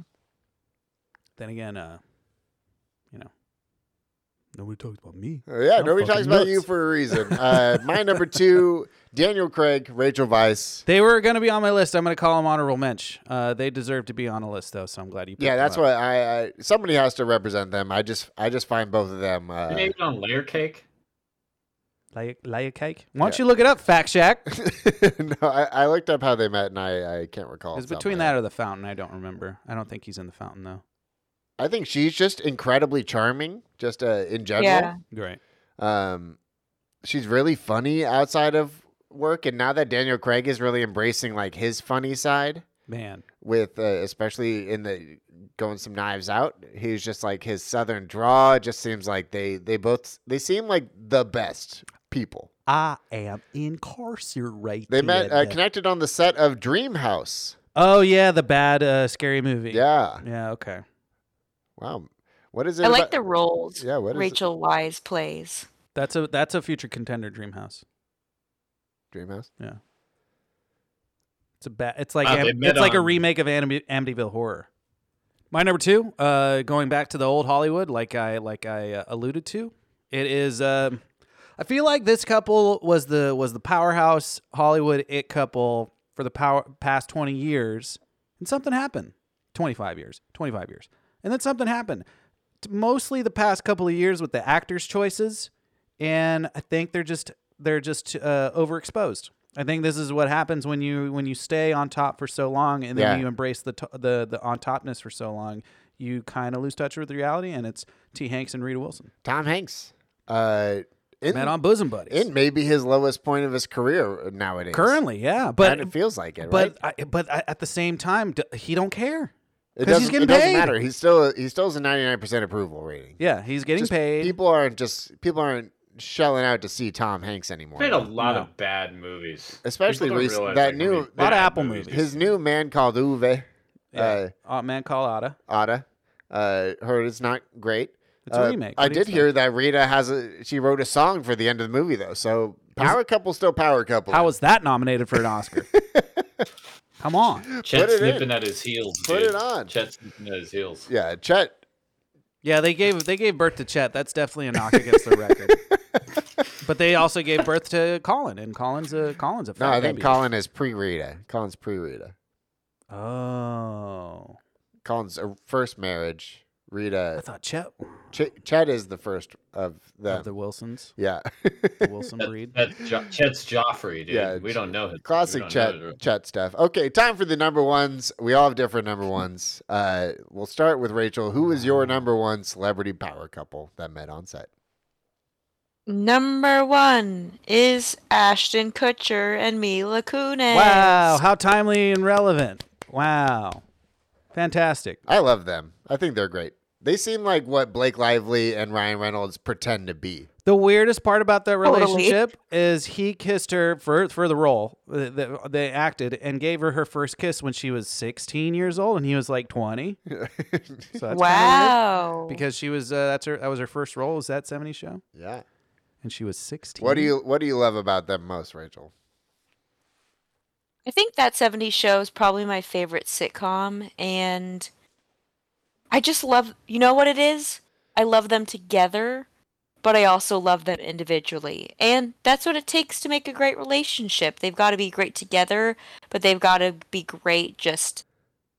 Speaker 1: Then again, uh, you know, nobody talks about me.
Speaker 3: Uh, Yeah,
Speaker 1: I'm
Speaker 3: nobody
Speaker 1: fucking
Speaker 3: talks about
Speaker 1: nuts.
Speaker 3: you for a reason. Uh, my number two, Daniel Craig, Rachel Weisz.
Speaker 1: They were going to be on my list. I'm going to call them honorable mensch. Uh, they deserve to be on a list, though, so I'm glad you. Picked
Speaker 3: Yeah, that's
Speaker 1: them
Speaker 3: what I, I. Somebody has to represent them. I just, I just find both of them. Uh,
Speaker 14: Maybe on layer cake.
Speaker 1: Layer, layer cake. Why don't you look it up, Fact Shack?
Speaker 3: no, I, I looked up how they met, and I, I can't recall.
Speaker 1: It's
Speaker 3: off the top of
Speaker 1: between
Speaker 3: my
Speaker 1: that or the fountain. I don't remember. I don't think he's in the fountain though.
Speaker 3: head. I think she's just incredibly charming, just uh, in general.
Speaker 1: Right.
Speaker 3: Um, she's really funny outside of work, and now that Daniel Craig is really embracing like his funny side,
Speaker 1: Man.
Speaker 3: with uh, especially in the going some knives out, he's just like his southern draw. It just seems like they they both they seem like the best people.
Speaker 1: I am incarcerated.
Speaker 3: They met uh, connected on the set of Dream House.
Speaker 1: oh yeah, the bad uh, scary movie.
Speaker 3: Yeah.
Speaker 1: Yeah. Okay.
Speaker 3: Wow. What is it?
Speaker 4: I like
Speaker 3: about-
Speaker 4: the roles
Speaker 3: Yeah. What is
Speaker 4: Rachel Wise plays.
Speaker 1: That's a that's a future contender. Dreamhouse.
Speaker 3: it? Dream House.
Speaker 1: Yeah. It's a bad. It's like
Speaker 14: Wow,
Speaker 1: Am-
Speaker 14: they met
Speaker 1: it's like a
Speaker 14: on-
Speaker 1: remake of Anim- Amityville Horror. My number two, uh, going back to the old Hollywood, like I like I uh, alluded to, it is. Um, I feel like this couple was the was the powerhouse Hollywood it couple for the power, past twenty years, and something happened. Twenty five years, twenty five years, and then something happened. T- Mostly the past couple of years with the actors' choices, and I think they're just they're just uh, overexposed. I think this is what happens when you when you stay on top for so long, and then
Speaker 3: Yeah.
Speaker 1: you embrace the to- the the on topness for so long, you kind of lose touch with reality. And it's T. Hanks and Rita Wilson.
Speaker 3: Tom Hanks. Uh, in,
Speaker 1: Met on bosom buddies.
Speaker 3: In maybe his lowest point of his career nowadays.
Speaker 1: Currently, yeah, but
Speaker 3: Kinda feels like it,
Speaker 1: but
Speaker 3: right?
Speaker 1: I, but I, at the same time, d- he don't care
Speaker 3: It
Speaker 1: because
Speaker 3: doesn't,
Speaker 1: he's getting
Speaker 3: it doesn't
Speaker 1: paid.
Speaker 3: matter. He's still he still has a ninety nine percent approval rating.
Speaker 1: Yeah, he's getting
Speaker 3: Just
Speaker 1: paid.
Speaker 3: People aren't just people aren't shelling out to see Tom Hanks anymore.
Speaker 14: Made a lot of bad movies,
Speaker 3: Especially
Speaker 14: People don't
Speaker 3: recent,
Speaker 14: realize
Speaker 3: that
Speaker 14: they can
Speaker 3: new
Speaker 14: make bad
Speaker 3: His new man called Uwe.
Speaker 1: Yeah. Uh, man, call Otta.
Speaker 3: Uh, Ada. Uh, heard it's not great.
Speaker 1: It's a
Speaker 3: Uh,
Speaker 1: remake.
Speaker 3: I
Speaker 1: What do you
Speaker 3: did hear that Rita has a she wrote a song for the end of the movie though. So power couple still power couple.
Speaker 1: How was that nominated for an Oscar? Come on.
Speaker 14: Chet
Speaker 3: Put it
Speaker 14: snipping
Speaker 3: in.
Speaker 14: at his heels.
Speaker 3: Put
Speaker 14: dude.
Speaker 3: it on.
Speaker 14: Chet snipping at his heels.
Speaker 3: Yeah, Chet.
Speaker 1: Yeah, they gave they gave birth to Chet. That's definitely a knock against the record. but they also gave birth to Colin, and Colin's a Colin's a
Speaker 3: No,
Speaker 1: fat
Speaker 3: I think
Speaker 1: baby.
Speaker 3: Colin is pre Rita. Colin's pre Rita.
Speaker 1: Oh,
Speaker 3: Colin's uh, first marriage. Rita. I
Speaker 1: thought Chet.
Speaker 3: Ch- Chet is the first of the
Speaker 1: Of the Wilsons.
Speaker 3: Yeah.
Speaker 1: the Wilson breed.
Speaker 14: That's jo- Chet's Joffrey, dude.
Speaker 3: Yeah,
Speaker 14: we don't know his we
Speaker 3: Classic
Speaker 14: don't
Speaker 3: Chet
Speaker 14: know his-
Speaker 3: Chet stuff. Okay, time for the number ones. We all have different number ones. Uh, we'll start with Rachel. Who is your number one celebrity power couple that met on set?
Speaker 4: Number one is Ashton Kutcher and Mila Kunis.
Speaker 1: Wow, how timely and relevant. Wow. Fantastic.
Speaker 3: I love them. I think they're great. They seem like what Blake Lively and Ryan Reynolds pretend to be.
Speaker 1: The weirdest part about that
Speaker 3: Totally.
Speaker 1: relationship is he kissed her for for the role that that they acted and gave her her first kiss when she was 16 years old and he was like 20. so that's kinda weird
Speaker 4: Wow.
Speaker 1: because she was uh, that's her that was her first role. Was that 70 show?
Speaker 3: Yeah.
Speaker 1: And she was 16.
Speaker 3: What do you What do you love about them most, Rachel?
Speaker 4: I think that 70s show is probably my favorite sitcom, and I just love, you know what it is? I love them together, but I also love them individually. And that's what it takes to make a great relationship. They've got to be great together, but they've got to be great just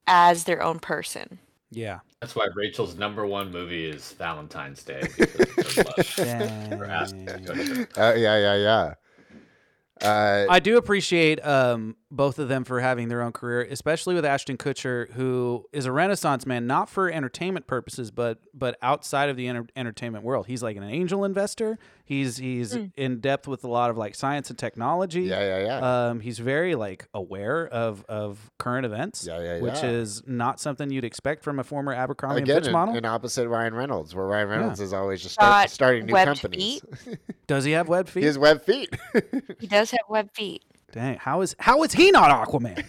Speaker 4: as their own person.
Speaker 1: Yeah.
Speaker 14: That's why Rachel's number one movie is Valentine's Day. because of her love for Aspen.
Speaker 3: Uh, yeah, yeah, yeah. Uh,
Speaker 1: I do appreciate um, both of them for having their own career, especially with Ashton Kutcher, who is a Renaissance man, not for entertainment purposes, but but outside of the enter- entertainment world. He's like an angel investor. He's he's
Speaker 3: Mm.
Speaker 1: in depth with a lot of like science and technology.
Speaker 3: Yeah, yeah, yeah.
Speaker 1: Um, he's very like aware of of current events. Yeah, yeah, Which
Speaker 3: yeah.
Speaker 1: is not something you'd expect from a former Abercrombie and
Speaker 3: Again,
Speaker 1: Fitch
Speaker 3: in,
Speaker 1: model.
Speaker 3: in opposite Ryan Reynolds, where Ryan Reynolds is always just
Speaker 4: Got
Speaker 3: start, starting new
Speaker 4: webbed
Speaker 3: companies.
Speaker 4: feet.
Speaker 1: Does he have web feet?
Speaker 3: He has web feet.
Speaker 4: He does have web feet.
Speaker 1: Dang, how is how is he not Aquaman?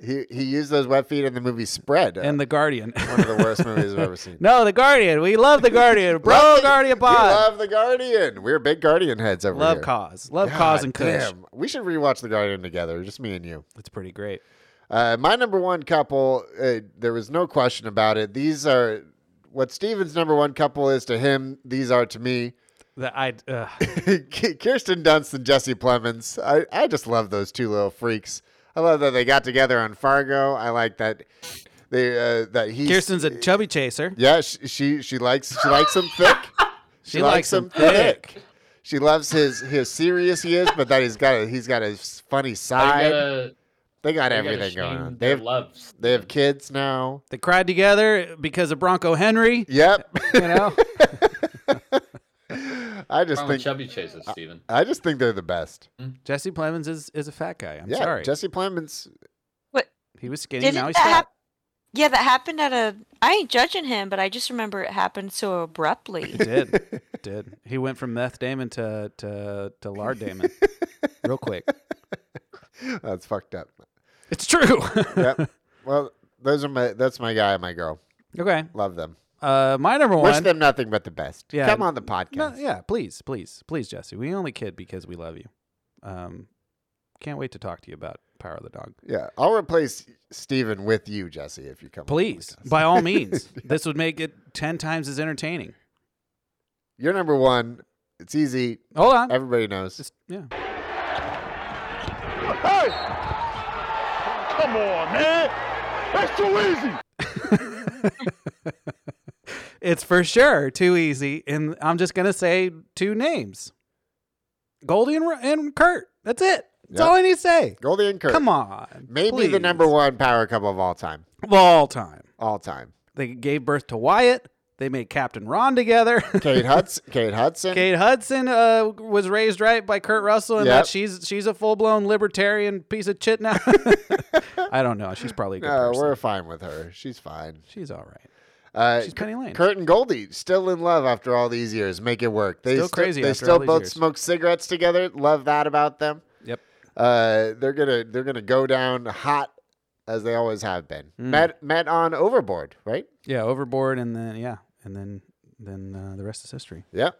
Speaker 3: he he used those web feet in the movie Spread, uh,
Speaker 1: and The Guardian.
Speaker 3: one of the worst movies I've ever seen.
Speaker 1: No, The Guardian. We love The Guardian. Bro,
Speaker 3: Love the-
Speaker 1: Guardian
Speaker 3: we
Speaker 1: Pod.
Speaker 3: love the Guardian. We're big Guardian heads over
Speaker 1: Love
Speaker 3: here.
Speaker 1: cause. Love cause and kush.
Speaker 3: damn. We should rewatch the Guardian together, just me and you.
Speaker 1: That's pretty great.
Speaker 3: Uh, my number one couple. Uh, there was no question about it. These are what Steven's number one couple is to him. These are to me.
Speaker 1: That I uh,
Speaker 3: Kirsten Dunst and Jesse Plemons. I, I just love those two little freaks. I love that they got together on Fargo. I like that they uh, that he
Speaker 1: Kirsten's a chubby chaser.
Speaker 3: yeah, she, she she likes she likes him thick.
Speaker 1: She likes him thick.
Speaker 3: She loves his his serious he is, but that he's got a, he's got a s- funny side.
Speaker 14: gotta-
Speaker 3: They got
Speaker 14: they gotta
Speaker 3: everything going
Speaker 14: shame
Speaker 3: on. They
Speaker 14: their
Speaker 3: have
Speaker 14: loves.
Speaker 3: they have kids now.
Speaker 1: They cried together because of Bronco Henry.
Speaker 3: Yep.
Speaker 1: You know?
Speaker 3: I just
Speaker 14: Wrong with
Speaker 3: think
Speaker 14: chubby
Speaker 3: uh,
Speaker 14: chases, Steven.
Speaker 3: I just think they're the best.
Speaker 1: Jesse Plemons is, is a fat guy. I'm
Speaker 3: yeah,
Speaker 1: Mm, sorry.
Speaker 3: Jesse Plemons.
Speaker 1: he was skinny.
Speaker 4: Didn't
Speaker 1: now he's
Speaker 4: that
Speaker 1: fat.
Speaker 4: hap- Yeah, that happened at a. I ain't judging him, but I just remember it happened so abruptly.
Speaker 1: It did. It did. He went from meth Damon to, to, to lard Damon real quick.
Speaker 3: That's fucked up.
Speaker 1: It's true.
Speaker 3: Yep. well, those are my that's my guy and my girl.
Speaker 1: Okay.
Speaker 3: Love them.
Speaker 1: Uh, my number
Speaker 3: Wish
Speaker 1: one.
Speaker 3: them nothing but the best.
Speaker 1: Yeah.
Speaker 3: Come on the podcast.
Speaker 1: No, yeah, please, please, please, Jesse. We only kid because we love you. Um, can't wait to talk to you about Power of the Dog.
Speaker 3: Yeah, I'll replace Steven with you, Jesse, if you come. on the
Speaker 1: Please,
Speaker 3: podcast.
Speaker 1: by all means, this would make it ten times as entertaining.
Speaker 3: You're number one. It's easy.
Speaker 1: Hold on.
Speaker 3: Everybody knows.
Speaker 1: Yeah.
Speaker 7: Hey! Come on, man! That's too easy!
Speaker 1: It's for sure too easy, and I'm just gonna say two names: Goldie and, Ro- and Kurt. That's it. That's
Speaker 3: Yep.
Speaker 1: all I need to say.
Speaker 3: Goldie and Kurt.
Speaker 1: Come on,
Speaker 3: Maybe the
Speaker 1: please.
Speaker 3: number one power couple of all time.
Speaker 1: of all time.
Speaker 3: All time.
Speaker 1: They gave birth to Wyatt. They made Captain Ron together.
Speaker 3: Kate Hudson. Kate Hudson.
Speaker 1: Kate Hudson uh, was raised right by Kurt Russell, and
Speaker 3: Yep.
Speaker 1: that she's she's a full blown libertarian piece of chit now. I don't know. She's probably a good
Speaker 3: No,
Speaker 1: person.
Speaker 3: Uh, we're fine with her. She's fine.
Speaker 1: She's all right.
Speaker 3: Uh,
Speaker 1: She's Penny Lane.
Speaker 3: Kurt and Goldie still in love after all these years. Make it work. They
Speaker 1: Still crazy
Speaker 3: They
Speaker 1: after
Speaker 3: still
Speaker 1: all these
Speaker 3: both
Speaker 1: years.
Speaker 3: smoke cigarettes together. Love that about them.
Speaker 1: Yep.
Speaker 3: Uh, they're gonna they're gonna go down hot as they always have been.
Speaker 1: Hmm.
Speaker 3: Met met on Overboard, right?
Speaker 1: Yeah, overboard, and then yeah, and then then uh, the rest is history.
Speaker 3: Yeah.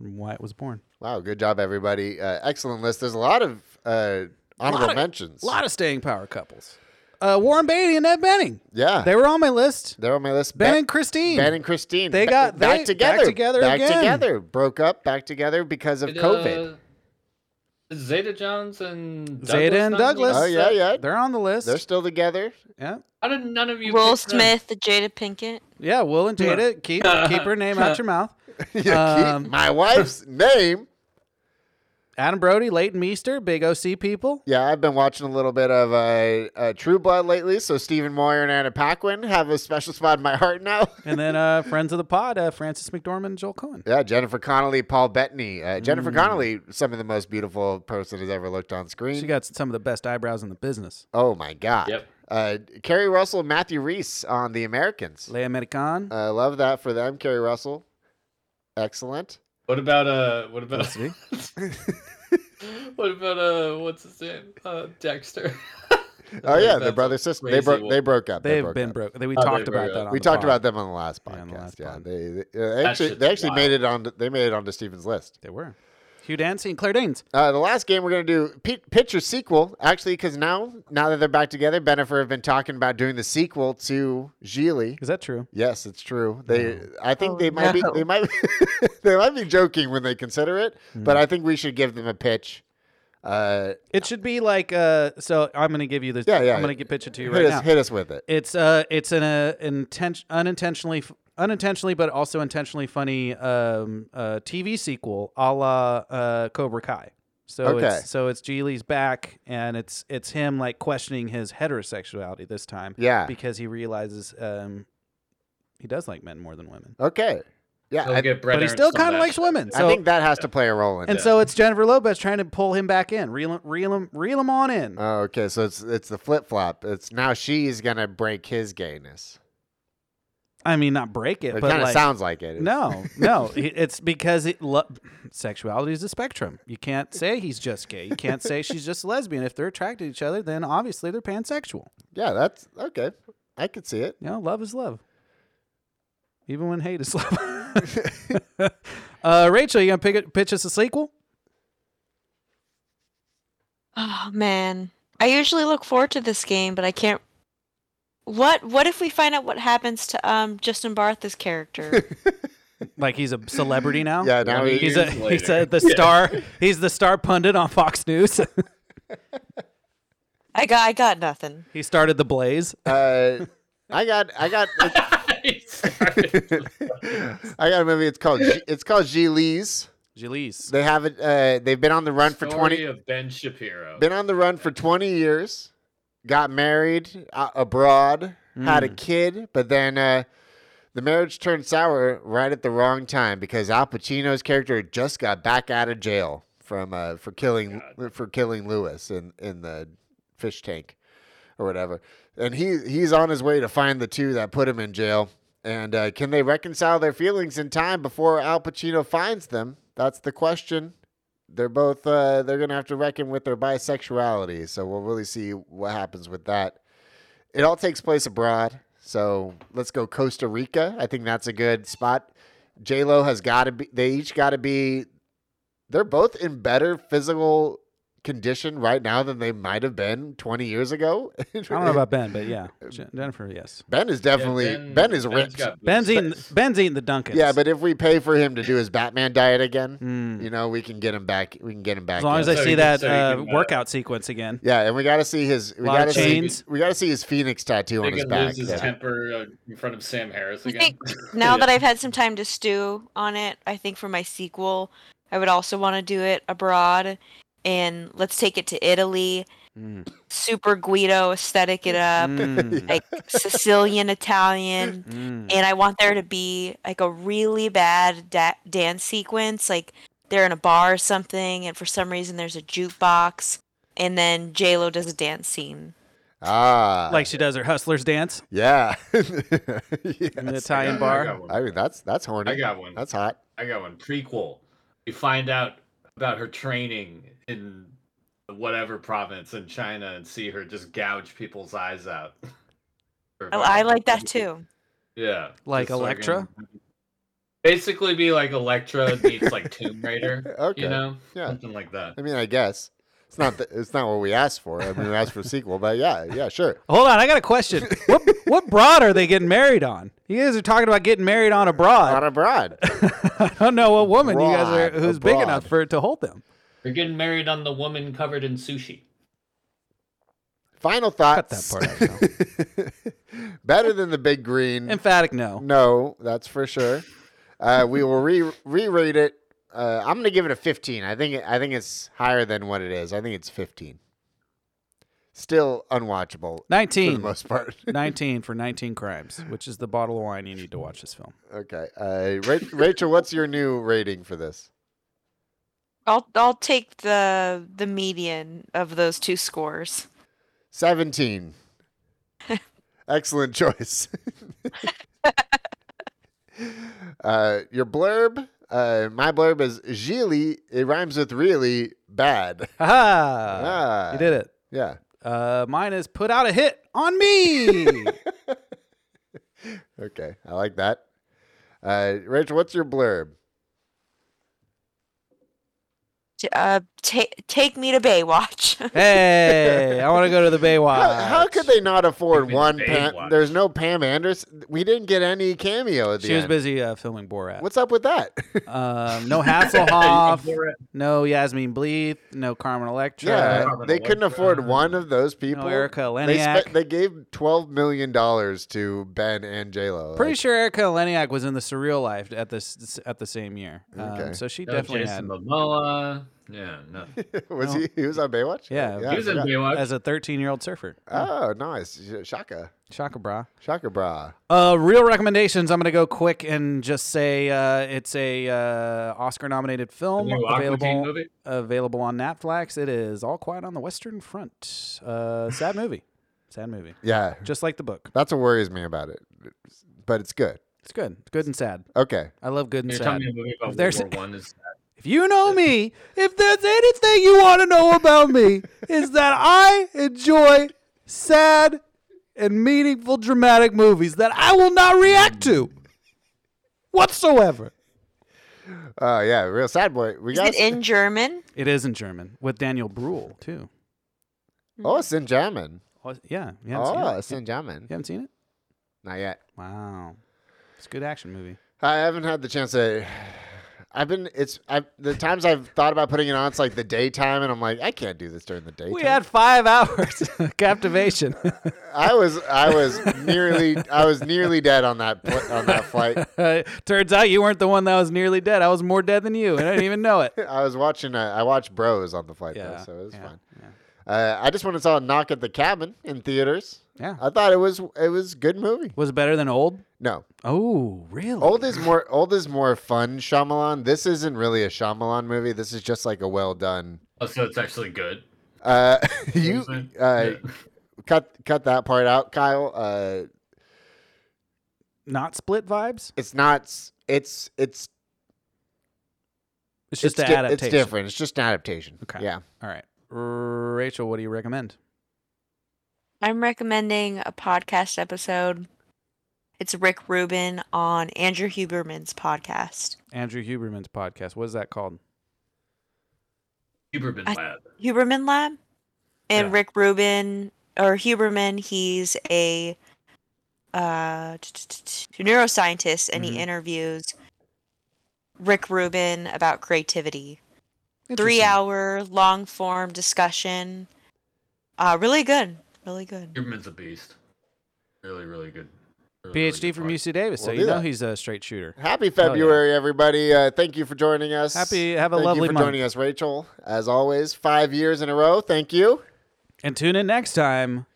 Speaker 1: And Wyatt was born.
Speaker 3: Wow, good job, everybody. Uh, excellent list. There's a lot of uh, honorable
Speaker 1: Lot of-
Speaker 3: mentions.
Speaker 1: A lot of staying power couples. Uh, Warren Beatty and Ed Benning.
Speaker 3: yeah,
Speaker 1: They were on my list.
Speaker 3: they're on my list.
Speaker 1: Ben
Speaker 3: Ba-
Speaker 1: and Christine.
Speaker 3: Ben and Christine.
Speaker 1: They
Speaker 3: Ba-
Speaker 1: got-
Speaker 3: back
Speaker 1: they-
Speaker 3: together.
Speaker 1: back together
Speaker 3: Back
Speaker 1: again.
Speaker 3: together. Broke up. Back together because of
Speaker 14: Did,
Speaker 3: COVID.
Speaker 14: uh, is uh, Zeta Jones and Douglas
Speaker 1: Zeta and
Speaker 14: not on the
Speaker 1: Douglas.
Speaker 3: oh
Speaker 14: list?
Speaker 3: yeah, yeah.
Speaker 1: They're on the list.
Speaker 3: They're still together.
Speaker 1: yeah,
Speaker 14: How did none of you?
Speaker 4: Will
Speaker 14: pick them?
Speaker 5: uh,
Speaker 4: Smith, Jada Pinkett.
Speaker 1: yeah. Will and Jada keep keep her name out your mouth.
Speaker 3: Yeah, keep
Speaker 1: Um,
Speaker 3: my wife's name.
Speaker 1: Adam Brody, Leighton Meester, big OC people.
Speaker 3: Yeah, I've been watching a little bit of uh, uh, True Blood lately, so Stephen Moyer and Anna Paquin have a special spot in my heart now.
Speaker 1: And then uh, friends of the pod, uh, Francis McDormand and Joel Cohen.
Speaker 3: yeah, Jennifer Connelly, Paul Bettany. Uh, Jennifer Connelly, some of the most beautiful person has ever looked on screen.
Speaker 1: She got some of the best eyebrows in the business.
Speaker 3: oh my God.
Speaker 14: Yep.
Speaker 3: Uh, Carrie Russell, Matthew Reese on The Americans.
Speaker 1: Le American.
Speaker 3: I love that for them. Carrie Russell, excellent.
Speaker 14: What about uh? What about
Speaker 1: Felicity.
Speaker 14: what about uh? What's his name? Uh, Dexter.
Speaker 3: Oh
Speaker 14: Like,
Speaker 3: yeah, the
Speaker 14: that's
Speaker 3: brother sister. They
Speaker 14: crazy
Speaker 3: broke.
Speaker 14: one.
Speaker 3: They broke up. They
Speaker 1: They've
Speaker 3: broke
Speaker 1: been
Speaker 3: up.
Speaker 1: broke. They, we
Speaker 14: Oh, they
Speaker 1: talked
Speaker 14: broke
Speaker 1: about that.
Speaker 14: up.
Speaker 1: On
Speaker 3: We
Speaker 1: the
Speaker 3: talked
Speaker 1: pod.
Speaker 3: about them on the last
Speaker 1: Yeah, on the
Speaker 3: podcast.
Speaker 1: last
Speaker 3: Yeah,
Speaker 1: pod.
Speaker 3: they, they, uh, actually
Speaker 14: shit's
Speaker 3: they actually
Speaker 14: wild.
Speaker 3: made it on. They made it onto Stephen's list.
Speaker 1: They were Hugh Dancy and Claire Danes.
Speaker 3: Uh, the last game we're going to do pi- picture sequel, actually, because now now that they're back together, Benifer have been talking about doing the sequel to Gigli.
Speaker 1: Is that true?
Speaker 3: Yes, it's true. They, I think they might be they might they might be joking when they consider it,
Speaker 1: Hmm.
Speaker 3: but I think we should give them a pitch. Uh,
Speaker 1: It should be like uh so I'm going to give you this
Speaker 3: Yeah, yeah.
Speaker 1: I'm going to pitch it to you
Speaker 3: Hit
Speaker 1: right
Speaker 3: us-
Speaker 1: now.
Speaker 3: hit us with it.
Speaker 1: It's uh it's an uh, inten- unintentionally unintentionally but also intentionally funny um uh TV sequel a la uh Cobra Kai. So
Speaker 3: Okay.
Speaker 1: it's so it's Geely's back and it's it's him like questioning his heterosexuality this time.
Speaker 3: Yeah.
Speaker 1: Because he realizes um he does like men more than women.
Speaker 3: okay, yeah,
Speaker 1: They'll
Speaker 3: I-
Speaker 1: get Brett But he Ernst still on kinda that. likes women,
Speaker 3: I
Speaker 1: so-
Speaker 3: think that has to play a role in
Speaker 1: And
Speaker 3: it.
Speaker 1: so it's Jennifer Lopez trying to pull him back in, reel him, reel him, reel him on in.
Speaker 3: Oh, okay, so it's it's the flip flop. It's now she's gonna break his gayness.
Speaker 1: I mean, not break it,
Speaker 3: It
Speaker 1: but
Speaker 3: kinda
Speaker 1: like,
Speaker 3: sounds like it.
Speaker 1: No, no, it- it's because it lo- sexuality is a spectrum. You can't say he's just gay. You can't say she's just a lesbian. If they're attracted to each other, then obviously they're pansexual.
Speaker 3: Yeah, that's okay. I could see it.
Speaker 1: You know, love is love, even when hate is love. uh, Rachel, you gonna pick it, pitch us a sequel?
Speaker 4: Oh man, I usually look forward to this game, but I can't. What What if we find out what happens to um Justin Bartha's character?
Speaker 1: Like he's a celebrity now?
Speaker 3: Yeah, now he-
Speaker 1: he's a
Speaker 3: Years
Speaker 1: he's
Speaker 3: later.
Speaker 1: a, the
Speaker 3: Yeah.
Speaker 1: star. He's the star pundit on Fox News.
Speaker 4: I got I got nothing.
Speaker 1: he started the Blaze.
Speaker 3: Uh, I got I got I got a movie. It's called G- it's called Gilles.
Speaker 1: Gilles.
Speaker 3: They haven't. Uh, they've been on the run for
Speaker 14: Story
Speaker 3: twenty.
Speaker 14: of Ben Shapiro.
Speaker 3: Been on the run for twenty years. Got married uh, abroad. Had a
Speaker 14: Mm.
Speaker 3: kid, but then uh, the marriage turned sour right at the wrong time because Al Pacino's character just got back out of jail from uh, for killing for killing Lewis in in the fish tank or whatever. And he he's on his way to find the two that put him in jail. And uh, can they reconcile their feelings in time before Al Pacino finds them? That's the question. They're both uh, they're gonna have to reckon with their bisexuality. So we'll really see what happens with that. It all takes place abroad. So let's go Costa Rica. I think that's a good spot. J Lo has got to be. They each got to be they're both in better physical condition right now than they might have been 20 years ago. I
Speaker 1: I don't know about Ben, but yeah,
Speaker 3: Uh,
Speaker 1: Jen- Jennifer, yes.
Speaker 3: Ben is definitely ben,
Speaker 1: Ben-
Speaker 3: is
Speaker 1: Ben's
Speaker 3: ripped.
Speaker 1: got boobs. Ben's eating- Ben's eating the Dunkins.
Speaker 3: Yeah, but if we pay for him to do his Batman diet again,
Speaker 1: Hmm.
Speaker 3: you know, we can get him back. We can get him back.
Speaker 1: Mm-hmm. As long
Speaker 3: in.
Speaker 1: as I see that uh, workout sequence again.
Speaker 3: Yeah, and we got to see his. We
Speaker 1: Lot of
Speaker 3: got to see.
Speaker 1: chains.
Speaker 3: We got to see his phoenix tattoo on
Speaker 14: They
Speaker 3: his
Speaker 14: could
Speaker 3: back.
Speaker 14: lose his
Speaker 3: yeah.
Speaker 14: temper uh, in front of Sam Harris
Speaker 4: I
Speaker 14: again.
Speaker 4: think now that I've had some time to stew on it, I think for my sequel, I would also want to do it abroad, and let's take it to Italy.
Speaker 3: Hmm.
Speaker 4: Super Guido aesthetic it up,
Speaker 10: Mm.
Speaker 4: like Sicilian Italian,
Speaker 10: Mm.
Speaker 4: and I want there to be like a really bad da- dance sequence, like they're in a bar or something, and for some reason there's a jukebox, and then J Lo does a dance scene.
Speaker 3: Ah,
Speaker 1: Mm. like she does her hustlers dance.
Speaker 3: Yeah,
Speaker 1: an Italian
Speaker 14: I got
Speaker 1: bar.
Speaker 14: one.
Speaker 3: I mean, that's that's horny.
Speaker 14: I got one.
Speaker 3: That's hot.
Speaker 14: I got one. Prequel. You find out about her training in whatever province in China and see her just gouge people's eyes out. Or
Speaker 4: Oh, I like that too.
Speaker 14: Yeah.
Speaker 1: Like
Speaker 14: just
Speaker 1: Elektra?
Speaker 14: fucking- Basically be like Electra meets like Tomb Raider.
Speaker 3: Okay.
Speaker 14: You know?
Speaker 3: Yeah.
Speaker 14: Something like that.
Speaker 3: I mean, I guess it's not. The, it's not what we asked for. I mean, we asked for a sequel, but yeah, yeah, sure.
Speaker 1: Hold on, I got a question. what what broad are they getting married on? You guys are talking about getting married on a broad. On
Speaker 3: a broad.
Speaker 1: I don't know what woman you guys are
Speaker 14: Broad,
Speaker 1: who's
Speaker 14: a
Speaker 1: big
Speaker 14: broad.
Speaker 1: enough for it to hold them.
Speaker 14: You're getting married on the woman covered in sushi.
Speaker 3: Final thoughts. Better than the big green.
Speaker 1: Emphatic no.
Speaker 3: No, that's for sure. Uh, we will re re-rate it. Uh, I'm gonna give it a 15. I think it- I think it's higher than what it is. I think it's 15. Still unwatchable.
Speaker 1: Nineteen
Speaker 3: for the most part.
Speaker 1: Nineteen for nineteen crimes, which is the bottle of wine you need to watch this film.
Speaker 3: Okay. Uh, Ra- Rachel, what's your new rating for this?
Speaker 4: I'll I'll take the the median of those two scores.
Speaker 3: 17. Excellent choice. uh, your blurb, uh, my blurb is Gili. It rhymes with really bad.
Speaker 1: Aha! You did it.
Speaker 3: Yeah.
Speaker 1: Uh, mine is put out a hit on me.
Speaker 3: Okay. I like that. Uh, Rachel, what's your blurb?
Speaker 4: t- uh, ta take me to Baywatch.
Speaker 1: Hey, I want to go to the Baywatch.
Speaker 3: How, how could they not afford one? Pam, there's no Pam Anderson. We didn't get any cameo at the
Speaker 1: She was
Speaker 3: end.
Speaker 1: busy uh, filming Borat.
Speaker 3: What's up with that?
Speaker 1: Um, no Hasselhoff, no Yasmin Bleeth, no Carmen Electra.
Speaker 3: yeah, they couldn't afford one of those people.
Speaker 1: Erica
Speaker 3: They,
Speaker 1: Leniak.
Speaker 3: they gave twelve million dollars to Ben and J Lo.
Speaker 1: Pretty sure Erica Leniak was in the Surreal Life at this at the same year. Um,
Speaker 3: Okay.
Speaker 1: so she
Speaker 3: No
Speaker 1: definitely
Speaker 3: Jason
Speaker 1: had.
Speaker 14: Momoa. Yeah, no.
Speaker 3: was
Speaker 1: No.
Speaker 3: he? He was uh, on Baywatch.
Speaker 1: Yeah,
Speaker 3: I forgot.
Speaker 1: as a 13 year old surfer.
Speaker 3: Oh, nice. Shaka.
Speaker 1: Shaka bra.
Speaker 3: Shaka bra.
Speaker 1: Uh, real recommendations. I'm gonna go quick and just say uh, it's a uh, Oscar-nominated film
Speaker 14: The new Aqua Teen
Speaker 1: available
Speaker 14: movie?
Speaker 1: available on Netflix. It is All Quiet on the Western Front. Uh, sad movie. Sad movie.
Speaker 3: Yeah.
Speaker 1: Just like the book.
Speaker 3: That's what worries me about it. But it's good.
Speaker 1: It's good. It's good and sad.
Speaker 3: Okay.
Speaker 1: I love good and
Speaker 14: You're
Speaker 1: sad.
Speaker 14: telling me a movie about World
Speaker 1: If there's-
Speaker 14: War One is
Speaker 1: If you know me, if there's anything you want to know about me, is that I enjoy sad and meaningful dramatic movies that I will not react to whatsoever.
Speaker 3: Oh yeah, real sad boy. We
Speaker 4: Is
Speaker 3: got
Speaker 4: it in German?
Speaker 1: It is in German with Daniel Bruhl too.
Speaker 3: Oh, it's in German.
Speaker 1: Oh, yeah, you haven't seen
Speaker 3: Oh,
Speaker 1: it?
Speaker 3: it's in German.
Speaker 1: You haven't seen it?
Speaker 3: Not yet.
Speaker 1: Wow, it's a good action movie.
Speaker 3: I haven't had the chance to. I've been. It's. I the times I've thought about putting it on. It's like the daytime, and I'm like, I can't do this during the daytime.
Speaker 1: We had five hours of captivation.
Speaker 3: I was. I was nearly. I was nearly dead on that. pl- On that flight.
Speaker 1: Turns out you weren't the one that was nearly dead. I was more dead than you, and I didn't even know it.
Speaker 3: I was watching. Uh, I watched Bros on the flight
Speaker 1: Yeah,
Speaker 3: though, so it was
Speaker 1: yeah,
Speaker 3: fun. Uh, I just went and saw Knock at the Cabin in theaters.
Speaker 1: Yeah.
Speaker 3: I thought it was. It was a good movie.
Speaker 1: Was it better than old?
Speaker 3: No.
Speaker 1: Oh, really?
Speaker 3: Old is more old is more fun Shyamalan. This isn't really a Shyamalan movie. This is just like a well done.
Speaker 14: Oh, so it's actually good.
Speaker 3: Uh, you
Speaker 14: What is it?
Speaker 3: uh,
Speaker 14: Yeah.
Speaker 3: cut cut that part out, Kyle. Uh,
Speaker 1: Not split vibes.
Speaker 3: it's not. s- It's it's
Speaker 1: It's just
Speaker 3: it's
Speaker 1: an
Speaker 3: di-
Speaker 1: adaptation.
Speaker 3: It's different. It's just an adaptation.
Speaker 1: Okay.
Speaker 3: Yeah.
Speaker 1: All right, Rachel, what do you recommend?
Speaker 4: I'm recommending a podcast episode. It's Rick Rubin on Andrew Huberman's podcast.
Speaker 1: Andrew Huberman's podcast. What is that called?
Speaker 14: Huberman
Speaker 4: I-
Speaker 14: Lab.
Speaker 4: Huberman Lab. And
Speaker 1: Yeah.
Speaker 4: Rick Rubin or Huberman, he's a uh, t- t- t- t- neuroscientist and
Speaker 1: Mhm.
Speaker 4: he interviews Rick Rubin about creativity. Three
Speaker 1: Interesting.
Speaker 4: hour long form discussion. Uh, really good. Really good.
Speaker 14: Huberman's a beast. Really, really good. Really, really
Speaker 1: PhD
Speaker 14: good
Speaker 1: from
Speaker 14: part.
Speaker 1: UC Davis, so
Speaker 3: We'll
Speaker 1: you
Speaker 3: do
Speaker 1: know
Speaker 3: that.
Speaker 1: he's a straight shooter.
Speaker 3: Happy
Speaker 1: Hell yeah.
Speaker 3: February, everybody! Uh, thank you for joining us.
Speaker 1: Happy- have a
Speaker 3: Thank
Speaker 1: lovely
Speaker 3: you for
Speaker 1: month.
Speaker 3: joining us, Rachel. As always, five years in a row. Thank you.
Speaker 1: And tune in next time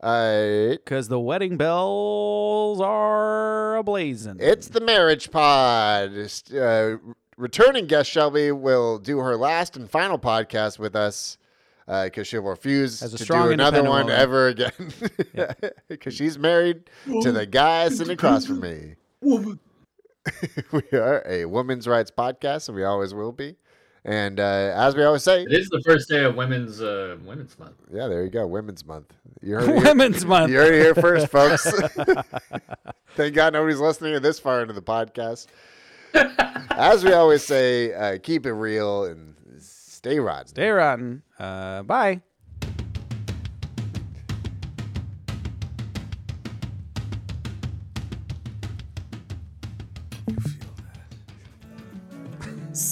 Speaker 3: Uh,
Speaker 1: because the wedding bells are ablazing.
Speaker 3: It's the marriage pod. Uh, returning guest Shelby will do her last and final podcast with us because she'll refuse
Speaker 1: As a
Speaker 3: to
Speaker 1: strong,
Speaker 3: do another
Speaker 1: independent
Speaker 3: one
Speaker 1: woman.
Speaker 3: ever again because she's married to the guy sitting across from me. we are a women's rights podcast, and we always will be. And uh, as we always say,
Speaker 14: It is the first day of Women's uh, Women's Month.
Speaker 3: yeah, there you go, Women's Month. You heard it here-
Speaker 1: Women's month.
Speaker 3: you heard it here first, folks. Thank God nobody's listening to this far into the podcast. As we always say, uh, keep it real and stay rotten.
Speaker 1: Stay rotten. Uh, bye.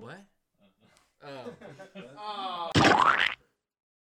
Speaker 16: What? Oh.